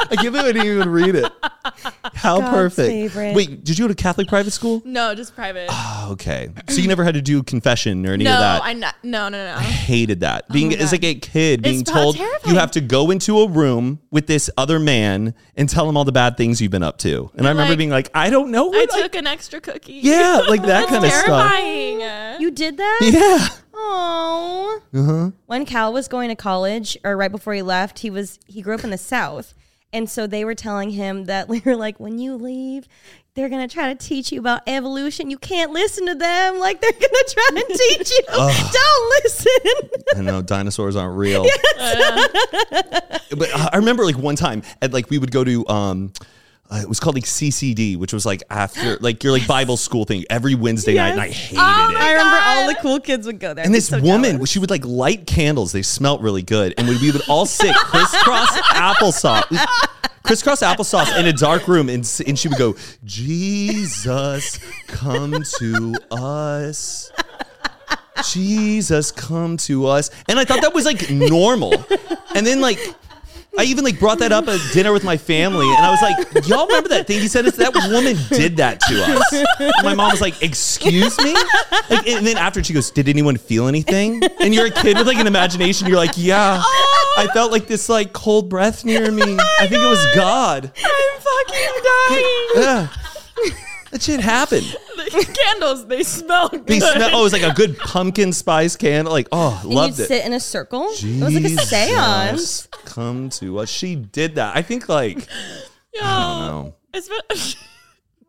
[SPEAKER 5] I can't believe I didn't even read it. How
[SPEAKER 3] God's
[SPEAKER 5] perfect.
[SPEAKER 3] favorite.
[SPEAKER 5] Wait, did you go to Catholic private school?
[SPEAKER 4] No, just private.
[SPEAKER 5] Oh, okay. So you never had to do confession or any
[SPEAKER 4] no,
[SPEAKER 5] of that?
[SPEAKER 4] I not, no, no, no, no.
[SPEAKER 5] hated that. Being it's like a kid being
[SPEAKER 4] It's about
[SPEAKER 5] told
[SPEAKER 4] terrifying.
[SPEAKER 5] you have to go into a room with this other man and tell him all the bad things you've been up to. And I remember
[SPEAKER 4] like,
[SPEAKER 5] being like, I don't know
[SPEAKER 4] I
[SPEAKER 5] what I-
[SPEAKER 4] took an extra cookie.
[SPEAKER 5] Yeah, like that kind of stuff.
[SPEAKER 4] terrifying.
[SPEAKER 3] You did that?
[SPEAKER 5] Yeah.
[SPEAKER 3] Oh.
[SPEAKER 5] Uh-huh.
[SPEAKER 3] When Cal was going to college, or right before he left, he was he grew up in the South, and so they were telling him that we were like, when you leave, they're gonna try to teach you about evolution. You can't listen to them. Like they're gonna try to teach you. Don't listen.
[SPEAKER 5] I know dinosaurs aren't real. but I I remember like one time at like we would go to um uh, it was called like CCD, which was like after like your like Bible school thing every Wednesday night, and I hated
[SPEAKER 4] Oh
[SPEAKER 5] it.
[SPEAKER 3] I remember all the cool kids would go there.
[SPEAKER 5] And this woman, she would like light candles. They smelt really good. And we, we would all sit crisscross applesauce, crisscross applesauce in a dark room. And, s- and she would go, Jesus, come to us. Jesus, come to us. And I thought that was like normal. And then like, I even like brought that up at dinner with my family, and I was like, "Y'all remember that thing he said? It's that woman did that to us." And my mom was like, "Excuse me," like, and then after she goes, "Did anyone feel anything?" And you're a kid with like an imagination. You're like, "Yeah,
[SPEAKER 3] Oh.
[SPEAKER 5] I felt like this like cold breath near me. I think it was God."
[SPEAKER 4] I'm fucking dying.
[SPEAKER 5] Yeah. That shit happened.
[SPEAKER 4] the candles, they smell good.
[SPEAKER 5] They smell. Oh, it was like a good pumpkin spice candle. Like, oh,
[SPEAKER 3] and
[SPEAKER 5] loved
[SPEAKER 3] you'd
[SPEAKER 5] it.
[SPEAKER 3] sit in a circle. It was like a
[SPEAKER 5] Jesus
[SPEAKER 3] seance.
[SPEAKER 5] Come to us. She did that. I think like I don't know.
[SPEAKER 4] It's been-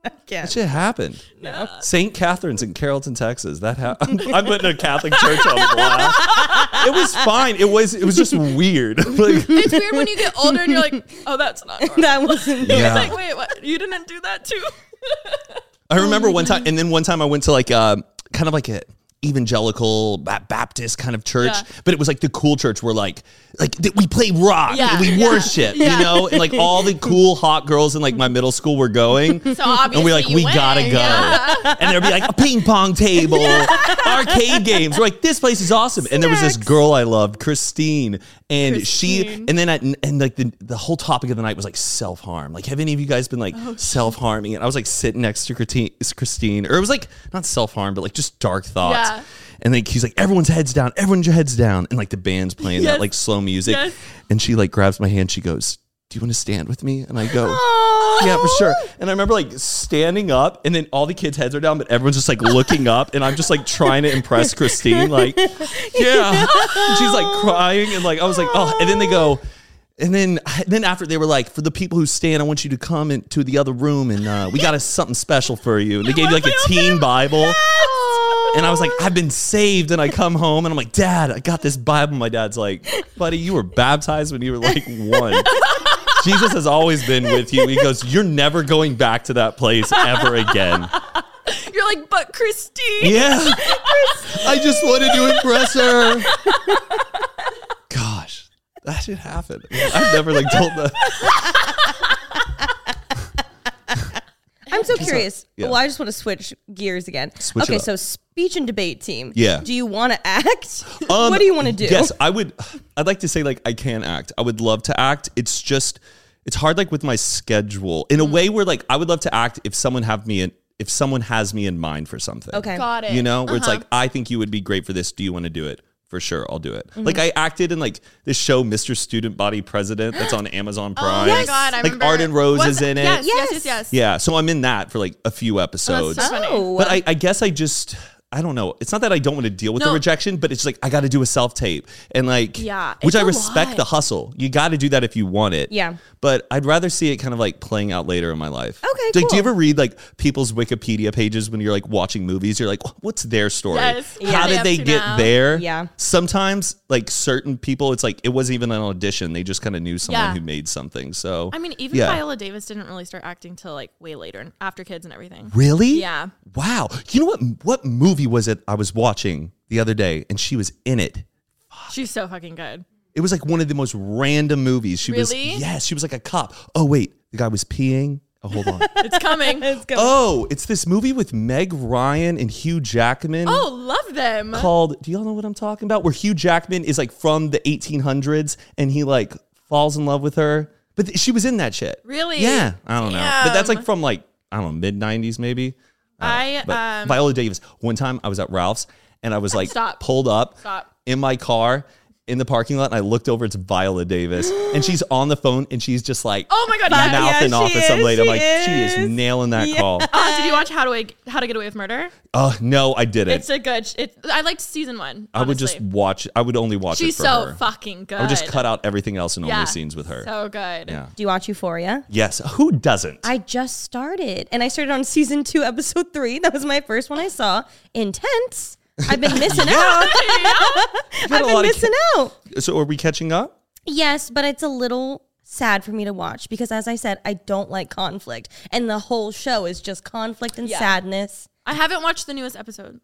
[SPEAKER 5] Um, That shit happened. St. Catherine's in Carrollton, Texas. That happened. I'm putting a Catholic church on blast. It was fine. It was. It was just weird. Like,
[SPEAKER 4] it's weird when you get older and you're like, oh, that's not normal.
[SPEAKER 3] that wasn't.
[SPEAKER 4] It's
[SPEAKER 5] Yeah.
[SPEAKER 4] like, wait, what? You didn't do that too?
[SPEAKER 5] I remember one time, and then one time I went to like uh, kind of like a evangelical ba- Baptist kind of church,
[SPEAKER 4] Yeah.
[SPEAKER 5] but it was like the cool church where like like th- we play rock,
[SPEAKER 4] Yeah,
[SPEAKER 5] and we
[SPEAKER 4] yeah,
[SPEAKER 5] worship,
[SPEAKER 4] yeah.
[SPEAKER 5] you know, and like all the cool hot girls in like my middle school were going.
[SPEAKER 4] So obviously,
[SPEAKER 5] and we're like,
[SPEAKER 4] you
[SPEAKER 5] we
[SPEAKER 4] win.
[SPEAKER 5] gotta go.
[SPEAKER 4] Yeah.
[SPEAKER 5] And there'd be like a ping pong table, arcade games. We're like, this place is awesome. And there was this girl I loved, Christine, and she,
[SPEAKER 4] Christine.
[SPEAKER 5] and then I, and like the, the whole topic of the night was like self harm. Like, have any of you guys been
[SPEAKER 4] Oh,
[SPEAKER 5] like self harming? And I was like sitting next to Christine, Christine, or it was like not self harm, but like just dark thoughts.
[SPEAKER 4] Yeah.
[SPEAKER 5] And like he's like, everyone's heads down, everyone's your heads down, and like the band's playing
[SPEAKER 4] Yes.
[SPEAKER 5] that like slow music,
[SPEAKER 4] Yes.
[SPEAKER 5] and she like grabs my hand, she goes. Do you want to stand with me? And I go, yeah, for sure. And I remember like standing up, and then all the kids' heads are down, but everyone's just like looking up, and I'm just like trying to impress Christine, like, yeah. And she's like crying, and like I was like, oh. And then they go, and then then after they were like, for the people who stand, I want you to come into the other room, and uh, we got us something special for you. And they gave you like a teen Bible. And I was like, I've been saved. And I come home and I'm like, Dad, I got this Bible. My dad's like, Buddy, you were baptized when you were like one. Jesus has always been with you. He goes, You're never going back to that place ever again.
[SPEAKER 4] You're like, but Christine.
[SPEAKER 5] Yeah. I just wanted to impress her. Gosh, that should happen. I've never like told that.
[SPEAKER 3] I'm so curious.
[SPEAKER 5] yeah.
[SPEAKER 3] Well, I just want to switch gears again.
[SPEAKER 5] Switch it
[SPEAKER 3] okay,
[SPEAKER 5] up.
[SPEAKER 3] so speech and debate team.
[SPEAKER 5] Yeah.
[SPEAKER 3] Do you want to act?
[SPEAKER 5] Um,
[SPEAKER 3] what do you want to do?
[SPEAKER 5] Yes, I would. I'd like to say like I can act. I would love to act. It's just it's hard like with my schedule
[SPEAKER 3] Mm.
[SPEAKER 5] in a way where like I would love to act if someone have me in if someone has me in mind for something.
[SPEAKER 3] Okay.
[SPEAKER 4] Got it. Uh-huh.
[SPEAKER 5] You know, where it's like I think you would be great for this. Do you want to do it? For sure, I'll do it.
[SPEAKER 4] Mm-hmm.
[SPEAKER 5] Like I acted in like this show, Mr. Student Body President, that's on Amazon
[SPEAKER 4] Oh
[SPEAKER 5] Prime.
[SPEAKER 4] my God. I
[SPEAKER 5] like
[SPEAKER 4] remember.
[SPEAKER 5] Arden Rose
[SPEAKER 4] Was-
[SPEAKER 5] is in it.
[SPEAKER 4] Yes, yes,
[SPEAKER 3] Yes.
[SPEAKER 4] yes, yes.
[SPEAKER 5] Yeah, so I'm in that for like a few
[SPEAKER 4] Oh,
[SPEAKER 5] episodes.
[SPEAKER 4] that's so funny.
[SPEAKER 3] Oh.
[SPEAKER 5] But I, I guess I just I don't know. It's not that I don't want to deal with the
[SPEAKER 4] No.
[SPEAKER 5] rejection, but it's like I got to do a self tape and like
[SPEAKER 4] Yeah,
[SPEAKER 5] which
[SPEAKER 4] it's
[SPEAKER 5] I
[SPEAKER 4] a
[SPEAKER 5] respect
[SPEAKER 4] lot.
[SPEAKER 5] the hustle. You got to do that if you want it.
[SPEAKER 3] Yeah.
[SPEAKER 5] But I'd rather see it kind of like playing out later in my life.
[SPEAKER 3] Okay,
[SPEAKER 5] Like, do
[SPEAKER 3] cool.
[SPEAKER 5] you ever read like people's Wikipedia pages when you're like watching movies? You're like, what's their story?
[SPEAKER 4] Yes. Yeah.
[SPEAKER 5] How
[SPEAKER 4] What are
[SPEAKER 5] did they
[SPEAKER 4] they up to
[SPEAKER 5] get
[SPEAKER 4] now?
[SPEAKER 5] there?
[SPEAKER 3] Yeah.
[SPEAKER 5] Sometimes like certain people, it's like it wasn't even an audition. They just kind of knew someone
[SPEAKER 4] Yeah.
[SPEAKER 5] who made something. So
[SPEAKER 4] I mean, even
[SPEAKER 5] Yeah.
[SPEAKER 4] Viola Davis didn't really start acting till like way later and after kids and everything.
[SPEAKER 5] Really?
[SPEAKER 4] Yeah.
[SPEAKER 5] Wow. You know what? What movie was it I was watching the other day, and she was in it.
[SPEAKER 4] She's so fucking good.
[SPEAKER 5] It was like one of the most random movies. She
[SPEAKER 4] Really?
[SPEAKER 5] was yes. She was like a cop. Oh wait, the guy was peeing. Oh hold on.
[SPEAKER 4] It's coming.
[SPEAKER 5] oh, it's this movie with Meg Ryan and Hugh Jackman.
[SPEAKER 4] oh, love them.
[SPEAKER 5] Called, do y'all know what I'm talking about? Where Hugh Jackman is like from the 1800s and he like falls in love with her. But th- she was in that shit.
[SPEAKER 4] Really?
[SPEAKER 5] Yeah. I don't know. But that's like
[SPEAKER 4] Damn.
[SPEAKER 5] from like I don't know mid '90s maybe.
[SPEAKER 4] I,
[SPEAKER 5] Uh, But
[SPEAKER 4] um,
[SPEAKER 5] Viola Davis. One time I was at Ralph's and I was like
[SPEAKER 4] Stop.
[SPEAKER 5] pulled up
[SPEAKER 4] Stop.
[SPEAKER 5] in my car in the parking lot and I looked over. It's Viola Davis and she's on the phone and she's just like
[SPEAKER 4] Oh my God, yeah.
[SPEAKER 5] mouthing
[SPEAKER 4] Yeah,
[SPEAKER 5] off
[SPEAKER 4] she
[SPEAKER 5] at some
[SPEAKER 4] is,
[SPEAKER 5] lady. I'm
[SPEAKER 4] she
[SPEAKER 5] like she is
[SPEAKER 4] is.
[SPEAKER 5] nailing that
[SPEAKER 4] Yeah.
[SPEAKER 5] call.
[SPEAKER 4] Uh, did you watch How to I, How to Get Away with Murder?
[SPEAKER 5] Oh no, I didn't.
[SPEAKER 4] It's a good. sh- It, I liked season one.
[SPEAKER 5] I would just
[SPEAKER 4] honestly.
[SPEAKER 5] watch. I would only watch.
[SPEAKER 4] She's
[SPEAKER 5] it for
[SPEAKER 4] so
[SPEAKER 5] her.
[SPEAKER 4] fucking good.
[SPEAKER 5] I would just cut out everything else and
[SPEAKER 4] Yeah.
[SPEAKER 5] only scenes with her.
[SPEAKER 4] So good.
[SPEAKER 5] yeah.
[SPEAKER 3] Do you watch Euphoria?
[SPEAKER 5] Yes. Who doesn't?
[SPEAKER 3] I just started, and I started on season two, episode three. That was my first one I saw. Intense. I've been missing out. I've
[SPEAKER 5] a
[SPEAKER 3] been
[SPEAKER 5] lot of
[SPEAKER 3] missing out.
[SPEAKER 5] So are we catching up?
[SPEAKER 3] Yes, but it's a little sad for me to watch because, as I said, I don't like conflict, and the whole show is just conflict and
[SPEAKER 4] Yeah.
[SPEAKER 3] sadness.
[SPEAKER 4] I haven't watched the newest episode.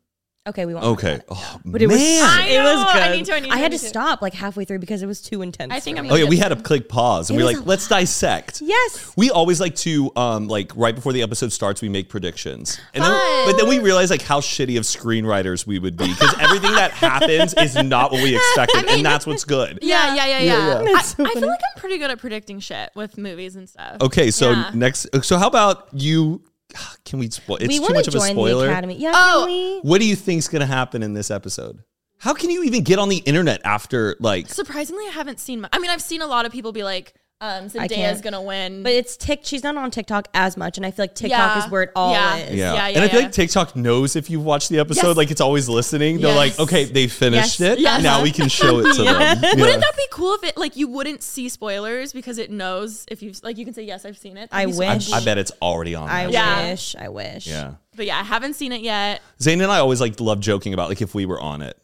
[SPEAKER 3] Okay, we won't. talk about
[SPEAKER 5] Okay.
[SPEAKER 3] it.
[SPEAKER 5] Oh
[SPEAKER 3] But it was,
[SPEAKER 5] man.
[SPEAKER 4] I
[SPEAKER 3] it was
[SPEAKER 4] know.
[SPEAKER 3] good.
[SPEAKER 4] I need to, I need to, I
[SPEAKER 3] had
[SPEAKER 4] need
[SPEAKER 3] to
[SPEAKER 4] to.
[SPEAKER 3] stop like halfway through because it was too intense.
[SPEAKER 4] I think
[SPEAKER 3] for
[SPEAKER 4] I'm
[SPEAKER 3] me.
[SPEAKER 5] Oh yeah, we had to click pause and
[SPEAKER 3] It
[SPEAKER 5] we we're
[SPEAKER 3] was
[SPEAKER 5] like,
[SPEAKER 3] a
[SPEAKER 5] let's dissect.
[SPEAKER 3] Yes.
[SPEAKER 5] We always like to um like right before the episode starts, we make predictions. And then,
[SPEAKER 4] Fun.
[SPEAKER 5] but then we realize like how shitty of screenwriters we would be because everything that happens is not what we expected, and that's what's good.
[SPEAKER 4] Yeah, yeah, yeah, yeah.
[SPEAKER 5] yeah.
[SPEAKER 4] I, I feel like I'm pretty good at predicting shit with movies and stuff.
[SPEAKER 5] Okay, so
[SPEAKER 4] Yeah.
[SPEAKER 5] next, so how about you? Can we? Spo- it's
[SPEAKER 3] we
[SPEAKER 5] too
[SPEAKER 3] want
[SPEAKER 5] much
[SPEAKER 3] to
[SPEAKER 5] of a
[SPEAKER 3] join
[SPEAKER 5] spoiler.
[SPEAKER 3] the academy. Yeah.
[SPEAKER 4] Oh.
[SPEAKER 3] can we?
[SPEAKER 5] What do you think's gonna happen in this episode? How can you even get on the internet after like?
[SPEAKER 4] Surprisingly, I haven't seen. mu- I mean, I've seen a lot of people be like, um, "Zendaya's
[SPEAKER 3] can't.
[SPEAKER 4] gonna win,"
[SPEAKER 3] But it's Tik. She's not on TikTok as much, and I feel like TikTok
[SPEAKER 4] Yeah.
[SPEAKER 3] is where it all
[SPEAKER 4] Yeah.
[SPEAKER 3] is.
[SPEAKER 5] Yeah.
[SPEAKER 4] Yeah,
[SPEAKER 5] and
[SPEAKER 4] yeah,
[SPEAKER 5] I feel
[SPEAKER 4] yeah.
[SPEAKER 5] like TikTok knows if you've watched the episode,
[SPEAKER 4] Yes.
[SPEAKER 5] like it's always listening. They're
[SPEAKER 4] Yes.
[SPEAKER 5] like, okay, they finished
[SPEAKER 3] Yes.
[SPEAKER 5] it.
[SPEAKER 4] Yes.
[SPEAKER 5] Now we can show it to them. Yeah.
[SPEAKER 4] wouldn't that be cool if it like you wouldn't see spoilers because it knows if you have like you can say yes, I've seen it.
[SPEAKER 3] I
[SPEAKER 4] That'd be so
[SPEAKER 5] I,
[SPEAKER 3] wish.
[SPEAKER 5] I bet it's already on.
[SPEAKER 3] I
[SPEAKER 5] there.
[SPEAKER 4] Yeah.
[SPEAKER 3] wish. I wish.
[SPEAKER 5] Yeah.
[SPEAKER 4] But yeah, I haven't seen it yet.
[SPEAKER 5] Zayn and I always like love joking about like if we were on it.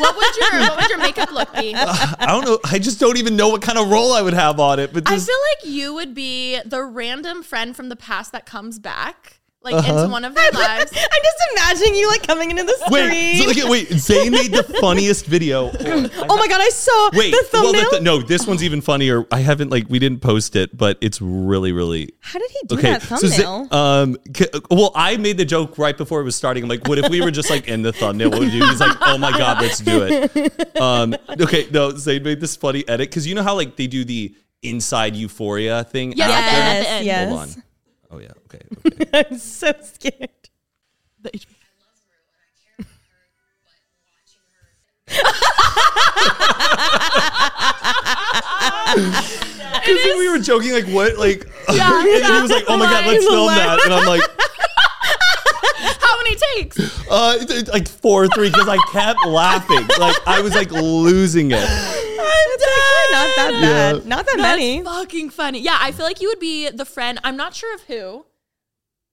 [SPEAKER 4] What would your what would your makeup look be?
[SPEAKER 5] I don't know. I just don't even know what kind of role I would have on it. But
[SPEAKER 4] I
[SPEAKER 5] just,
[SPEAKER 4] feel like you would be the random friend from the past that comes back like
[SPEAKER 5] Uh-huh.
[SPEAKER 4] into one of their lives.
[SPEAKER 3] I'm just imagining you like coming into the screen.
[SPEAKER 5] wait, look at wait. Zayn made the funniest video.
[SPEAKER 3] oh my god, I saw
[SPEAKER 5] Wait,
[SPEAKER 3] the
[SPEAKER 5] well,
[SPEAKER 3] thumbnail.
[SPEAKER 5] the th- no, this one's even funnier. I haven't like we didn't post it, but it's really, really
[SPEAKER 3] How did he do that
[SPEAKER 5] so Zay-
[SPEAKER 3] thumbnail?
[SPEAKER 5] um, c- well, I made the joke right before it was starting. I'm like, what if we were just like in the thumbnail? What would you? do? He's like, oh my god, let's do it. Um, okay, no, Zayn made this funny edit because you know how like they do the inside euphoria thing.
[SPEAKER 4] Yes,
[SPEAKER 5] after?
[SPEAKER 4] at the end.
[SPEAKER 3] yes.
[SPEAKER 5] Hold on. Oh yeah. Okay. okay.
[SPEAKER 3] I'm so scared.
[SPEAKER 5] Because then we were joking like what like.
[SPEAKER 4] Yeah,
[SPEAKER 5] and he was like, oh my god, let's
[SPEAKER 3] He's
[SPEAKER 5] film
[SPEAKER 3] alive.
[SPEAKER 5] that, and I'm like,
[SPEAKER 4] How many takes?
[SPEAKER 5] uh, it- it- like four or three because I kept laughing. Like I was like losing it.
[SPEAKER 3] It's actually not that bad.
[SPEAKER 5] Yeah.
[SPEAKER 3] Not that
[SPEAKER 4] That's
[SPEAKER 3] many.
[SPEAKER 4] fucking funny. Yeah, I feel like you would be the friend. I'm not sure of who,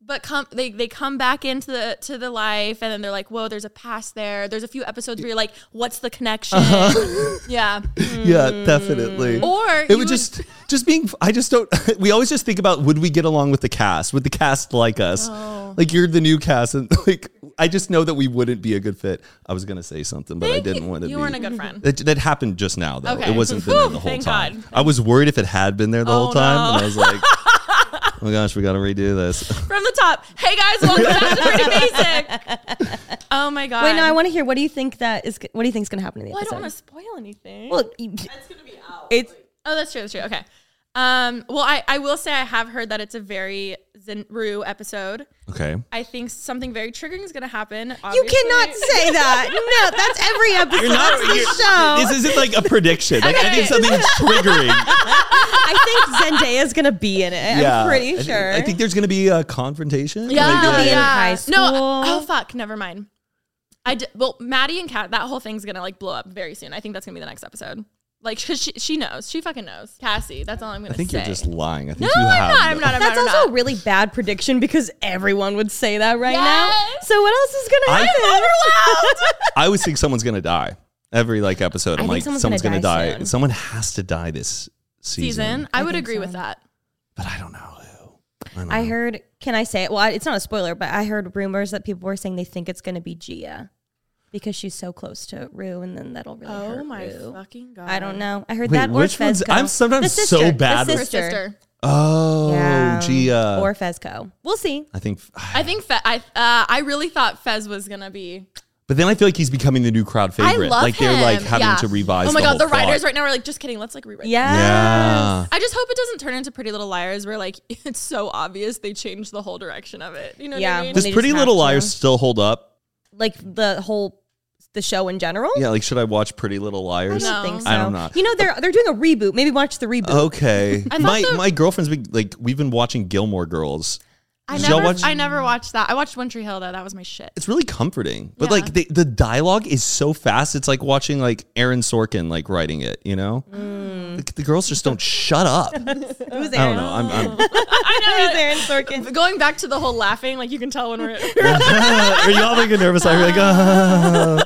[SPEAKER 4] but come they they come back into the to the life, and then they're like, "Whoa, there's a past there." There's a few episodes where you're like, "What's the connection?"
[SPEAKER 5] Uh-huh.
[SPEAKER 4] Yeah,
[SPEAKER 5] Yeah, definitely.
[SPEAKER 4] Mm. or
[SPEAKER 5] it would just just being i just don't we always just think about would we get along with the cast would the cast like us
[SPEAKER 4] Oh.
[SPEAKER 5] like you're the new cast and like i just know that we wouldn't be a good fit i was gonna say something but i didn't want to
[SPEAKER 4] you
[SPEAKER 5] be
[SPEAKER 4] weren't a good friend.
[SPEAKER 5] that, that happened just now though
[SPEAKER 4] Okay.
[SPEAKER 5] it wasn't been there
[SPEAKER 4] Whew,
[SPEAKER 5] the whole
[SPEAKER 4] thank
[SPEAKER 5] time
[SPEAKER 4] God.
[SPEAKER 5] i was worried if it had been there the whole
[SPEAKER 4] Oh,
[SPEAKER 5] time
[SPEAKER 4] no.
[SPEAKER 5] and i was like oh my gosh we gotta redo this
[SPEAKER 4] From the top, hey guys, welcome back to Pretty Basic. Oh my god!
[SPEAKER 3] Wait, no, I want to hear. What do you think that is? What do you think's gonna happen in the
[SPEAKER 4] Well, I
[SPEAKER 3] episode?
[SPEAKER 4] don't want to spoil anything.
[SPEAKER 3] Well, you- It's
[SPEAKER 4] Oh, that's true. That's true. Okay. Um, well, I, I will say I have heard that it's a very Zenru episode.
[SPEAKER 5] okay
[SPEAKER 4] I think something very triggering is going to happen.
[SPEAKER 3] you
[SPEAKER 4] obviously.
[SPEAKER 3] cannot say that. No, that's every episode.
[SPEAKER 5] you're not
[SPEAKER 3] that's the
[SPEAKER 5] you're-
[SPEAKER 3] show.
[SPEAKER 5] this isn't like a prediction like i think
[SPEAKER 4] Okay.
[SPEAKER 5] something's triggering
[SPEAKER 3] I think Zendaya is gonna be in it. I'm
[SPEAKER 5] I
[SPEAKER 3] pretty
[SPEAKER 5] think-
[SPEAKER 3] sure.
[SPEAKER 5] i think there's gonna be a confrontation
[SPEAKER 4] Yeah,
[SPEAKER 5] Like,
[SPEAKER 3] they'll be in
[SPEAKER 4] yeah.
[SPEAKER 3] high
[SPEAKER 4] No,
[SPEAKER 3] school.
[SPEAKER 4] oh fuck, never mind. I d- well, Maddie and Kat, that whole thing's gonna like blow up very soon. I think that's gonna be the next episode. Like, cause she she knows, she fucking knows. Cassie, that's all I'm gonna
[SPEAKER 5] i think
[SPEAKER 4] say.
[SPEAKER 5] you're just lying i think
[SPEAKER 4] no,
[SPEAKER 5] you have
[SPEAKER 4] I'm not, I'm
[SPEAKER 5] no-
[SPEAKER 4] not. I'm
[SPEAKER 3] that's
[SPEAKER 4] not. I'm
[SPEAKER 3] also
[SPEAKER 4] not.
[SPEAKER 3] a really bad prediction because everyone would say that right now.
[SPEAKER 4] Yes.
[SPEAKER 3] So what else is gonna
[SPEAKER 5] I-
[SPEAKER 3] happen?
[SPEAKER 5] I always think someone's gonna die every like episode.
[SPEAKER 3] I
[SPEAKER 5] I'm
[SPEAKER 3] think
[SPEAKER 5] like, someone's,
[SPEAKER 3] someone's
[SPEAKER 5] gonna,
[SPEAKER 3] gonna die
[SPEAKER 5] die.
[SPEAKER 3] soon.
[SPEAKER 5] Someone has to die this season,
[SPEAKER 4] season. I, would
[SPEAKER 3] think
[SPEAKER 4] agree
[SPEAKER 3] so.
[SPEAKER 4] with that.
[SPEAKER 5] but I don't know who. I, don't
[SPEAKER 3] I
[SPEAKER 5] know.
[SPEAKER 3] heard. Can I say it? Well, I- it's not a spoiler, but I heard rumors that people were saying they think it's going to be Gia because she's so close to Rue, and then that'll really
[SPEAKER 4] Oh
[SPEAKER 3] hurt
[SPEAKER 4] my
[SPEAKER 3] Rue.
[SPEAKER 4] fucking god!
[SPEAKER 3] I don't know. I heard
[SPEAKER 5] Wait,
[SPEAKER 3] that. Or
[SPEAKER 5] which one's-
[SPEAKER 3] Fezco.
[SPEAKER 5] I'm sometimes
[SPEAKER 3] The
[SPEAKER 5] so
[SPEAKER 3] sister,
[SPEAKER 5] bad
[SPEAKER 3] The
[SPEAKER 5] with-
[SPEAKER 4] Her
[SPEAKER 3] sister.
[SPEAKER 4] sister.
[SPEAKER 5] Oh,
[SPEAKER 3] Yeah.
[SPEAKER 5] Gia.
[SPEAKER 3] Or Fezco. We'll see.
[SPEAKER 5] I think.
[SPEAKER 4] I think Fe- I uh, I really thought Fez was gonna be
[SPEAKER 5] But then I feel like he's becoming the new crowd favorite.
[SPEAKER 4] love
[SPEAKER 5] like they're like
[SPEAKER 4] him.
[SPEAKER 5] having
[SPEAKER 4] Yeah.
[SPEAKER 5] to revise.
[SPEAKER 4] Oh my
[SPEAKER 5] the
[SPEAKER 4] god,
[SPEAKER 5] whole
[SPEAKER 4] the writers
[SPEAKER 5] plot.
[SPEAKER 4] right now are like, just kidding. Let's like rewrite.
[SPEAKER 3] Yeah.
[SPEAKER 5] Yeah.
[SPEAKER 4] I just hope it doesn't turn into Pretty Little Liars, where like it's so obvious they changed the whole direction of it. You know
[SPEAKER 3] Yeah.
[SPEAKER 4] what I mean?
[SPEAKER 3] This-
[SPEAKER 5] Does
[SPEAKER 3] just
[SPEAKER 5] Pretty
[SPEAKER 3] have
[SPEAKER 5] Little
[SPEAKER 3] to.
[SPEAKER 5] Liars still hold up?
[SPEAKER 3] like the whole the show in general.
[SPEAKER 5] Yeah, like should I watch Pretty Little
[SPEAKER 3] I
[SPEAKER 5] Liars?
[SPEAKER 3] don't think so.
[SPEAKER 5] I don't know.
[SPEAKER 3] You know they're they're doing a reboot. Maybe watch the reboot.
[SPEAKER 5] Oh. Okay.
[SPEAKER 4] I thought
[SPEAKER 5] my
[SPEAKER 4] the-
[SPEAKER 5] my girlfriend's been like we've been watching Gilmore Girls.
[SPEAKER 4] I
[SPEAKER 5] Did
[SPEAKER 4] never,
[SPEAKER 5] y'all watch-
[SPEAKER 4] I never watched that. I watched One Tree Hill though. That was my shit.
[SPEAKER 5] It's really comforting. But
[SPEAKER 4] Yeah.
[SPEAKER 5] like the, the dialogue is so fast. It's like watching like Aaron Sorkin like writing it, you know? Like, the girls just don't shut up. I don't
[SPEAKER 3] Who's Aaron?
[SPEAKER 5] know. I'm, I'm
[SPEAKER 4] I
[SPEAKER 3] Who's
[SPEAKER 4] know.
[SPEAKER 3] Aaron Sorkin?
[SPEAKER 4] Going back to the whole laughing, like you can tell when we're.
[SPEAKER 5] Are y'all making nervous? I'm like, ah.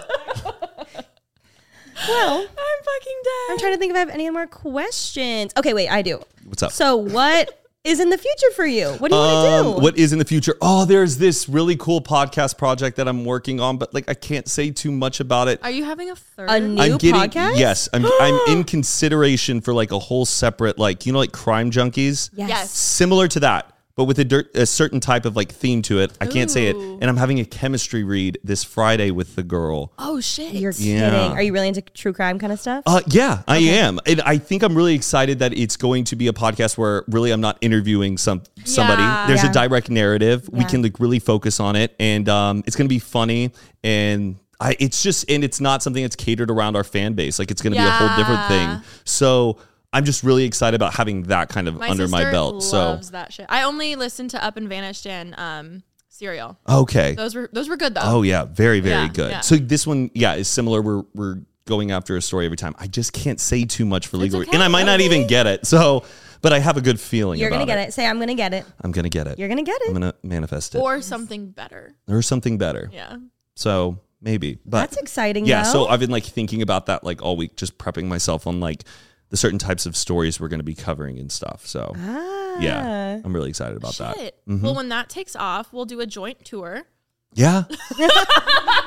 [SPEAKER 3] Well,
[SPEAKER 4] I'm fucking dead.
[SPEAKER 3] I'm trying to think if I have any more questions. Okay, wait, I do.
[SPEAKER 5] What's up?
[SPEAKER 3] So what is in the future for you? What do you want to do?
[SPEAKER 5] Um, What is in the future? Oh, there's this really cool podcast project that I'm working on, but like I can't say too much about it.
[SPEAKER 4] Are you having a third?
[SPEAKER 3] A new
[SPEAKER 5] I'm getting
[SPEAKER 3] podcast?
[SPEAKER 5] yes, I'm I'm in consideration for like a whole separate like you know like crime junkies.
[SPEAKER 3] Yes.
[SPEAKER 4] Yes.
[SPEAKER 5] similar to that, but with a, dirt, a certain type of like theme to it. I can't say it. And I'm having a chemistry read this Friday with the girl.
[SPEAKER 4] oh shit!
[SPEAKER 3] You're
[SPEAKER 5] Yeah.
[SPEAKER 3] kidding. Are you really into true crime kind of stuff?
[SPEAKER 5] Uh, yeah, I am, and I think I'm really excited that it's going to be a podcast where really I'm not interviewing some somebody.
[SPEAKER 4] Yeah.
[SPEAKER 5] There's
[SPEAKER 3] Yeah.
[SPEAKER 5] a direct narrative. We
[SPEAKER 3] Yeah.
[SPEAKER 5] can like really focus on it, and um, it's going to be funny and. I, it's just and it's not something that's catered around our fan base. Like it's going to be a whole different
[SPEAKER 4] Yeah.
[SPEAKER 5] thing. So I'm just really excited about having that kind of
[SPEAKER 4] my
[SPEAKER 5] under my
[SPEAKER 4] sister
[SPEAKER 5] belt.
[SPEAKER 4] Loves that shit. I only listened to Up and Vanished and um Serial.
[SPEAKER 5] so okay,
[SPEAKER 4] Those were those were good though.
[SPEAKER 5] Oh yeah, very very
[SPEAKER 4] Yeah,
[SPEAKER 5] good.
[SPEAKER 4] yeah.
[SPEAKER 5] So this one, yeah, is similar. We're we're going after a story every time. I just can't say too much for legal,
[SPEAKER 4] okay,
[SPEAKER 5] and I might not even get it. So, but I have a good feeling.
[SPEAKER 3] You're gonna
[SPEAKER 5] about
[SPEAKER 3] get it. Say I'm gonna get it.
[SPEAKER 5] I'm gonna get it.
[SPEAKER 3] You're gonna get
[SPEAKER 5] I'm
[SPEAKER 3] it.
[SPEAKER 5] gonna manifest it, or,
[SPEAKER 4] Or something better.
[SPEAKER 5] something better.
[SPEAKER 4] Yeah.
[SPEAKER 5] So maybe, but
[SPEAKER 3] That's exciting.
[SPEAKER 5] yeah.
[SPEAKER 3] though.
[SPEAKER 5] So I've been like thinking about that like all week, just prepping myself on like the certain types of stories we're gonna be covering and stuff. So
[SPEAKER 3] ah.
[SPEAKER 5] yeah, I'm really excited about that. Mm-hmm.
[SPEAKER 4] Shit. Well, when that takes off, we'll do a joint tour.
[SPEAKER 5] Yeah,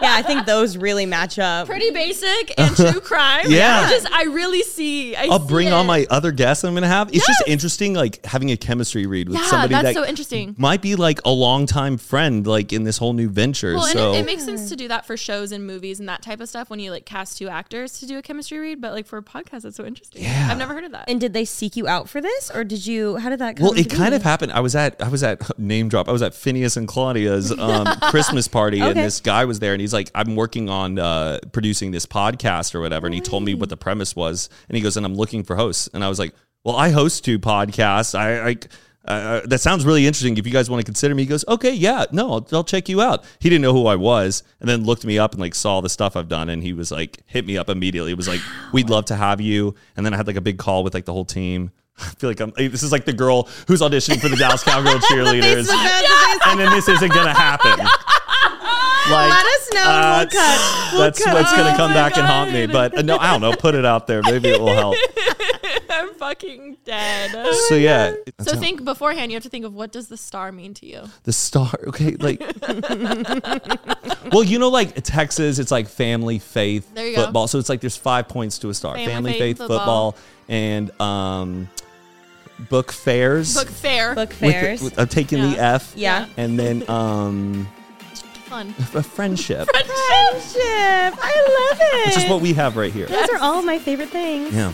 [SPEAKER 3] yeah, I think those really match up.
[SPEAKER 4] Pretty basic and true crime.
[SPEAKER 5] Yeah.
[SPEAKER 4] I just I really see. I
[SPEAKER 5] I'll
[SPEAKER 4] see
[SPEAKER 5] bring on
[SPEAKER 4] it.
[SPEAKER 5] my other guests I'm going to have. It's just interesting, like having a chemistry read with
[SPEAKER 4] Yeah,
[SPEAKER 5] somebody that
[SPEAKER 4] that's so interesting.
[SPEAKER 5] might be like a longtime friend, like in this whole new venture.
[SPEAKER 4] Well,
[SPEAKER 5] so
[SPEAKER 4] and it, it makes sense to do that for shows and movies and that type of stuff when you like cast two actors to do a chemistry read, but like for a podcast, that's so interesting. Yeah. I've never heard of that.
[SPEAKER 3] And did they seek you out for this, or did you? How did that? Come
[SPEAKER 5] well, it
[SPEAKER 3] to
[SPEAKER 5] kind
[SPEAKER 3] be?
[SPEAKER 5] of happened. I was at I was at name drop. I was at Phineas and Claudia's um, Christmas party, and
[SPEAKER 3] Okay.
[SPEAKER 5] this guy was there, and he's like, "I'm working on uh, producing this podcast or whatever," and he told me what the premise was, and he goes, "And I'm looking for hosts," and I was like, "Well, I host two podcasts. I." I uh, that sounds really interesting. If you guys want to consider me, he goes, okay, yeah, no, I'll, I'll check you out. He didn't know who I was, and then looked me up and like saw the stuff I've done, and he was like, hit me up immediately. It was like, we'd love to have you. And then I had like a big call with like the whole team. I feel like I'm. This is like the girl who's auditioning for the Dallas Cowgirl cheerleaders, and then this isn't gonna happen. Like,
[SPEAKER 3] Let us know.
[SPEAKER 5] uh,
[SPEAKER 3] we'll cut. We'll
[SPEAKER 5] that's
[SPEAKER 3] cut.
[SPEAKER 5] what's gonna
[SPEAKER 3] Oh
[SPEAKER 5] come
[SPEAKER 3] my
[SPEAKER 5] back and
[SPEAKER 3] God.
[SPEAKER 5] haunt me. But uh, no, I don't know. Put it out there. Maybe it will help.
[SPEAKER 4] I'm fucking dead.
[SPEAKER 5] So yeah. that's
[SPEAKER 4] so
[SPEAKER 5] how-
[SPEAKER 4] think beforehand, you have to think of what does the star mean to you?
[SPEAKER 5] the star. Okay, like. well, you know, like Texas, it's like family, faith,
[SPEAKER 4] There you go.
[SPEAKER 5] football. So it's like there's five points to a star:
[SPEAKER 4] Family,
[SPEAKER 5] family,
[SPEAKER 4] faith,
[SPEAKER 5] faith,
[SPEAKER 4] football.
[SPEAKER 5] football, and um, book fairs.
[SPEAKER 4] Book fair.
[SPEAKER 3] Book
[SPEAKER 5] with the-
[SPEAKER 3] fairs.
[SPEAKER 5] with- I'm taking the
[SPEAKER 4] Yeah.
[SPEAKER 5] F.
[SPEAKER 3] yeah.
[SPEAKER 5] And then um,
[SPEAKER 4] Fun.
[SPEAKER 5] a friendship,
[SPEAKER 3] Friendship. I love it.
[SPEAKER 5] which is what we have right here.
[SPEAKER 3] Those are all my favorite things.
[SPEAKER 5] Yeah.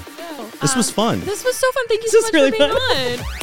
[SPEAKER 5] This was fun.
[SPEAKER 4] This was so fun. Thank you
[SPEAKER 3] This
[SPEAKER 4] so
[SPEAKER 3] was
[SPEAKER 4] much
[SPEAKER 3] really
[SPEAKER 4] for being
[SPEAKER 3] fun.
[SPEAKER 4] on.